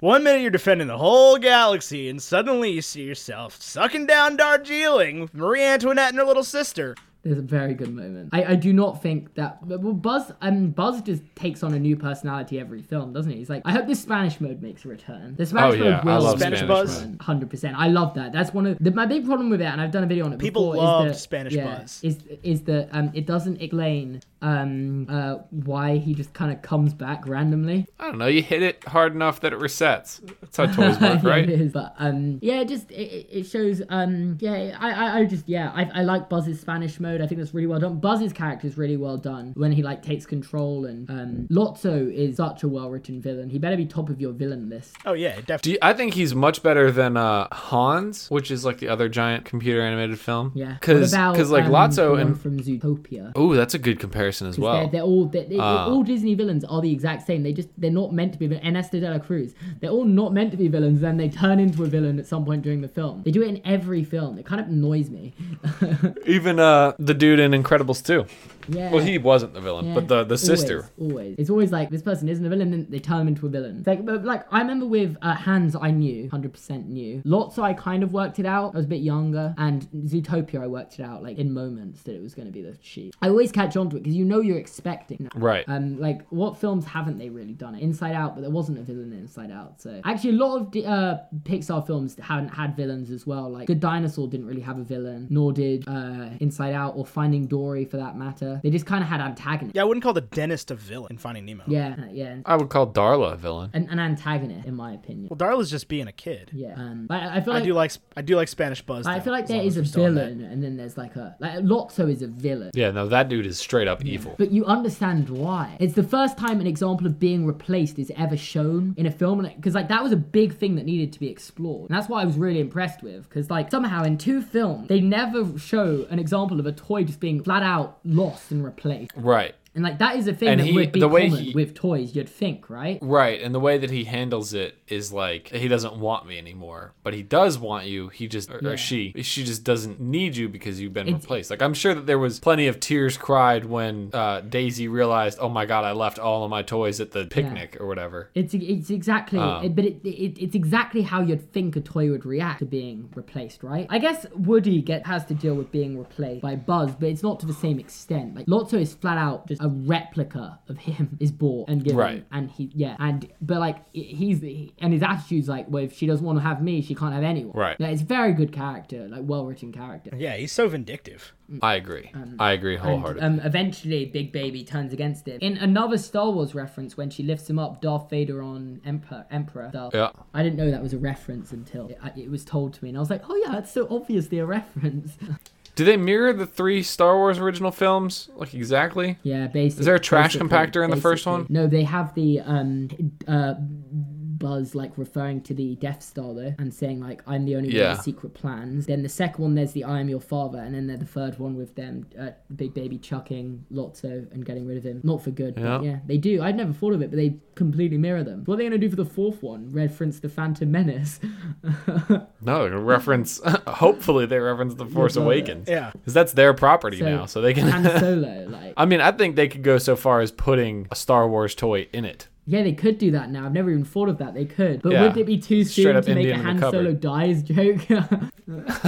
One minute you're defending the whole galaxy, and suddenly you see yourself sucking down Darjeeling with Marie Antoinette and her little sister. There's a very good moment. I, I do not think that but- well Buzz um Buzz just takes on a new personality every film, doesn't he? He's like, I hope this Spanish mode makes a return. The Spanish Oh, yeah, mode I will love Spanish Spanish Buzz. mode. Hundred percent. I love that. That's one of the, my big problem with it, and I've done a video on it. People before, love is that, Spanish yeah, Buzz. Is is that um it doesn't explain um uh why he just kind of comes back randomly. I don't know. You hit it hard enough that it resets. That's how toys work, Yeah, right? it is. But um, yeah, it just it, it- it shows um, yeah, I I, I just yeah, I, I like Buzz's Spanish mode. I think that's really well done. Buzz's character is really well done when he like takes control and um, Lotso is such a well written villain. He better be top of your villain list. Oh, yeah, it Do definitely. you, I think he's much better than uh, Hans, which is like the other giant computer animated film. Yeah, What because about, because like um, the Lotso one and from Zootopia. oh, Ah. that's a good comparison as 'Cause well. They're, they're all they they- all Disney villains are the exact same. They just they're not meant to be. villain- And Esther de la Cruz, they're all not meant to be villains. Then they turn into a villain at some point during the film. They do it in every film. It kind of annoys me. Even uh, the dude in Incredibles 2. yeah. Well, he wasn't the villain, Yeah. but the, the Always, sister. Always, It's always like this person isn't a villain, then they turn him into a villain. It's like, but like I remember with uh, Hands, I knew, hundred percent knew. Lots, I kind of worked it out. I was a bit younger, and Zootopia, I worked it out like in moments that it was going to be the sheep. I always catch on to it because you know you're expecting. That. Right. Um, like what films haven't they really done it? Inside Out, but there wasn't a villain in Inside Out. So actually, a lot of D- uh, Pixar films haven't had villains as well. Like Good Dinosaur didn't really have a villain, nor did uh, Inside Out or Finding Dory for that matter. They just kind of had antagonists. Yeah, I wouldn't call the dentist a villain in Finding Nemo. Yeah, uh, yeah. I would call Darla a villain. An, an antagonist, in my opinion. Well, Darla's just being a kid. Yeah. Um, but I, I feel I like. do like I do like Spanish Buzz. I though, feel like as there long is as a we're still on that. villain, and then there's like a like Lotso is a villain, Yeah, no, that dude is straight up evil. but you understand why. It's the first time an example of being replaced is ever shown in a film, because like that was a big thing that needed to be explored, and that's what I was really impressed with. Because like somehow in two films they never show an example of a toy just being flat out lost and replaced, Right. and like that is a thing And that he- would be the way common he- with toys. You'd think, right? Right, and the way that he handles it is like he doesn't want me anymore, but he does want you. He just or, or she, she just doesn't need you because you've been replaced. Like I'm sure that there was plenty of tears cried when uh, Daisy realized, oh my god, I left all of my toys at the picnic or whatever. It's it's exactly, Ah. it- but it, it it's exactly how you'd think a toy would react to being replaced, right? I guess Woody get has to deal with being replaced by Buzz, but it's not to the same extent. Like Lotso is flat out just a replica of him is bought and given, Right. and he yeah, and but like he- he's he, and his attitude's like, well, if she doesn't want to have me, she can't have anyone. Right. Like, it's very good character, like well written character. Yeah, he's so vindictive. I agree. I agree wholeheartedly. Um, eventually, Big Baby turns against him. In another Star Wars reference, when she lifts him up, Darth Vader on Emperor. Emperor. Darth- Yeah. I didn't know that was a reference until it, I- it was told to me, and I was like, "Oh yeah, that's so obviously a reference." Do they mirror the three Star Wars original films like exactly? yeah, basically. Is there a trash compactor in the first one? No, they have the um, uh, Buzz like referring to the Death Star though, and saying like, "I'm the only one Yeah. with secret plans." Then the second one, there's the "I am your father," and then there's the third one with them, uh, Big Baby chucking Lotso and getting rid of him, not for good. But Yeah. yeah, they do. I'd never thought of it, but they completely mirror them. What are they gonna do for the fourth one? Reference the Phantom Menace. No, they reference. hopefully, they reference the Force love it. Awakens. Yeah. because that's their property So- now, so they can. Han Solo, like. I mean, I think they could go so far as putting a Star Wars toy in it. Yeah, they could do that now. I've never even thought of that. They could. But Yeah. would it be too Straight soon up to make a Indian in the Han Solo cupboard. dies joke?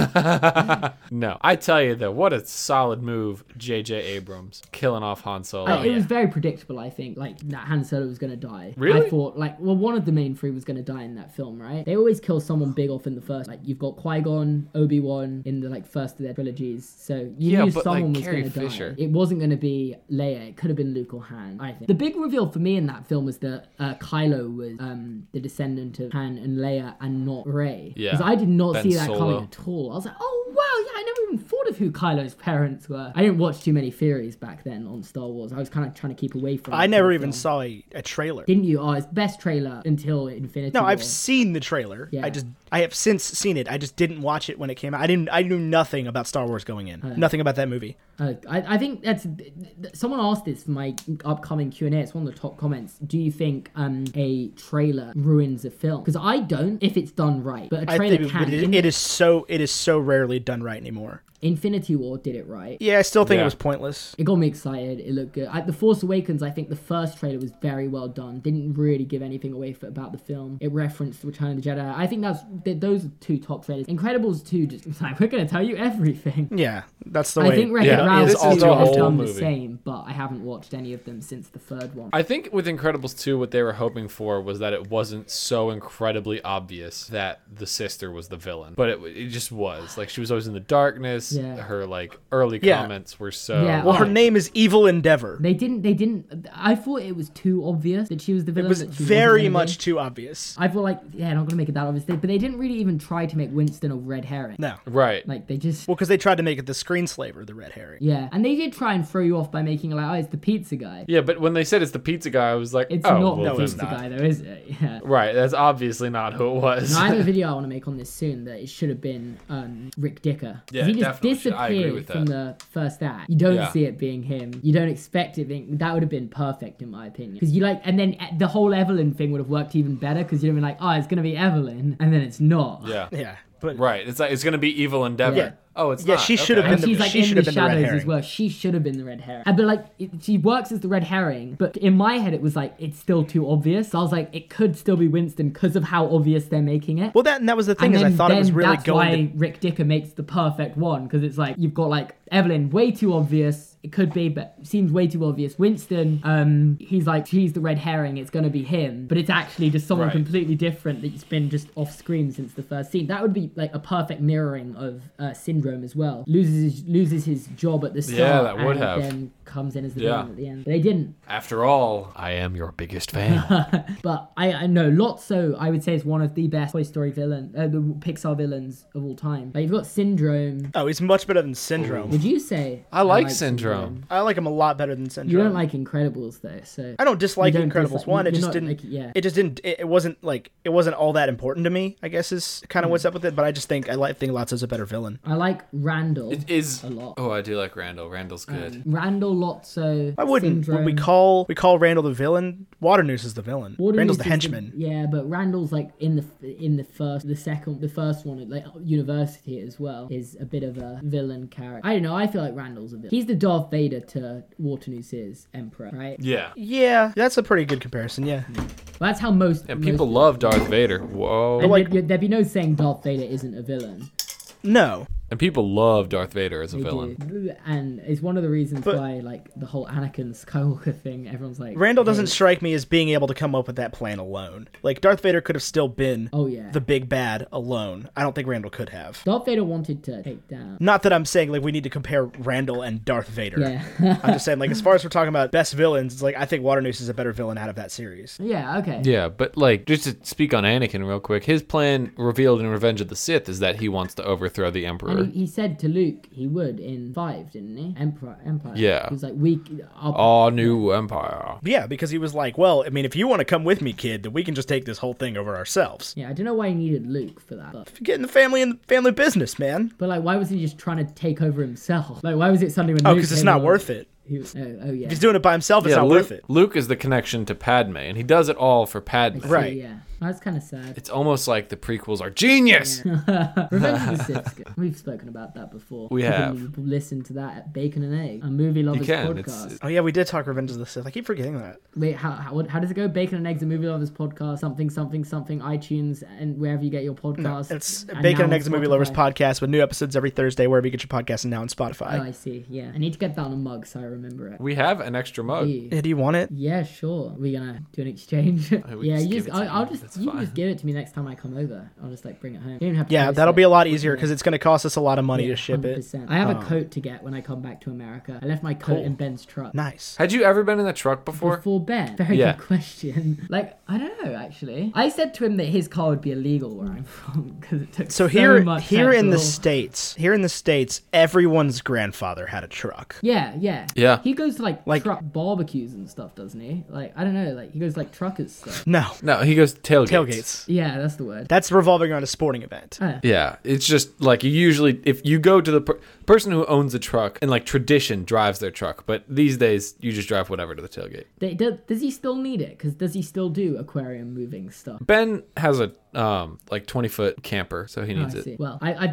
No, I tell you though, what a solid move, J.J. Abrams, killing off Han Solo. Like, it was very predictable, I think, like that Han Solo was gonna die. Really? I thought like well one of the main three was gonna die in that film, right? They always kill someone big off in the first like you've got Qui-Gon, Obi-Wan in the like first of their trilogies. So you Yeah, knew but, like, someone was Carrie gonna Fisher. die. It wasn't gonna be Leia, it could have been Luke or Han, I think. The big reveal for me in that film was that uh, Kylo was um the descendant of Han and Leia and not Rey. Yeah. Because I did not Ben see that Solo. coming at all. I was like, oh wow, yeah, I never even thought of who Kylo's parents were. I didn't watch too many theories back then on Star Wars. I was kind of trying to keep away from. I it never for even the film. saw a, a trailer. Didn't you? Oh, it's best trailer until Infinity. No, War. I've seen the trailer. Yeah. I just I have since seen it. I just didn't watch it when it came out. I didn't I knew nothing about Star Wars going in. Nothing about that movie. Uh, I, I think that's th- th- someone asked this for my upcoming Q and A. It's one of the top comments. Do you think um, a trailer ruins a film? Because I don't, if it's done right. But a I trailer think can. but it, Didn't it is so it is so rarely done right anymore. Infinity War did it right. Yeah, I still think Yeah. it was pointless. It got me excited. It looked good. Like the Force Awakens, I think the first trailer was very well done. Didn't really give anything away for, about the film. It referenced Return of the Jedi. I think that's th- those are two top trailers. Incredibles two, just like we're gonna tell you everything. Yeah, that's the way. I think Wreck-It yeah, Ralph this is two a have whole done the movie. same, but I haven't watched any of them since the third one. I think with Incredibles 2, what they were hoping for was that it wasn't so incredibly obvious that the sister was the villain, but it, it just was. Like, she was always in the darkness. Yeah. Her, like, early Yeah. comments were so. Yeah. well, her Alright. name is Evil Endeavor. they didn't. They didn't. I thought it was too obvious that she was the it villain. was that she wasn't very gonna be. much too obvious. I feel like yeah, not gonna make it that obvious, but they didn't really even try to make Winston a red herring. No. Right. Like they just Well, because they tried to make it this screenslaver, the red herring. Yeah, and they did try and throw you off by making it like, oh, it's the pizza guy. Yeah, but when they said it's the pizza guy, I was like, It's oh, not well, the then pizza not. guy, though, is it? Yeah. Right, that's obviously not who it was. And I have a video I want to make on this soon that it should have been um, Rick Dicker. 'Cause Yeah, he just definitely should. I agree disappeared with from the first act. You don't Yeah. see it being him. You don't expect it being. That would have been perfect in my opinion. Because you like, and then uh, the whole Evelyn thing would have worked even better because you'd have been like, oh, it's gonna be Evelyn, and then it's not. yeah. Yeah, but Right. It's like it's gonna be evil endeavor. Yeah. Oh, it's Yeah, not. she should have okay. And been the- she's like she in should the have been the red shadows as herring. well. She should have been the red herring. And But like, it, she works as the red herring. But in my head, it was like it's still too obvious. So I was like, it could still be Winston because of how obvious they're making it. Well, that and that was the thing and is then, I thought it was then really that's going. why Rick Dicker makes the perfect one because it's like you've got like Evelyn, way too obvious. It could be, but seems way too obvious. Winston, um, he's like he's the red herring. It's gonna be him, but it's actually just someone Right. completely different that's been just off screen since the first scene. That would be like a perfect mirroring of uh, Syndrome as well. Loses his, loses his job at the start. Yeah, that would and have. Then comes in as the Yeah. villain at the end. But they didn't. After all, I am your biggest fan. But I, I know Lotso, I would say is one of the best Toy Story villain, uh, the Pixar villains of all time. Like you've got Syndrome. Oh, he's much better than Syndrome. Would you say? I like Syndrome. I like him a lot better than Syndrome. You don't like Incredibles though, so I don't dislike You don't Incredibles dislike- one. It you're just not, didn't. like, yeah. It just didn't. It, it wasn't like it wasn't all that important to me. I guess is kind of Hmm. what's up with it. But I just think I like think Lotso's a better villain. I like Randall. It is a lot. Oh, I do like Randall. Randall's good. Randall Lotso. I wouldn't. Syndrome. Would we call we call Randall the villain? Waternoose is the villain. Waternoose Randall's the is henchman. yeah, but Randall's like in the in the first, the second, the first one at like university as well is a bit of a villain character. I don't know. I feel like Randall's a villain. He's the Darth Vader to Waternoose is Emperor, right? Yeah. yeah, that's a pretty good comparison. Yeah, Well, that's how most. And most people love Darth Vader. Whoa. And like- there- there'd be no saying Darth Vader isn't a villain. no, And people love Darth Vader as a They villain. do. And it's one of the reasons But- why, like, the whole Anakin Skywalker thing, everyone's like. Randall doesn't hey. strike me as being able to come up with that plan alone. Like Darth Vader could have still been Oh, yeah. the big bad alone. I don't think Randall could have. Darth Vader wanted to take down. Not that I'm saying like we need to compare Randall and Darth Vader. Yeah. I'm just saying like as far as we're talking about best villains, it's like I think Waternoose is a better villain out of that series. yeah, okay. Yeah, but like just to speak on Anakin real quick, his plan revealed in Revenge of the Sith is that he wants to overthrow the Emperor. And he, he said to Luke he would in five, didn't he? Emperor, Empire. Yeah. He was like, we. Our, All new Empire. Yeah, because he was like, well, I mean, if you want to come with me, kid, then we can just take this whole thing over ourselves. Yeah, I don't know why he needed Luke for that. But, Get in the family and family business, man. but, like, why was he just trying to take over himself? Like, why was it suddenly when Oh, Luke. because it's came not along, worth it. He was, oh, oh, yeah. If he's doing it by himself, it's yeah, not Luke, worth it. Luke is the connection to Padme, and he does it all for Padme. So, right. yeah. That's kind of sad. It's almost like the prequels are genius. Revenge of the Sith's good. We've spoken about that before. We You can have. Listen to that at Bacon and Egg, a movie lovers can, podcast. it's- Oh yeah, we did talk Revenge of the Sith. I keep forgetting that. Wait, how, how what- how does it go? Bacon and Eggs, a movie lovers podcast. Something, something, something. iTunes and wherever you get your podcasts. It's Bacon now and on Eggs Movie Lovers Spotify. podcast with new episodes every Thursday wherever you get your podcast and now on Spotify. Oh, I see. Yeah, I need to get that on a mug so I remember it. we have an extra mug. Yeah. Yeah, do you want it? Yeah, sure. We're gonna do an exchange. would yeah, Oh, just you give just, it to I, I'll you. just That's you can just fine. give it to me next time I come over. I'll just like bring it home. You don't have to Yeah, post that'll it. be a Oh. lot easier because it's going to cost us a lot of money to ship it. 100%. I have a coat to get when I come back to America. I left my coat in Ben's truck. Nice. Had you ever been in that truck before? Before Ben? Very Yeah. good question. Like, I don't know, actually. I said to him that his car would be illegal where I'm from because it took So here, much here in the petrol. states, here in the states, everyone's grandfather had a truck. Yeah, yeah. Yeah. He goes to like, Like- truck barbecues and stuff, doesn't he? Like, I don't know, like, he goes to, like truckers stuff. No, No, he goes tailgates. tailgates. yeah, that's the word. That's revolving around a sporting event. Oh. Yeah, it's just like you usually if you go to the per- person who owns a truck and like tradition drives their truck, but these days you just drive whatever to the tailgate. They, do, does he still need it? Because does he still do aquarium moving stuff? Ben has a um like 20 foot camper, so he Oh, I needs see. it. Well, I, I,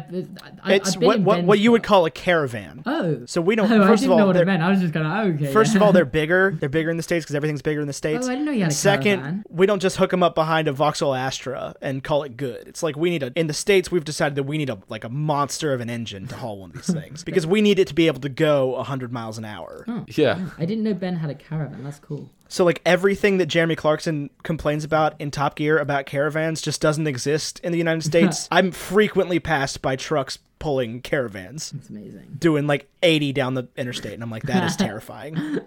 I, It's I've been what in what, Ben's what you would truck. call a caravan. Oh. So we don't. Oh, I first didn't of all, know what they're- it meant. I was just gonna okay. First yeah. of all, they're bigger. They're bigger in the states because everything's bigger in the states. Oh, I didn't know you had And a Second, caravan. we don't just hook them up behind a Vauxhall Astra and call it good. It's like we need a. In the states, we've decided that we need a like a monster of an engine to haul one of these things because we need it to be able to go 100 miles an hour. Oh, Yeah. I didn't know Ben had a caravan. That's cool. So like everything that Jeremy Clarkson complains about in Top Gear about caravans just doesn't exist in the United States. I'm frequently passed by trucks pulling caravans, It's amazing. doing like 80 down the interstate. And I'm like, that is terrifying.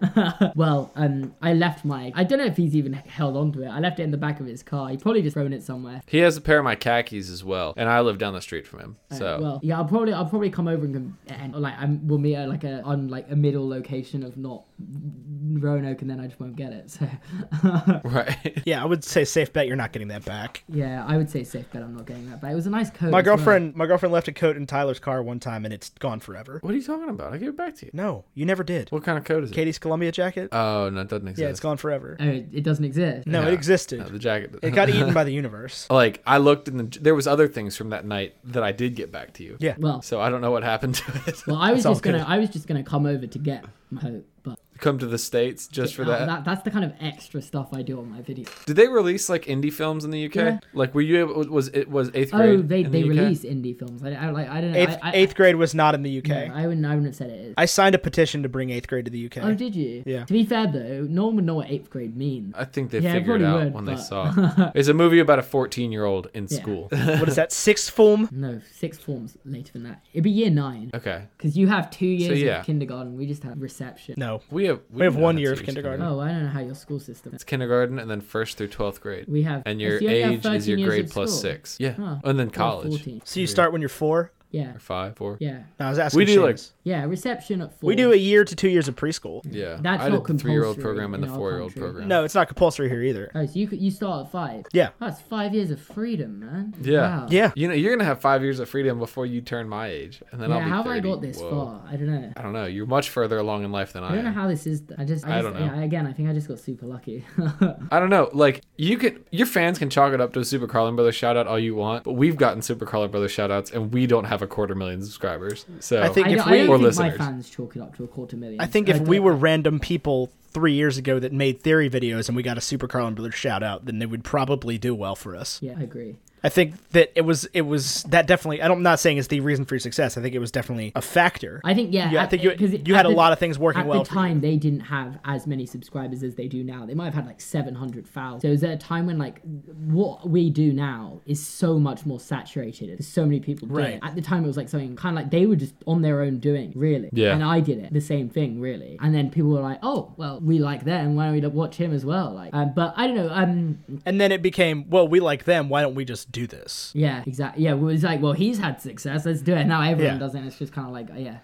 Well, um, I left my. I don't know if he's even held on to it. I left it in the back of his car. He probably just thrown it somewhere. He has a pair of my khakis as well, and I live down the street from him. So Well, yeah, I'll probably I'll probably come over and, com- and like I'm, we'll meet at like a on like a middle location of not Roanoke, and then I just won't get it. So right. yeah, I would say safe bet you're not getting that back. yeah, I would say safe bet I'm not getting that. But it was a nice coat. My as well. girlfriend, my girlfriend left a coat in Tyler's car one time and it's gone forever. what are you talking about? I give it back to you. No, you never did. What kind of coat is it? Katie's Columbia jacket? Oh no, it doesn't exist. yeah, it's gone forever. Oh, it it doesn't exist. No, it existed. No, the jacket. It got eaten by the universe. like I looked in the. There was other things from that night that I did get back to you. Yeah. Well, So I don't know what happened to it. well, I was it's all just gonna good. I was just gonna come over to get my coat, but Come to the states just for uh, that. that that's the kind of extra stuff I do on my video. Did they release like indie films in the UK? Yeah. Like, were you able? Was it was eighth grade? Oh, they in they the UK? release indie films. I, I like I don't know. Eighth, I, I, eighth grade was not in the UK. I, I wouldn't I wouldn't have said it is. I signed a petition to bring eighth grade to the UK. Oh, did you? Yeah. To be fair though, no one would know what eighth grade means. I think they Yeah, I figured it probably out would, when they but- saw. it. It's a movie about a fourteen-year-old in Yeah. school. what is that? Sixth form? No, six forms later than that. It'd be year nine. okay. Because you have two years yeah. of kindergarten. We just have reception. No. We have We have know one how year to of use kindergarten. Oh, I don't know how your school system. It's kindergarten and then first through twelfth grade. We have. and so your you only have age is 13 your years grade of plus school. six. Yeah. Huh. And then Or college. 14. So you start when you're four? Yeah. Or five, four. Yeah. No, I was asking. We do, like- Seamus. Yeah. Reception at four. we do a year to two years of preschool. Yeah. That's I not did the three-year-old compulsory program and in the our four-year-old country. program. No, it's not compulsory here either. Oh, so you could- you start at five. Yeah. That's five years of freedom, man. Yeah. Wow. Yeah. You know, you're gonna have five years of freedom before you turn my age, and then Yeah, I'll be how have 30. I got this Whoa. far? I don't know. I don't know. You're much further along in life than I, I don't know am. how this is. I just. I, just, I don't know. Yeah, again, I think I just got super lucky. I don't know. Like you could, your fans can chalk it up to a Super Carlin Brothers shout out all you want, but we've gotten Super Carlin Brothers shout outs, and we don't have a quarter million subscribers. So I think I, if don't, we- I don't Or think listeners. my fans chalk it up to a quarter million. I think if don't- we were random people three years ago that made theory videos and we got a Super Carlin Brothers shout out, then they would probably do well for us. Yeah, I agree. I think that it was it was that definitely. I don't- I'm not saying it's the reason for your success. I think it was definitely a factor. I think yeah. Yeah, I at- think you- 'cause it- you had at a lot of things working at well the for you. time. They didn't have as many subscribers as they do now. They might have had like seven hundred thousand. So is there a time when like what we do now is so much more saturated? There's so many people doing Right. it. At the time, it was like something kind of like they were just on their own doing really. Yeah. And I did it the same thing really. And then people were like, oh well, we like them. Why don't we watch him as well? Like, um, but I don't know. Um, and then it became, well, we like them. Why don't we just do this? Yeah, exactly. Yeah, it was like, well, he's had success. Let's do it now. Everyone Yeah. does it. It's just kind of like, yeah.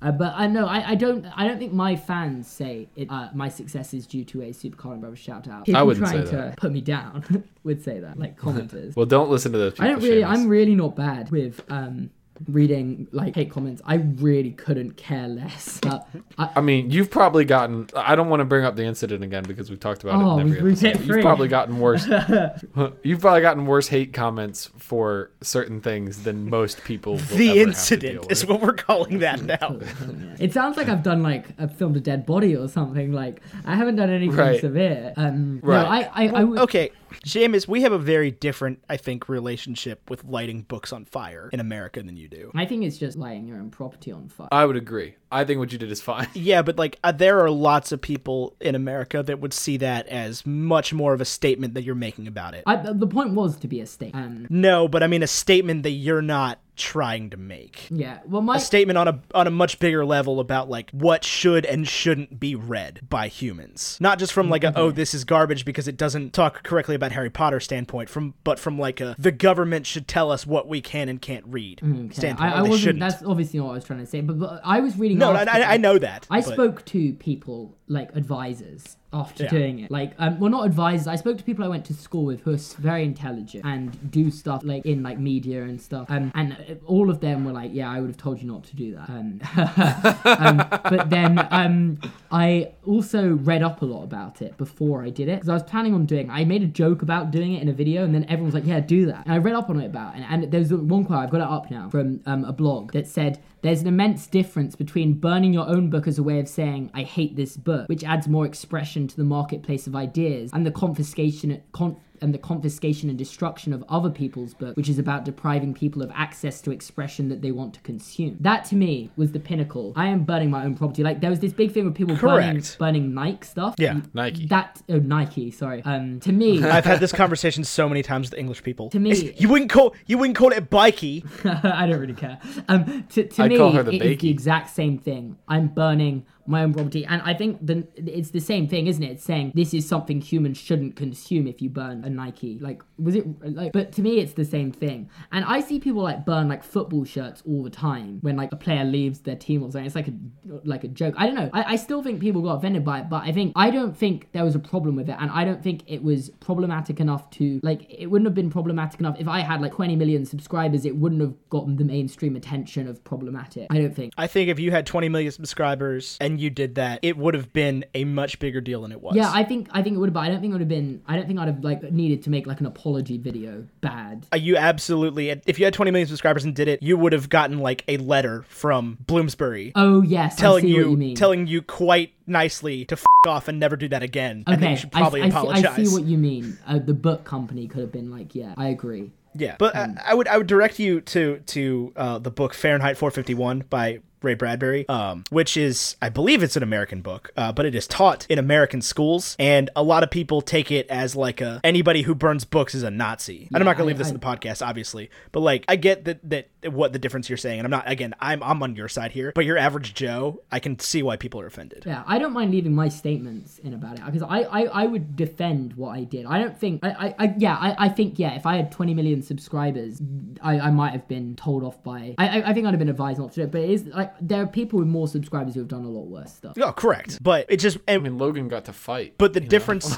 Uh, but I know I, I don't I don't think my fans say it, uh, my success is due to a Super Colin Brothers shout out. People wouldn't trying say to that. put me down would say that like commenters. Well, don't listen to those. People, I don't really. Seamus. I'm really not bad with um reading like hate comments. I really couldn't care less. But I, I mean, you've probably gotten. I don't want to bring up the incident again because we've talked about Oh, it in we've every episode. hit You've free. probably gotten worse. you've probably gotten worse hate comments for certain things than most people. Will ever The Have incident to deal with. is what we're calling that now. It sounds like I've done like I've filmed a dead body or something. Like I haven't done anything Right. severe. Um, Right. No, I I, I would, okay, Seamus, we have a very different, I think, relationship with lighting books on fire in America than you do. I think it's just lighting your own property on fire. I would agree. I think what you did is fine. Yeah, but like uh, there are lots of people in America that would see that as much more of a statement that you're making about it. I, the point was to be a state. Um, no, but I mean a statement that you're not trying to make. yeah. Well, my A statement on a on a much bigger level about like what should and shouldn't be read by humans. Not just from like a Mm-hmm. oh this is garbage because it doesn't talk correctly about Harry Potter standpoint from but from like a the government should tell us what we can and can't read Mm, okay, standpoint. I, I or they wasn't. shouldn't. That's obviously not what I was trying to say. But, but I was reading. no, I, articles- I, I know that. I but- spoke to people like advisors after doing it. Like, um, well, not advisors. I spoke to people I went to school with who are s- very intelligent and do stuff like in like media and stuff. Um, and uh, all of them were like, "Yeah, I would have told you not to do that." Um, um, but then um, I also read up a lot about it before I did it because I was planning on doing. I made a joke about doing it in a video, and then everyone was like, "Yeah, do that." And I read up on it about, it, and, and there's one quote I've got it up now from um, a blog that said, "There's an immense difference between burning your own book as a way of saying I hate this book, which adds more expression to the marketplace of ideas, and the confiscation." Con- and the confiscation and destruction of other people's book, which is about depriving people of access to expression that they want to consume. That to me was the pinnacle. I am burning my own property. Like there was this big thing with people burning, Correct. burning Nike stuff. Yeah. Nike. That oh Nike, sorry. Um, to me, I've had this conversation so many times with English people. To me- It's- you wouldn't call you wouldn't call it a bikey. I don't really care. Um, to to I'd me, call her the it is bakey. the exact same thing. I'm burning my own property, and I think the, it's the same thing, isn't it? It's saying this is something humans shouldn't consume if you burn a Nike. Like, was it like? But to me, it's the same thing. And I see people like burn like football shirts all the time when like a player leaves their team or something. It's like a like a joke. I don't know. I, I still think people got offended by it, but I think I don't think there was a problem with it, and I don't think it was problematic enough to like. It wouldn't have been problematic enough if I had like 20 million subscribers. It wouldn't have gotten the mainstream attention of problematic. I don't think. I think if you had 20 million subscribers and you did that, it would have been a much bigger deal than it was. Yeah, I think I think it would have. But I don't think it would have been. I don't think I'd have like needed to make like an apology video. Bad. Uh, you absolutely if you had 20 million subscribers and did it, you would have gotten like a letter from Bloomsbury Oh yes, telling I see you, what you mean. telling you quite nicely to f- off and never do that again. I think okay, you should probably I, I see, apologize. I see what you mean. Uh, the book company could have been like, yeah, I agree. Yeah, but I, I would I would direct you to to uh, the book Fahrenheit 451 by Ray Bradbury, um, which is I believe it's an American book, uh, but it is taught in American schools, and a lot of people take it as like a anybody who burns books is a Nazi. and I'm not gonna I- leave this I- in the podcast, obviously, but like I get that that what the difference you're saying, and I'm not again I'm I'm on your side here, but your average Joe, I can see why people are offended. Yeah, I don't mind leaving my statements in about it because I, I, I would defend what I did. I don't think I, I, I yeah I, I think yeah if I had 20 million subscribers, I, I might have been told off by I, I I think I'd have been advised not to do it. But it is like there are people with more subscribers who have done a lot worse stuff. Oh, correct. But it just and I mean, Logan got to fight. But the difference,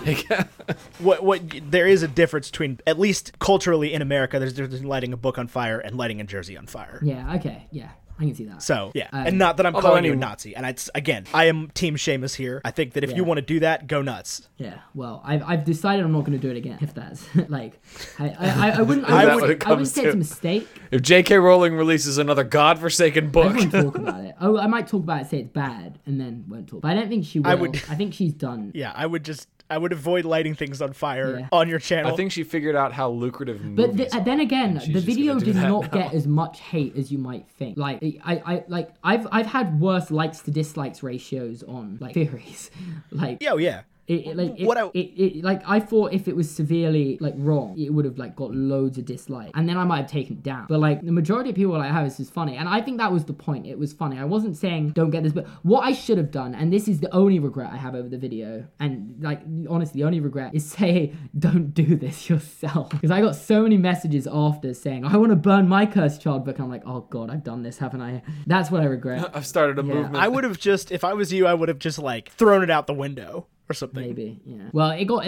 what what there is a difference between at least culturally in America, there's a difference between lighting a book on fire and lighting a jersey on fire. Yeah. Okay. Yeah. I can see that. So yeah, and not that I'm although calling you a anyone- Nazi, and it's again, I am Team Seamus here. I think that if you want to do that, go nuts. Yeah, well, I've, I've decided I'm not going to do it again. If that's like, I, I, I, I wouldn't. Is I, that would, what it I would comes say to? it's a mistake. if J.K. Rowling releases another godforsaken I book, won't talk about it. Oh, I might talk about it, say it's bad, and then won't talk. But I don't think she will. I, would- think she's done. Yeah, I would just I would avoid lighting things on fire Yeah. on your channel. I think she figured out how lucrative movies. But the, are. then again, she's the just gonna video do did that not now. get as much hate as you might think. Like, I, I, like, I've, I've had worse likes to dislikes ratios on like theories. Like, yeah, oh, yeah. It, it, like, it, What I- it, it, like I thought if it was severely like wrong, it would have like got loads of dislike, and then I might have taken it down. But like the majority of people were like, "Oh, this is funny," and I think that was the point. It was funny. I wasn't saying don't get this, but what I should have done, and this is the only regret I have over the video, and like honestly, the only regret is say don't do this yourself, because I got so many messages after saying I want to burn my cursed child book, and I'm like, oh god, I've done this, haven't I? That's what I regret. I've started a movement. I would have just if I was you, I would have just like thrown it out the window or something. Maybe, yeah. Well, it got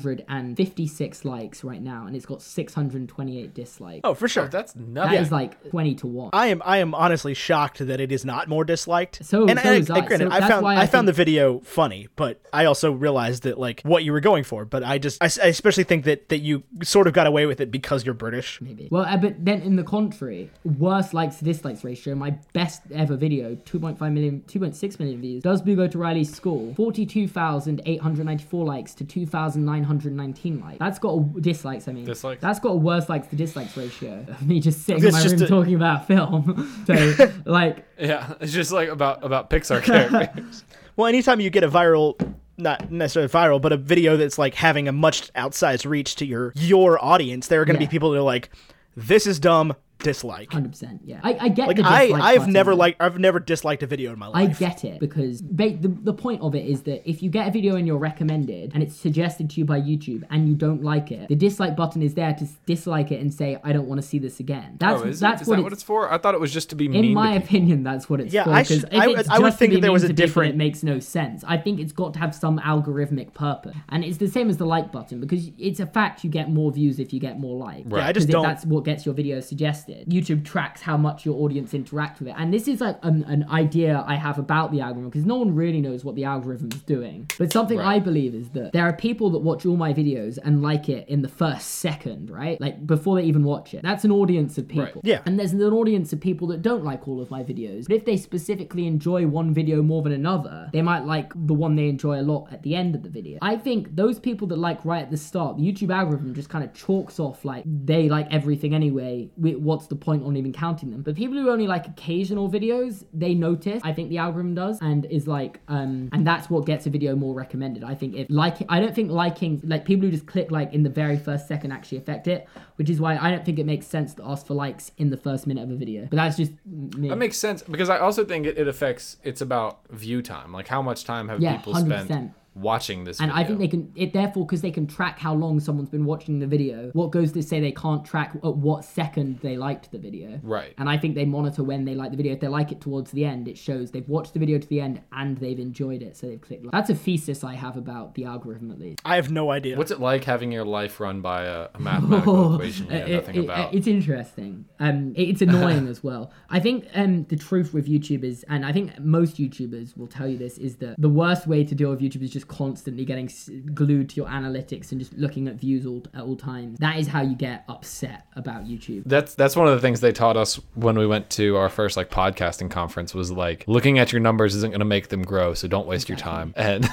11,656 likes right now, and it's got 628 dislikes. Oh, for sure. That's That is nothing. like 20 to 1. I am I am honestly shocked that it is not more disliked. So- and so I, is I. granted, So I that's found why I, I found the think- video funny, but I also realized that like what you were going for. But I just I, s- I especially think that that you sort of got away with it because you're British. Maybe. Well, uh, but then in the contrary, worst likes to dislikes ratio, my best ever video, 2.5 million, 2.6 million views. Does Boo go to Riley's school? 42,894 likes to 2,919 likes. That's got a, dislikes, I mean. Dislikes. That's got a worst likes to dislikes ratio of me just sitting in It's my just room a- talking about film. so, like, yeah, it's just like about about Pixar characters. Well, anytime you get a viral, not necessarily viral, but a video that's like having a much outsized reach to your your audience, there are going to Yeah. be people that are like, "This is dumb," dislike. Hundred percent. Yeah, I, I get. Like the I dislike I've button. never liked I've never disliked a video in my I life. get it because ba- the, the point of it is that if you get a video and you're recommended and it's suggested to you by YouTube and you don't like it, the dislike button is there to s- dislike it and say I don't want to see this again. That's Oh, is it? that's Is what that it's. what it's for? I thought it was just to be mean. in to my people. opinion, that's what it's Yeah, for. I 'cause should- if I it's would- I would just to think be that there mean was a to people, different- It makes no sense. I think it's got to have some algorithmic purpose, and it's the same as the like button because it's a fact you get more views if you get more likes. Yeah, I just Because don't- That's what gets your video suggested. rated. YouTube tracks how much your audience interacts with it. And this is like an, an idea I have about the algorithm because no one really knows what the algorithm is doing. But something I believe is that there are people that watch all my videos and like it in the first second, right? Like before they even watch it. That's an audience of people. Yeah. And there's an audience of people that don't like all of my videos. But if they specifically enjoy one video more than another, they might like the one they enjoy a lot at the end of the video. I think those people that like right at the start, the YouTube algorithm just kind of chalks off like they like everything anyway. Wh- What's the point on even counting them? But people who only like occasional videos, they notice. I think the algorithm does and is like, um, and that's what gets a video more recommended. I think if like, I don't think liking, like people who just click like in the very first second actually affect it, which is why I don't think it makes sense to ask for likes in the first minute of a video. But that's just me. That makes sense because I also think it, it affects. It's about view time, like how much time have Yeah, people 100%. spent watching this? And video. I think they can, it therefore, because they can track how long someone's been watching the video, what goes to say they can't track at what second they liked the video. Right. And I think they monitor when they like the video. If they like it towards the end, it shows they've watched the video to the end and they've enjoyed it, so they've clicked like. That's a thesis I have about the algorithm, at least. I have no idea. What's it like having your life run by a, a mathematical equation you know Uh, nothing it- it- about? It's interesting. Um, it- it's annoying as well. I think um, the truth with YouTubers, and I think most YouTubers will tell you this, is that the worst way to deal with YouTube is just constantly getting s- glued to your analytics and just looking at views all at all times. That is how you get upset about YouTube. that's that's one of the things they taught us when we went to our first like podcasting conference was like looking at your numbers isn't going to make them grow, so don't waste your time. And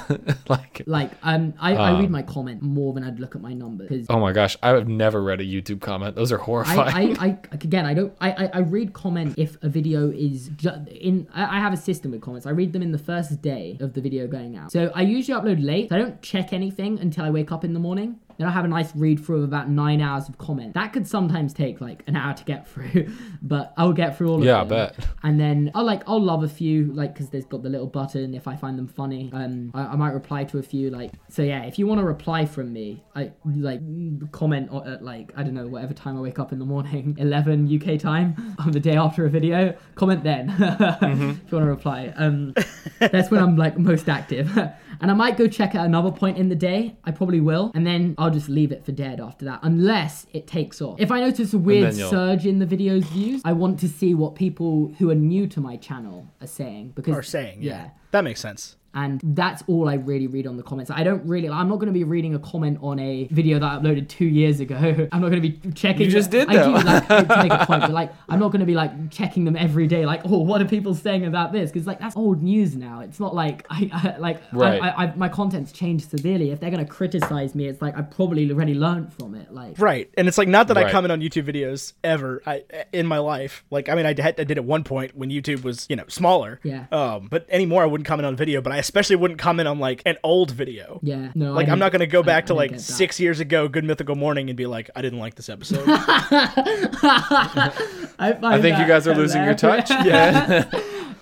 like, Like, um, I, Ah. I read my comment more than I'd look at my numbers. 'cause oh my gosh, I have never read a YouTube comment. Those are horrifying. I, I, I again, I don't. I, I, I read comment if a video is ju- in. I, I have a system with comments. I read them in the first day of the video going out. So I usually upload late. So I don't check anything until I wake up in the morning. Then I have a nice read through of about nine hours of comment. That could sometimes take like an hour to get through, but I'll get through all of Yeah, I them. bet. And then I'll like I'll love a few like because there's got the little button if I find them funny. Um, I, I might reply to a few like so yeah. If you want to reply from me, I like comment o- at like I don't know whatever time I wake up in the morning, 11 UK time on the day after a video. Comment then if you want to reply. Um, that's when I'm like most active. and I might go check at another point in the day. I probably will, and then I'll just leave it for dead after that, unless it takes off. If I notice a weird then you'll- surge surge in the video's views. I want to see what people who are new to my channel are saying because Are saying, yeah. That makes sense. And that's all I really read on the comments. I don't really. I'm not going to be reading a comment on a video that I uploaded two years ago. I'm not going to be checking. You just did, I do though. like to make a point, but like I'm not going to be like checking them every day. Like, oh, what are people saying about this? Because like that's old news now. It's not like I, I like I- Right. I, I, my content's changed severely. If they're going to criticize me, it's like I've probably already learned from it. Like, Right. And it's like not that I Right. comment on YouTube videos ever I, in my life. Like I mean I, had, I did at one point when YouTube was, you know, smaller. Yeah. Um, but anymore I wouldn't comment on video, but I especially wouldn't comment on like an old video. yeah, no, I Like I'm don't- not going to go I- back I to don't like get that. 6 years ago Good Mythical Morning and be like I didn't like this episode. I, I think you guys are losing your touch. Yeah.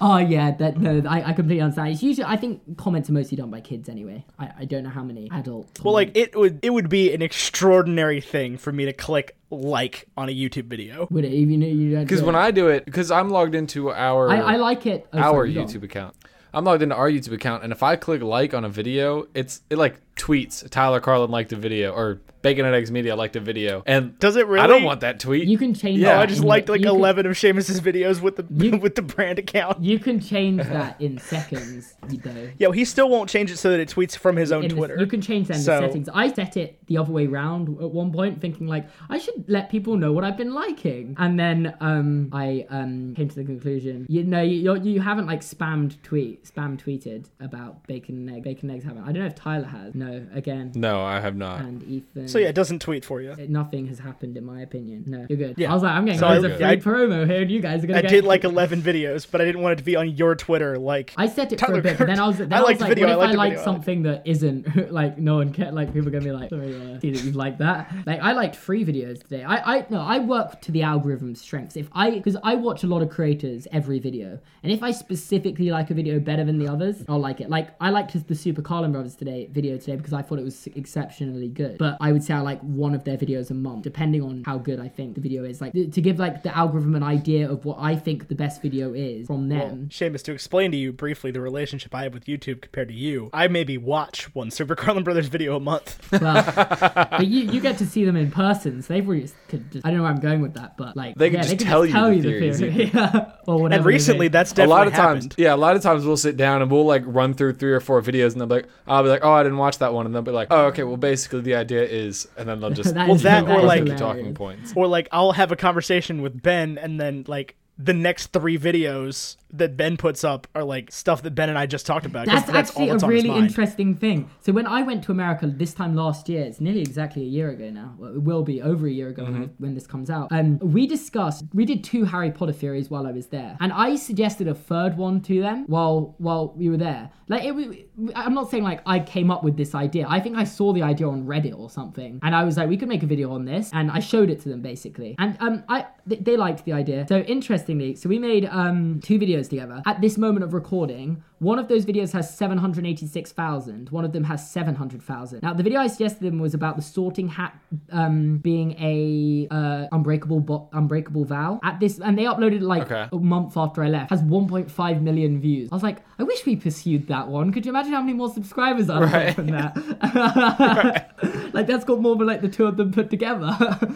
Oh yeah, that no, I, I completely understand. It's usually I think comments are mostly done by kids anyway. I, I don't know how many adults. Well, like it would it would be an extraordinary thing for me to click like on a YouTube video. would it even you don't Because do when it. I do it, because I'm logged into our I, I like it. Oh, our sorry, go on. YouTube account. I'm logged into our YouTube account, and if I click like on a video, it's it like tweets Tyler Carlin liked a video or Bacon and Eggs Media liked a video, and Does it I really? don't want that tweet. You can change. Oh, Yeah, that I just in- liked like you can- eleven of Seamus's videos with the with the brand account. you can change that in seconds, you know. Yo, he still won't change it so that it tweets from his own in the- Twitter. you can change that in So- the settings. I set it the other way round at one point, thinking like I should let people know what I've been liking, and then um, I um, came to the conclusion, you know, you you're, you haven't like spammed tweet, spam tweeted about bacon and egg. Bacon and eggs haven't. I don't know if Tyler has. No, again, no, I have not. and Ethan. so yeah, it doesn't tweet for you. Nothing has happened in my opinion. No, you're good. Yeah. I was like, I'm getting So loads I- of free I- promo here, and you guys are gonna. I get did like eleven videos, but I didn't want it to be on your Twitter. Like I set it for Tyler a bit, but then I was, Kirk. then I I liked was the like, video, I what liked if I the video, like I liked- something that isn't like no one care? Like people are gonna be like, sorry, uh, see that you've liked that. Like I liked free videos today. I, I no, I work to the algorithm's strengths. If I because I watch a lot of creators every video, and if I specifically like a video better than the others, I'll like it. Like I liked the Super Carlin Brothers today video today today because I thought it was exceptionally good. But I would say I like one of their videos a month, depending on how good I think the video is. Like th- to give like the algorithm an idea of what I think the best video is from them. Seamus, to explain to you briefly the relationship I have with YouTube compared to you, I maybe watch one Super Carlin Brothers video a month. Well, but you, you get to see them in person, so they've really just, could just, I don't know where I'm going with that, but like They could yeah, just they could tell you just tell the you the theories, theory, yeah. or whatever. And it is. recently, that's a definitely lot of times happened. yeah a lot of times we'll sit down and we'll like run through three or four videos and they'll be like i'll be like oh i didn't watch that one and they'll be like oh okay well basically the idea is and then they'll just That we'll is- that go or, over like- the talking points Or like I'll have a conversation with Ben, and then like the next three videos that Ben puts up are like stuff that Ben and I just talked about. 'cause That's, all actually that's a on his really mind. interesting thing. So when I went to America this time last year, it's nearly exactly a year ago now. Well, it will be over a year ago when, when this comes out. Um, we discussed, we did two Harry Potter theories while I was there, and I suggested a third one to them while while we were there. Like it, w- I'm not saying like I came up with this idea. I think I saw the idea on Reddit or something, and I was like, we could make a video on this, and I showed it to them basically, and um, I they, they liked the idea. So interestingly, so we made um two videos together. At this moment of recording. One of those videos has 786,000. One of them has 700,000. Now, the video I suggested them was about the sorting hat um, being a uh, unbreakable bo- unbreakable vow. At this, and they uploaded it, like Okay. a month after I left. Has 1.5 million views. I was like, I wish we pursued that one. Could you imagine how many more subscribers I'd have Right. from that? like that's got more than like the two of them put together.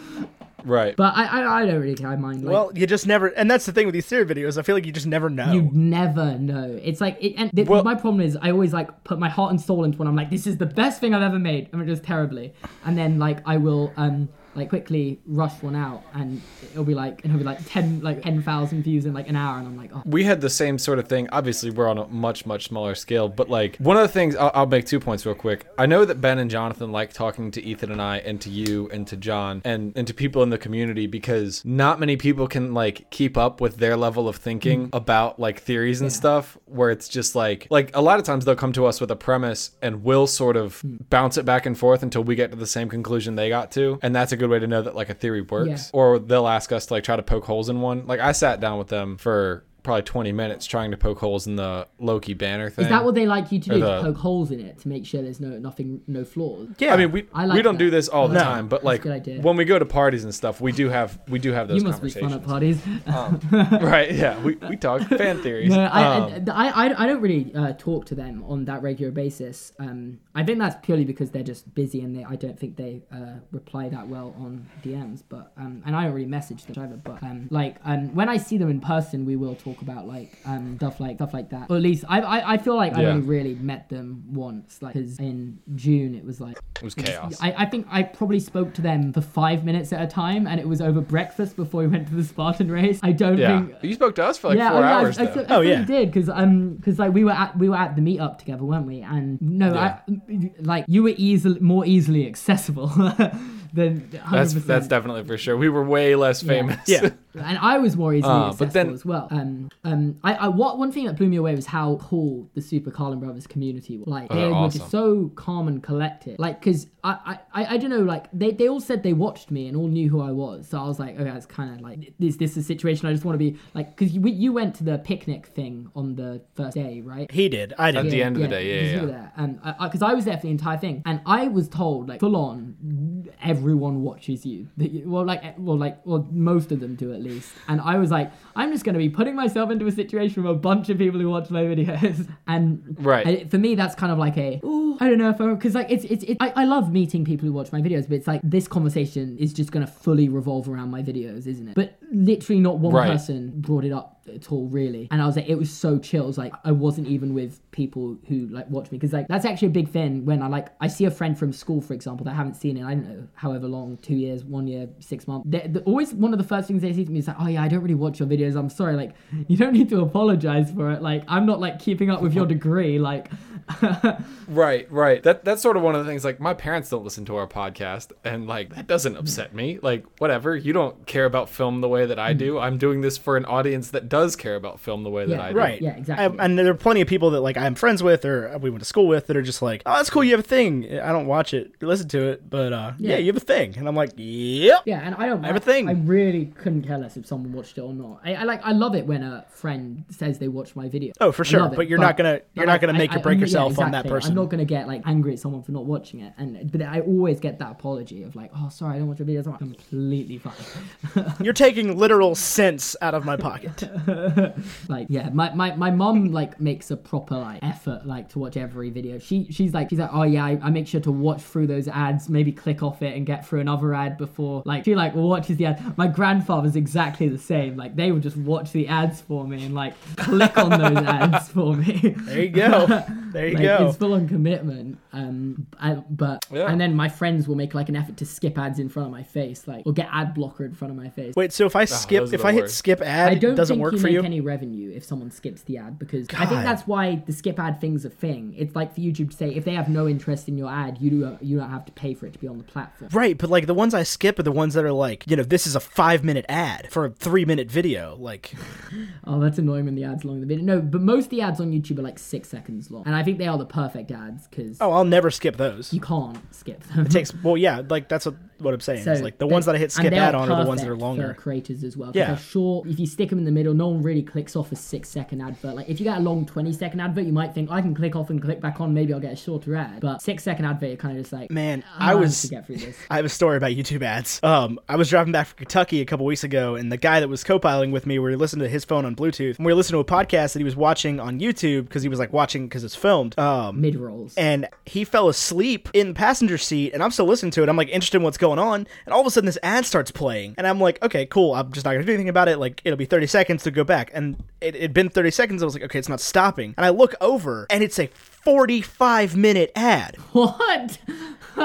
right but I, I I don't really care. I mind. Like, Well, you just never, and that's the thing with these theory videos. I feel like you just never know. You never know. It's like, it, and th- Well- my problem is, I always like put my heart and soul into one. I'm like, this is the best thing I've ever made, and it does terribly. And then like I will um like quickly rush one out, and it'll be like, and it'll be like ten like ten thousand views in like an hour, and I'm like, oh. we had the same sort of thing. Obviously, we're on a much, much smaller scale, but like one of the things, I'll, I'll make two points real quick. I know that Ben and Jonathan like talking to Ethan and I, and to you, and to John, and, and to people in the community because not many people can like keep up with their level of thinking about like theories and stuff where it's just like, like a lot of times they'll come to us with a premise and we'll sort of bounce it back and forth until we get to the same conclusion they got to. And that's a good way to know that like a theory works. Yeah. Or they'll ask us to like try to poke holes in one. Like I sat down with them for probably 20 minutes trying to poke holes in the Loki banner thing. Is that what they like you to do? the- to poke holes in it to make sure there's no nothing, no flaws. yeah, I mean, we I like we don't that. do this all the No. time, but That's like a good idea. when we go to parties and stuff, we do have we do have those you must be fun conversations. at parties. right? Yeah, we, we talk fan theories. No, I, Um, I, I, I don't really uh, talk to them on that regular basis. Um, I think that's purely because they're just busy and they, I don't think they uh, reply that well on DMs. But um, and I don't really message them either. But um, like um, when I see them in person, we will talk about like um, stuff like stuff like that. Or at least I, I, I feel like I Yeah. only really met them once. Like 'cause in June it was like it was chaos. I, I think I probably spoke to them for five minutes at a time, and it was over breakfast before we went to the Spartan race. I don't yeah, think you spoke to us for like yeah, four oh, yeah, I- hours. I, though. still- I Oh, still yeah. did because um because like we were at we were at the meetup together, weren't we? And no, Yeah. I, like you were easily more easily accessible than 100%. that's that's definitely for sure. We were way less famous. yeah. and I was more easily Uh, but accessible then- as well. Um, um, I, I what one thing that blew me away was how cool the Super Carlin Brothers community was. Like they they're were just Oh, awesome. so calm and collected. Like because I, I, I, I don't know. Like they, they all said they watched me and all knew who I was. So I was like, okay, it's kind of like is this a situation I just want to be like? Because you we- you went to the picnic thing on the first day, right? he did. I did. At the end of the day, yeah, yeah. because I was there for the entire thing, and I was told like full on, everyone watches you. That you- Well, like eh, well, like well, most of them do at least. And I was like, I'm just gonna be putting myself into a situation with a bunch of people who watch my videos, and Right. and it- for me, that's kind of like a "Ooh, I don't know if I because like it's it's it, I, I love meeting people who watch my videos, but it's like this conversation is just gonna fully revolve around my videos, isn't it? But literally, not one Right. person brought it up at all, really. And I was like, it was so chill. It was like I wasn't even with people who like watch me because like that's actually a big thing when I like I see a friend from school, for example, that I haven't seen in I don't know however long, two years, one year, six months. They're, they're always one of the first things they say to me is like, oh yeah, I don't really watch your videos. I'm sorry, like you don't need to apologize for it. Like I'm not like keeping up with your degree, like. Right, right. That that's sort of one of the things. Like my parents don't listen to our podcast, and like that doesn't upset me. Like whatever, you don't care about film the way that I do. I'm doing this for an audience that does care about film the way Mm-hmm. that Yeah, I do. Right. Yeah, exactly. I- and there are plenty of people that like I'm friends with or we went to school with that are just like, oh, that's cool. You have a thing. I don't watch it, listen to it, but uh, yeah. Yeah. you have a thing. And I'm like, yep. Yeah, and I don't. have a thing. I really couldn't care less if someone watched it or not. I, I like. I love it when a friend says they watch my video. Oh, for I sure. love it, But you're not gonna- you're but not like, gonna I- make or I- break yeah, yourself on that exactly. person. I'm not gonna get like angry at someone for not watching it, and but I always get that apology of like, oh, sorry, I don't watch your videos. I'm completely fine. You're taking literal sense out of my pocket. like, yeah, my my my mom like makes a proper like effort like to watch every video. She she's like she's like, oh yeah, I, I make sure to watch through those ads, maybe click off it and get through another ad before like she like watches the ad. My grandfather's exactly the same. Like they would just watch the ads for me and like click on those ads for me. There you go. There you like, go. It's full on commitment. Um, I, but Yeah. and then my friends will make like an effort to skip ads in front of my face, like or get ad blocker in front of my face. Wait, so if I Ah, those skip, are if the I hit worst. skip ad, I it don't doesn't think work you for make you. any revenue if someone skips the ad because I think God. that's why the skip ad thing's a thing. It's like for YouTube to say if they have no interest in your ad, you do you don't have to pay for it to be on the platform. Right, but like the ones I skip are the ones that are like, you know, this is a five minute ad for a three minute video. Like, Oh, that's annoying when the ads long in the video. No, but most of the ads on YouTube are like six seconds long, and I think they are the perfect ads because oh, I'll never skip those. you can't skip them. It takes well, yeah, like that's what, what I'm saying. It's like the ones they- that I hit and skip they ad on are the ones that are perfect longer. For creators as well. Yeah. Yeah. Short. If you stick them in the middle, no one really clicks off a six-second advert. Like if you get a long twenty-second advert, you might think I can click off and click back on. Maybe I'll get a shorter ad. But six-second advert, you're kind of just like, Man, "Ah, I have was- to get through this. I have a story about YouTube ads. Um, I was driving back from Kentucky a couple weeks ago, and the guy that was co-piloting with me, we were listening to his phone on Bluetooth, and we were listening to a podcast that he was watching on YouTube because he was like watching because it's filmed. Um, Mid rolls. and he fell asleep in the passenger seat and i'm still listening to it i'm like interested in what's going on and all of a sudden this ad starts playing and i'm like okay cool i'm just not gonna do anything about it like it'll be 30 seconds to go back and it had been 30 seconds i was like okay it's not stopping and i look over and it's a 45 minute ad What?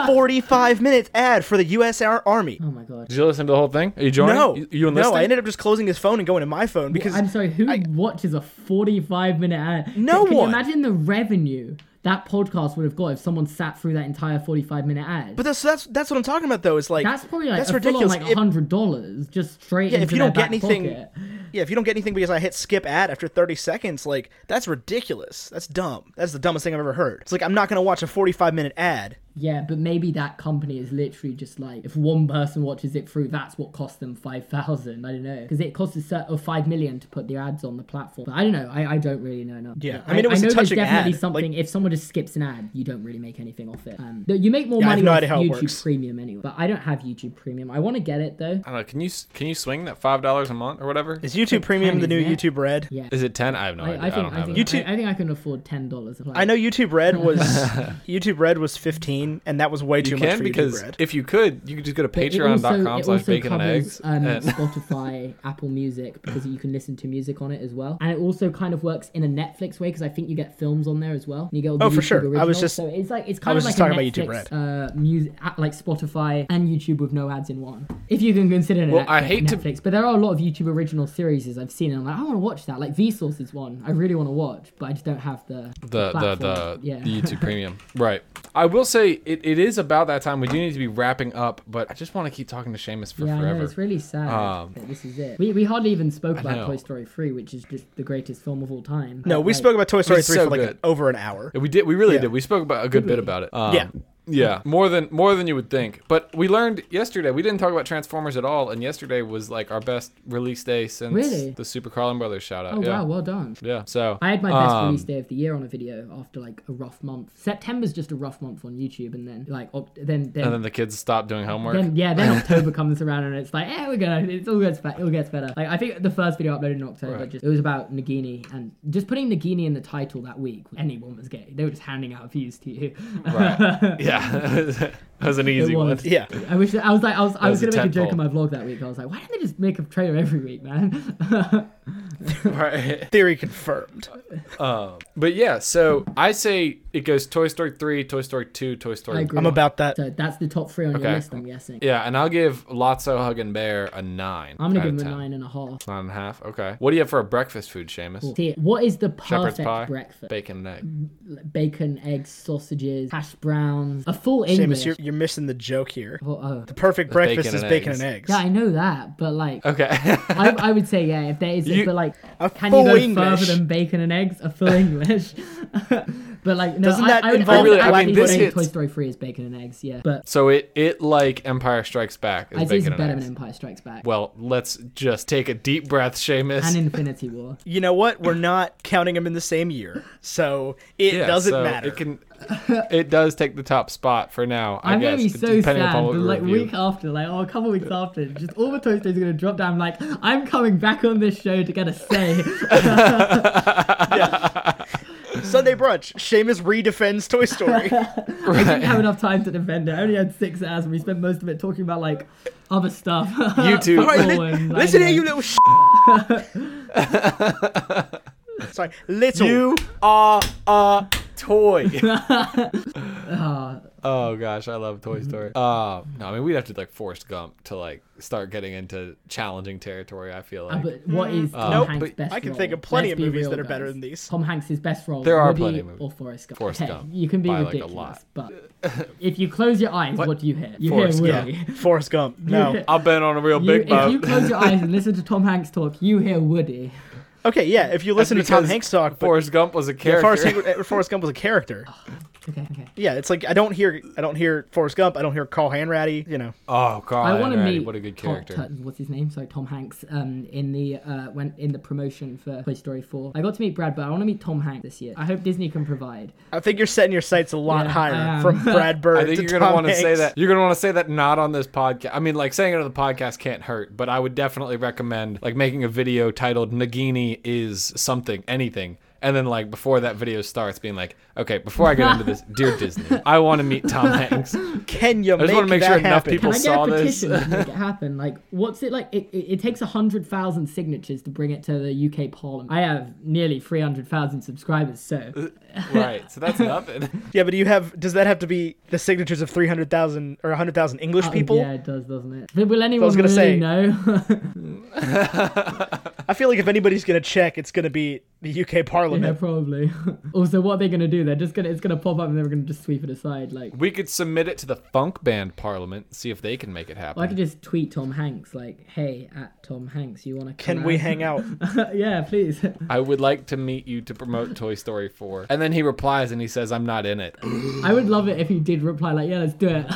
45 minutes ad for the us Ar- army Oh my god. Did you listen to the whole thing? Are you joining? no You, you no enlisted? i ended up just closing his phone and going to my phone because I'm sorry. Who watches a 45 minute ad? No Can one. you imagine the revenue that podcast would have got if someone sat through that entire 45 minute ad? but that's, that's that's what i'm talking about though is like that's probably like that's a ridiculous Full on, like If- hundred dollars just straight. Yeah, if into you don't their get back anything- pocket. Yeah, if you don't get anything because I hit skip ad after 30 seconds, like, that's ridiculous. That's dumb. That's the dumbest thing I've ever heard. It's like, I'm not going to watch a 45 minute ad. Yeah, but maybe that company is literally just like if one person watches it through, that's what cost them five thousand. I don't know because it costs a set of five million to put the ads on the platform. But I don't know. I, I don't really know. Enough. Yeah. I, I mean, it was a I know touching there's definitely ad, something. if someone just skips an ad, you don't really make anything off it. Um, though you make more Yeah, I have money no with idea how it YouTube works. Premium anyway. But I don't have YouTube Premium. I want to get it though. I don't know. Can you s- can you swing that five dollars a month or whatever? Is Is, YouTube Premium the isn't new it? YouTube Red? Yeah. it ten? I have no I, idea. I I, think don't I have think, it. YouTube- I, I think I can afford ten dollars. I know YouTube Red was YouTube Red was 15, and that was way too You much can for because YouTube Red. if you could, you could just go to It also- patreon.com it slash also bacon and covers, eggs. Um, and Spotify, Apple Music, because you can listen to music on it as well. And it also kind of works in a Netflix way because I think you get films on there as well. You get all the Oh, for YouTube sure. I was originals. just- so it's like it's kind was of like just a talking Netflix, about YouTube uh, music, like Spotify and YouTube with no ads in one. If you can consider it. Well, Netflix, I hate to- Netflix, but there are a lot of YouTube original series I've seen, and I'm like, I want to watch that. Like Vsauce is one I really want to watch, but I just don't have the the the, the, platform. yeah. the YouTube Premium. Right. I will say it, it is about that time. We do need to be wrapping up, but I just want to keep talking to Seamus for yeah, I know, forever. it's really sad. Um, that this is it. We, we hardly even spoke about know. Toy Story 3, which is just the greatest film of all time. no, Like, we like, spoke about Toy Story It's 3 so for like good. over an hour. We did. We really Yeah. did. We spoke about a good bit we? about it. Um, Yeah. Yeah, more than more than you would think. But we learned yesterday. We didn't talk about Transformers at all, and yesterday was like our best release day since Really? the Super Carlin Brothers shout out. Oh, yeah. wow, well done. Yeah. So I had my best um, release day of the year on a video after like a rough month. September's just a rough month on YouTube, and then like oct- then then, And then the kids stopped doing homework. then yeah, then October comes around and it's like, eh, we're gonna, it all gets better. It all gets better. Like I think the first video I uploaded in October, Right. just it was about Nagini and just putting Nagini in the title that week. Anyone was gay. They were just handing out views to you. right. Yeah. that was an easy one. was. Yeah. I wish I was like I was I was was a gonna make a joke tentpole. in my vlog that week. I was like, why don't they just make a trailer every week, man? Right. Theory confirmed. Um, but yeah, so I say it goes Toy Story 3, Toy Story 2, Toy Story I agree. I'm about that. So that's the top three on Okay. your list. I'm guessing. Yeah, and I'll give Lotso Hug and Bear a nine. I'm gonna out give of him a 10. nine and a half. Nine and a half. Okay. What do you have for a breakfast food, Seamus? See, what is the Shepherd's perfect pie, breakfast? bacon and egg. Bacon, eggs, sausages, hash browns, a full English. Seamus, you're, you're missing the joke here. Well, oh. The perfect breakfast bacon is and bacon eggs. and eggs. Yeah, I know that, but like, Okay. I, I would say yeah. If there is, You- but like, A can you full go English. further than bacon and eggs? A full English. but like, no, Doesn't I, that I would, I involve would black actually pudding? say biscuits? Toy Story Three is bacon and eggs. Yeah, but so it it like Empire Strikes Back is I'd say it's bacon and better eggs. than Empire Strikes Back Well, let's just take a deep breath, Seamus. and Infinity War. You know what? We're not counting them in the same year. So it Yeah, doesn't so matter. It can. It does take the top spot for now. I I'm guess gonna be so sad. depending That, upon what we like review. week after, like oh, a couple weeks after, just all the toasters are gonna drop down. Like I'm coming back on this show to get a say. Sunday brunch. Seamus redefends Toy Story. I didn't have enough time to defend it. I only had six hours, and we spent most of it talking about like other stuff. YouTube. Football Alright, li- and, like, listen here, uh, you little. Sh- Sorry, little. You are a toy. oh gosh, I love Toy Story. Uh, no, I mean we'd have to like Forrest Gump to like start getting into challenging territory. I feel like Uh, But what is Tom Mm. Nope, Hanks' but best I can role? think of plenty Let's of be movies real, that are guys. better than these. Tom Hanks' best role. There are Woody plenty of movies. Or Forrest Gump. Forrest Hey, Gump. You can be By, like, a ridiculous, lot. but if you close your eyes, what, do you hear? You Forrest hear Gump. Woody. Forrest Gump. No. hear- I've been on a real You, big if you boat. close your eyes and listen to Tom Hanks talk, you hear Woody. Okay, yeah. If you listen to Tom because Hanks talk, but Forrest Gump was a yeah, character. Forrest, Hank- Forrest Gump was a character. Okay, okay. Yeah, it's like I don't hear I don't hear Forrest Gump. I don't hear Carl Hanratty. You know, oh God, I want to Randy, meet what a good Tom- character. Tom- what's his name? Sorry, Tom Hanks. Um, in the uh, when in the promotion for Toy Story Four, I got to meet Brad, but I want to meet Tom Hanks this year. I hope Disney can provide. I think you're setting your sights a lot Yeah, I higher am. from Brad Bird I think to you're gonna want to say that. You're gonna want to say that not on this podcast. I mean, like saying it on the podcast can't hurt, but I would definitely recommend like making a video titled "Nagini is something anything," and then like before that video starts, being like, "Okay, before I get into this, dear Disney, I want to meet Tom Hanks." Can you just make, wanna make that sure enough happen? people- Can I get saw a this. petition to make it happen? Like, what's it like? It, it, it takes 100,000 signatures to bring it to the UK Parliament. I have nearly 300,000 subscribers, so. Uh, right. So that's nothing. Yeah, but do you have? Does that have to be the signatures of three hundred thousand or hundred thousand English people? uh, Oh, Yeah, it does, doesn't it? But will anyone gonna really say- know? I feel like if anybody's gonna check, it's gonna be the UK yeah, Parliament. probably. also, what are they going to do? They're just going to, it's going to pop up and they're going to just sweep it aside. Like, We could submit it to the funk band parliament, see if they can make it I could happen. just tweet Tom Hanks, like, hey, at Tom Hanks, you want to Can we hang out? yeah, please. I would like to meet you to promote Toy Story 4. And then he replies and he says, I'm not in it. I would love it if he did reply like, "Yeah, let's do it."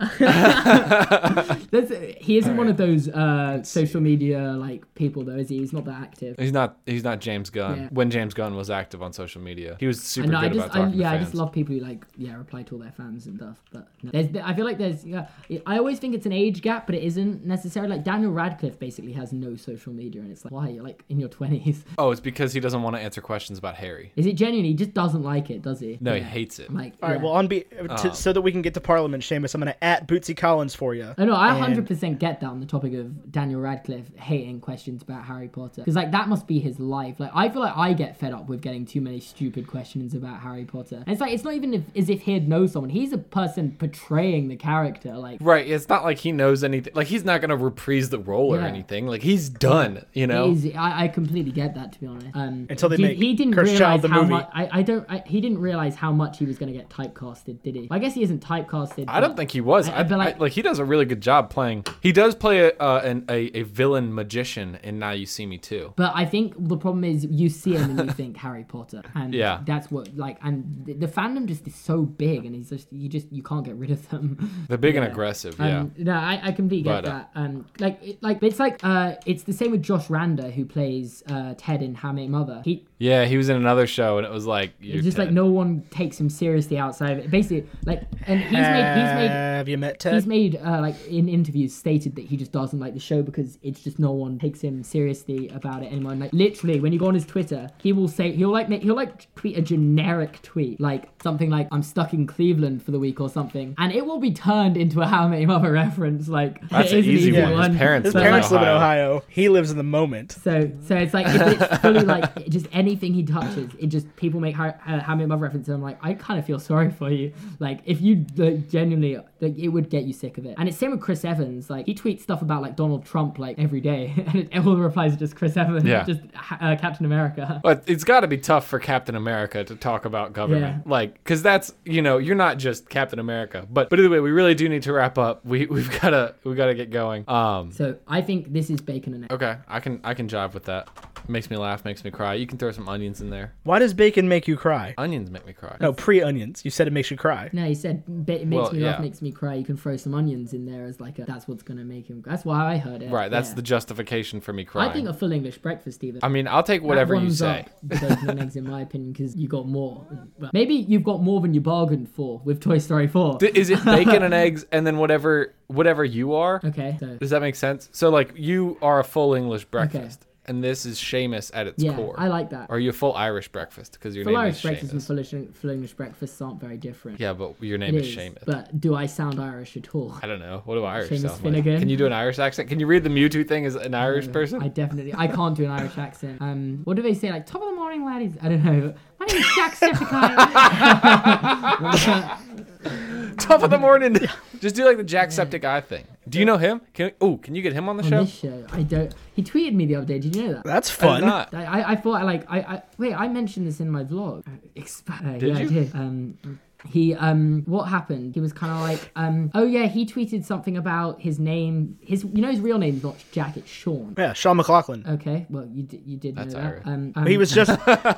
That's, he isn't one of those uh, social media like people though, is he? He's not that active. He's not. He's not James Gunn. Yeah. When James Gunn was active on social media, he was super And I good just, about I, talking yeah, to I fans. just love people who like, yeah, reply to all their fans and stuff. But no. there's, I feel like there's, yeah, I always think it's an age gap, but it isn't necessarily. Like Daniel Radcliffe basically has no social media, and it's like, why? You're like in your twenties. oh, it's because he doesn't want to answer questions about Harry. Is it genuine? He just doesn't like it, does he? No, he Yeah. hates it. I'm like, All right. yeah. Well, on be Oh. to, so that we can get to Parliament, Seamus, I'm gonna at Bootsy Collins for you. Oh no, I And- 100% get that on the topic of Daniel Radcliffe hating questions about Harry Potter because like that must be his life. Like I feel like I get fed up with getting too many stupid questions about Harry Potter. And it's like it's not even if, as if he'd know someone. He's a person portraying the character. Like Right. It's not like he knows anything. Like he's not gonna reprise the role or Yeah. anything. Like he's done. You know. He's- I, I completely get that to be honest. Um, Until they he, make he didn't Cursed realize Child the how movie. much. I, I don't. I, he didn't realize how much he was going to get typecasted, did he? Well, I guess he isn't typecasted. I don't but- think he was. I- I, I'd be I- like- like, he does a really good job playing. He does play a uh, an, a, a villain magician in Now You See Me Too. But I think the problem is you see him and you think Harry Potter, and Yeah. that's what like, and the, the fandom just is so big, and it's just you just you can't get rid of them. They're big and Yeah. aggressive. Yeah. Um, No, I, I completely get But, uh, that. Um, like, it, like it's like uh, it's the same with Josh Randa who plays uh, Ted in How I Met Your Mother. He yeah. He was in another show and it was like you it's just like no one takes him seriously outside of it. Basically, like, and he's made he's made Have you met Ted? he's made uh, like in interviews stated that he just doesn't like the show because it's just no one takes him seriously about it anymore. And, like literally, when you go on his Twitter, he will say he'll like make, he'll like tweet a generic tweet like something like "I'm stuck in Cleveland for the week" or something, and it will be turned into a How I Met Your Mother reference. Like That's it an is easy one. His parents His but, live in like, parents live in Ohio. Ohio. He lives in the moment. so, so it's like it's, it's fully like it just anything he touches, it just people make how uh, how many mother references. And I'm like, I kind of feel sorry for you. Like, if you like, genuinely, like, it would get you sick of it. And it's same with Chris Evans. Like, he tweets stuff about like Donald Trump like every day, and it, all the replies are just Chris Evans, Yeah. just uh, Captain America. But it's got to be tough for Captain America to talk about government, Like 'cause like, because that's you know you're not just Captain America. But but either way, we really do need to wrap up. We we've gotta we gotta get going. Um, So I think this is bacon and egg. okay, I can I can jive with that. Makes me laugh, makes me cry. You can throw some onions in there. Why does bacon make you cry? Onions make me cry. No, pre onions. You said it makes you cry. No, he said "Ba- it makes Well, me laugh, yeah. makes me cry. You can throw some onions in there as like a, that's what's gonna make him. That's why I heard it. Right, that's Yeah. the justification for me crying. I think a full English breakfast, even. I mean, I'll take whatever That you one's say. up with those non eggs, in my opinion, because you got more. But maybe you've got more than you bargained for with Toy Story 4. Th- Is it bacon and eggs and then whatever whatever you are? okay, so Does that make sense? So like you are a full English breakfast and this is Seamus at its yeah, core. I like that. Are you a full Irish breakfast because your Full name Irish is breakfast and Seamus? full English- full English breakfasts aren't very different. Yeah, but your name it is, is. Seamus. But do I sound Irish at all? I don't know. What do Irish Seamus sound like? Finnegan. Uh, Can you do an Irish accent? Can you read the Mewtwo thing as an Irish person? I definitely I can't do an Irish accent. Um, what do they say? Like top of the morning, laddies. I don't know. My name is Jack Steffikai. Top of the morning. Just do like the Jack Septic Eye thing. Do you know him? Can oh, can you get him on the on show? this show, I don't. He tweeted me the other day. Did you know that? That's I did fun. not. I, I- I thought like I, I wait I mentioned this in my vlog. Uh, expa- uh, Did yeah, you? I did. Um, he um what happened? He was kind of like um oh yeah he tweeted something about his name his you know his real name's not Jack it's Sean. Yeah, Sean McLaughlin. Okay, well you d- you did That's know that. Irish. Um, um, he was just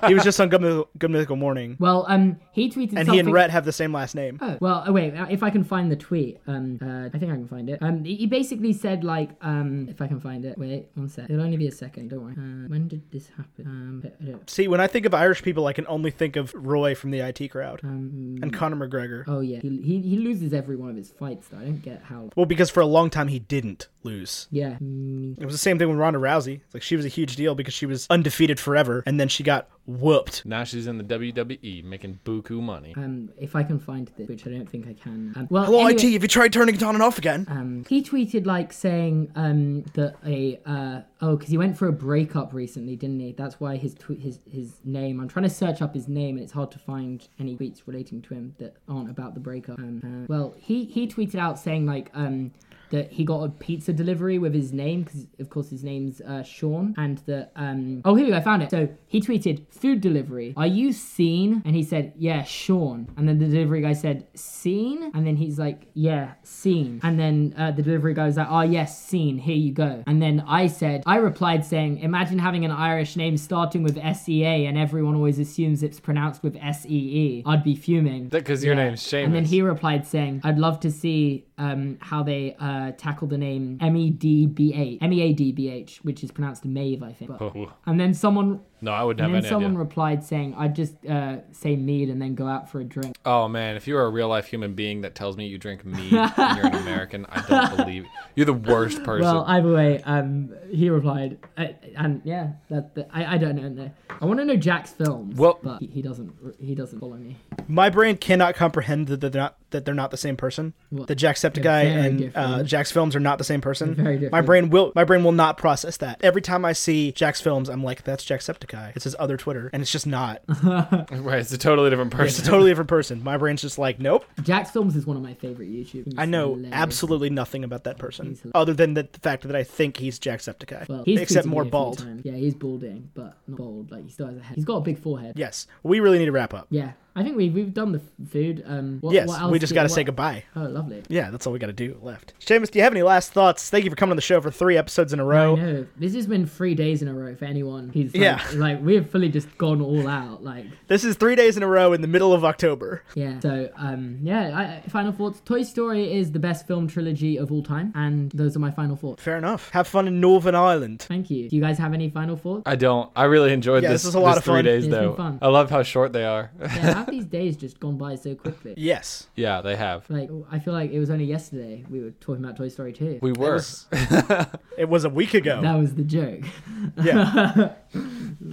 he was just on Good, Mythical- Good Mythical Morning, well um he tweeted and something. he and Rhett have the same last name. Oh, well, oh, wait, if I can find the tweet, um, uh, I think I can find it. Um, he basically said, like, um, if I can find it, wait, one sec. It'll only be a second, don't worry. Uh, when did this happen? Um, I- I don't- See, when I think of Irish people, I can only think of Roy from the IT crowd um, and Conor McGregor. oh, yeah, he, he, he loses every one of his fights, though. I don't get how. Well, because for a long time he didn't lose. Yeah. Mm, It was the same thing with Ronda Rousey. Like she was a huge deal because she was undefeated forever, and then she got whooped. Now she's in the WWE making buku money. Um, if I can find this, which I don't think I can. Um, well, Hello, anyway- IT. Have you tried turning it on and off again? um, he tweeted like saying um, that a uh, oh because he went for a breakup recently, didn't he? That's why his tw- his his name. I'm trying to search up his name and it's hard to find any tweets relating to him that aren't about the breakup. Um, uh, well, he he tweeted out saying like um, that he got a pizza delivery with his name because of course his name's uh, Sean and that um, oh here we go, I found it. So he tweeted food delivery. Are you seen? And he said yeah, Sean. And then the delivery guy said seen, and then he's like yeah, seen. And then uh, the delivery guy was like oh yes, seen. Here you go. And then I said I replied saying imagine having an Irish name starting with S E A and everyone always assumes it's pronounced with S E E. I'd be fuming. Because your Yeah. name's Seamus. And then he replied saying, "I'd love to see um, how they uh, tackle the name M E D B A M E A D B H, which is pronounced Mave, I think." But- Oh, and then someone, no, I wouldn't and have then any someone idea. replied saying, "I'd just uh, say mead and then go out for a drink." Oh man, if you are a real life human being that tells me you drink mead and you're an American, I don't believe you're the worst person. Well, either way, um, he replied, uh, and yeah, that, that- I, I don't know. No. I want to know Jack's films, Well- but he, he doesn't he doesn't follow me. My brain cannot comprehend that they're not that they're not the same person. Well, the Jacksepticeye they're very and uh, different. Jack's films are not the same person. They're very My different. brain will my brain will not process that. Every time I see Jack's films, I'm like, that's Jacksepticeye. It's his other Twitter, and it's just not. right, it's a totally different It's a person. totally different person. My brain's just like, nope. Jack's films is one of my favorite YouTube. He's I know hilarious. absolutely nothing about that person He's hilarious. other than the fact that I think he's Jacksepticeye, Well, he's except tweeted me more a few bald. times. Yeah, he's balding, but not bald. Like he still has a head. He's got a big forehead. Yeah, Yes, we really need to wrap up. I think we've we've done the f- food. Um, what, Yes, what else we just did- got to what- say goodbye. Oh, lovely. Yeah, that's all we got to do left. Seamus, do you have any last thoughts? Thank you for coming on the show for three episodes in a I row. know this has been three days in a row for anyone who's like, Yeah. like we've fully just gone all out. Like This is three days in a row in the middle of October. yeah. So um yeah. I, final thoughts. Toy Story is the best film trilogy of all time, and those are my final thoughts. Fair enough. Have fun in Northern Ireland. Thank you. Do you guys have any final thoughts? I don't. I really enjoyed Yeah, this. this was a lot this of three fun. days It's been though. fun. I love how short they are. yeah, have these days just gone by so quickly? Yes. yeah, they have. Like I feel like it was only yesterday we were talking about Toy Story 2. We were. was- It was a week ago. that was the joke. Yeah.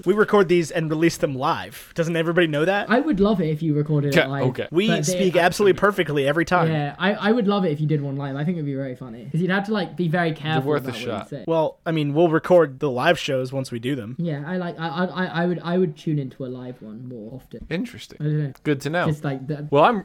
we record these and release them live. Doesn't everybody know that? I would love it if you recorded Okay, it live. okay. We But they- speak absolutely perfectly every time. Yeah, I, I would love it if you did one live. I think it'd be very funny because you'd have to like be very careful worth a about what shot. you say. Well, I mean, we'll record the live shows once we do them. yeah, I like I, I I would I would tune into a live one more often. Interesting. I don't know. Good to know. Just like the, Well, I'm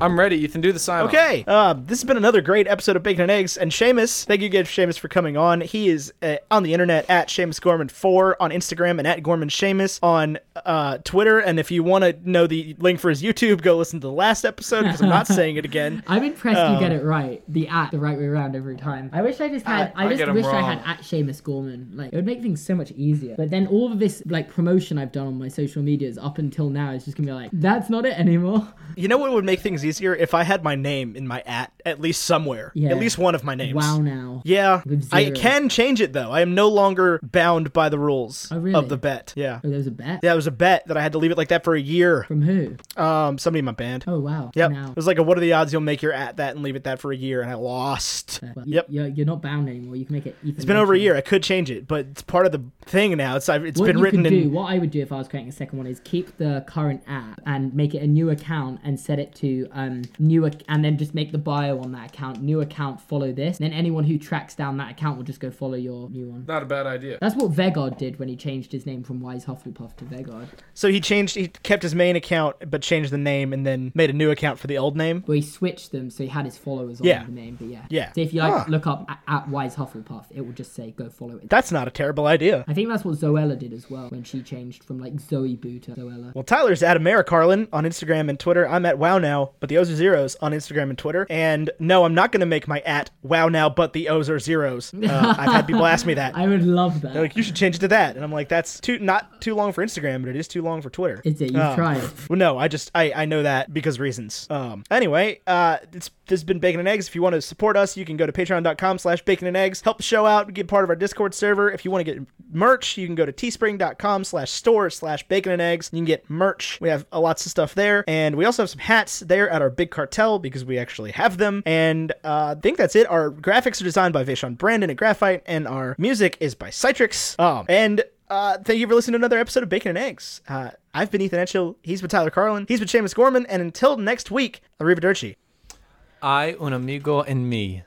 I'm ready. You can do the sign. Okay. Uh, this has been another great episode of Bacon and Eggs. And Seamus, thank you again, Seamus, for coming on. He is uh, on the internet at Seamus Gorman4 on Instagram and at Gorman Seamus on uh, Twitter. And if you want to know the link for his YouTube, go listen to the last episode because I'm not saying it again. I'm impressed you get it right. The at the right way around every time. I wish I just had. I, I just get 'em wish I wrong. had at Seamus Gorman. Like it would make things so much easier. But then all of this like promotion I've done on my social medias up until now is just gonna be like that's not it anymore. You know what would make things easier? If I had my name in my at, at least somewhere. Yeah. At least one of my names. Wow now. Yeah. With I zero. can change it, though. I am no longer bound by the rules Oh, really? of the bet. Yeah. Oh, there was a bet Yeah, it was a bet that I had to leave it like that for a year. from who? Um, somebody in my band. Oh wow. Yep. Now. It was like a what are the odds you'll make your at that and leave it that for a year and I lost. Well, Yep. You're, you're not bound anymore. You can make it. It's been over a year. I could change it, but it's part of the thing now. It's I've, it's What been you written could do, in what I would do if I was creating a second one, is keep the current app and make it a new account and set it to um new, ac- and then just make the bio on that account new account follow this. Then anyone who tracks down that account will just go follow your new one. Not a bad idea. That's what Vegard did when he changed his name from Wise Hufflepuff to Vegard. So he changed he kept his main account but changed the name and then made a new account for the old name. Where he switched them so he had his followers on Yeah. the name, but yeah. Yeah. So if you like look up at, at Wise Hufflepuff, it will just say go follow it. That's not a terrible idea. I think that's what Zoella did as well when she changed from like Zoe Boo to Zoella. Well, Tyler's at AmeriCarlin on Instagram and Twitter. I'm at Wow Now, but the O's are zeros on Instagram and Twitter. And no, I'm not going to make my at Wow Now, but the O's are zeros. Uh, I've had people ask me that. I would love that. They're like, you should change it to that. And I'm like, that's too not too long for Instagram, but it is too long for Twitter. Is it? You've Um, tried. Well, no, I just I, I know that because reasons. Um. Anyway, uh, it's this has been Bacon and Eggs. If you want to support us, you can go to patreon.com slash bacon and eggs. Help the show out. Get part of our Discord server. If you want to get merch, you can go to teespring.com slash store slash bacon and eggs. You can get merch. We have uh, lots of stuff there. And we also have some hats there at our big cartel because we actually have them. And uh, I think that's it. Our graphics are designed by Vaishon Brandon at Graphite, and our music is by Citrix. Um, and uh, thank you for listening to another episode of Bacon and Eggs. Uh, I've been Ethan Etchell. He's been Tyler Carlin. He's been Seamus Gorman. And until next week, Arrivederci. I, un amigo, and me.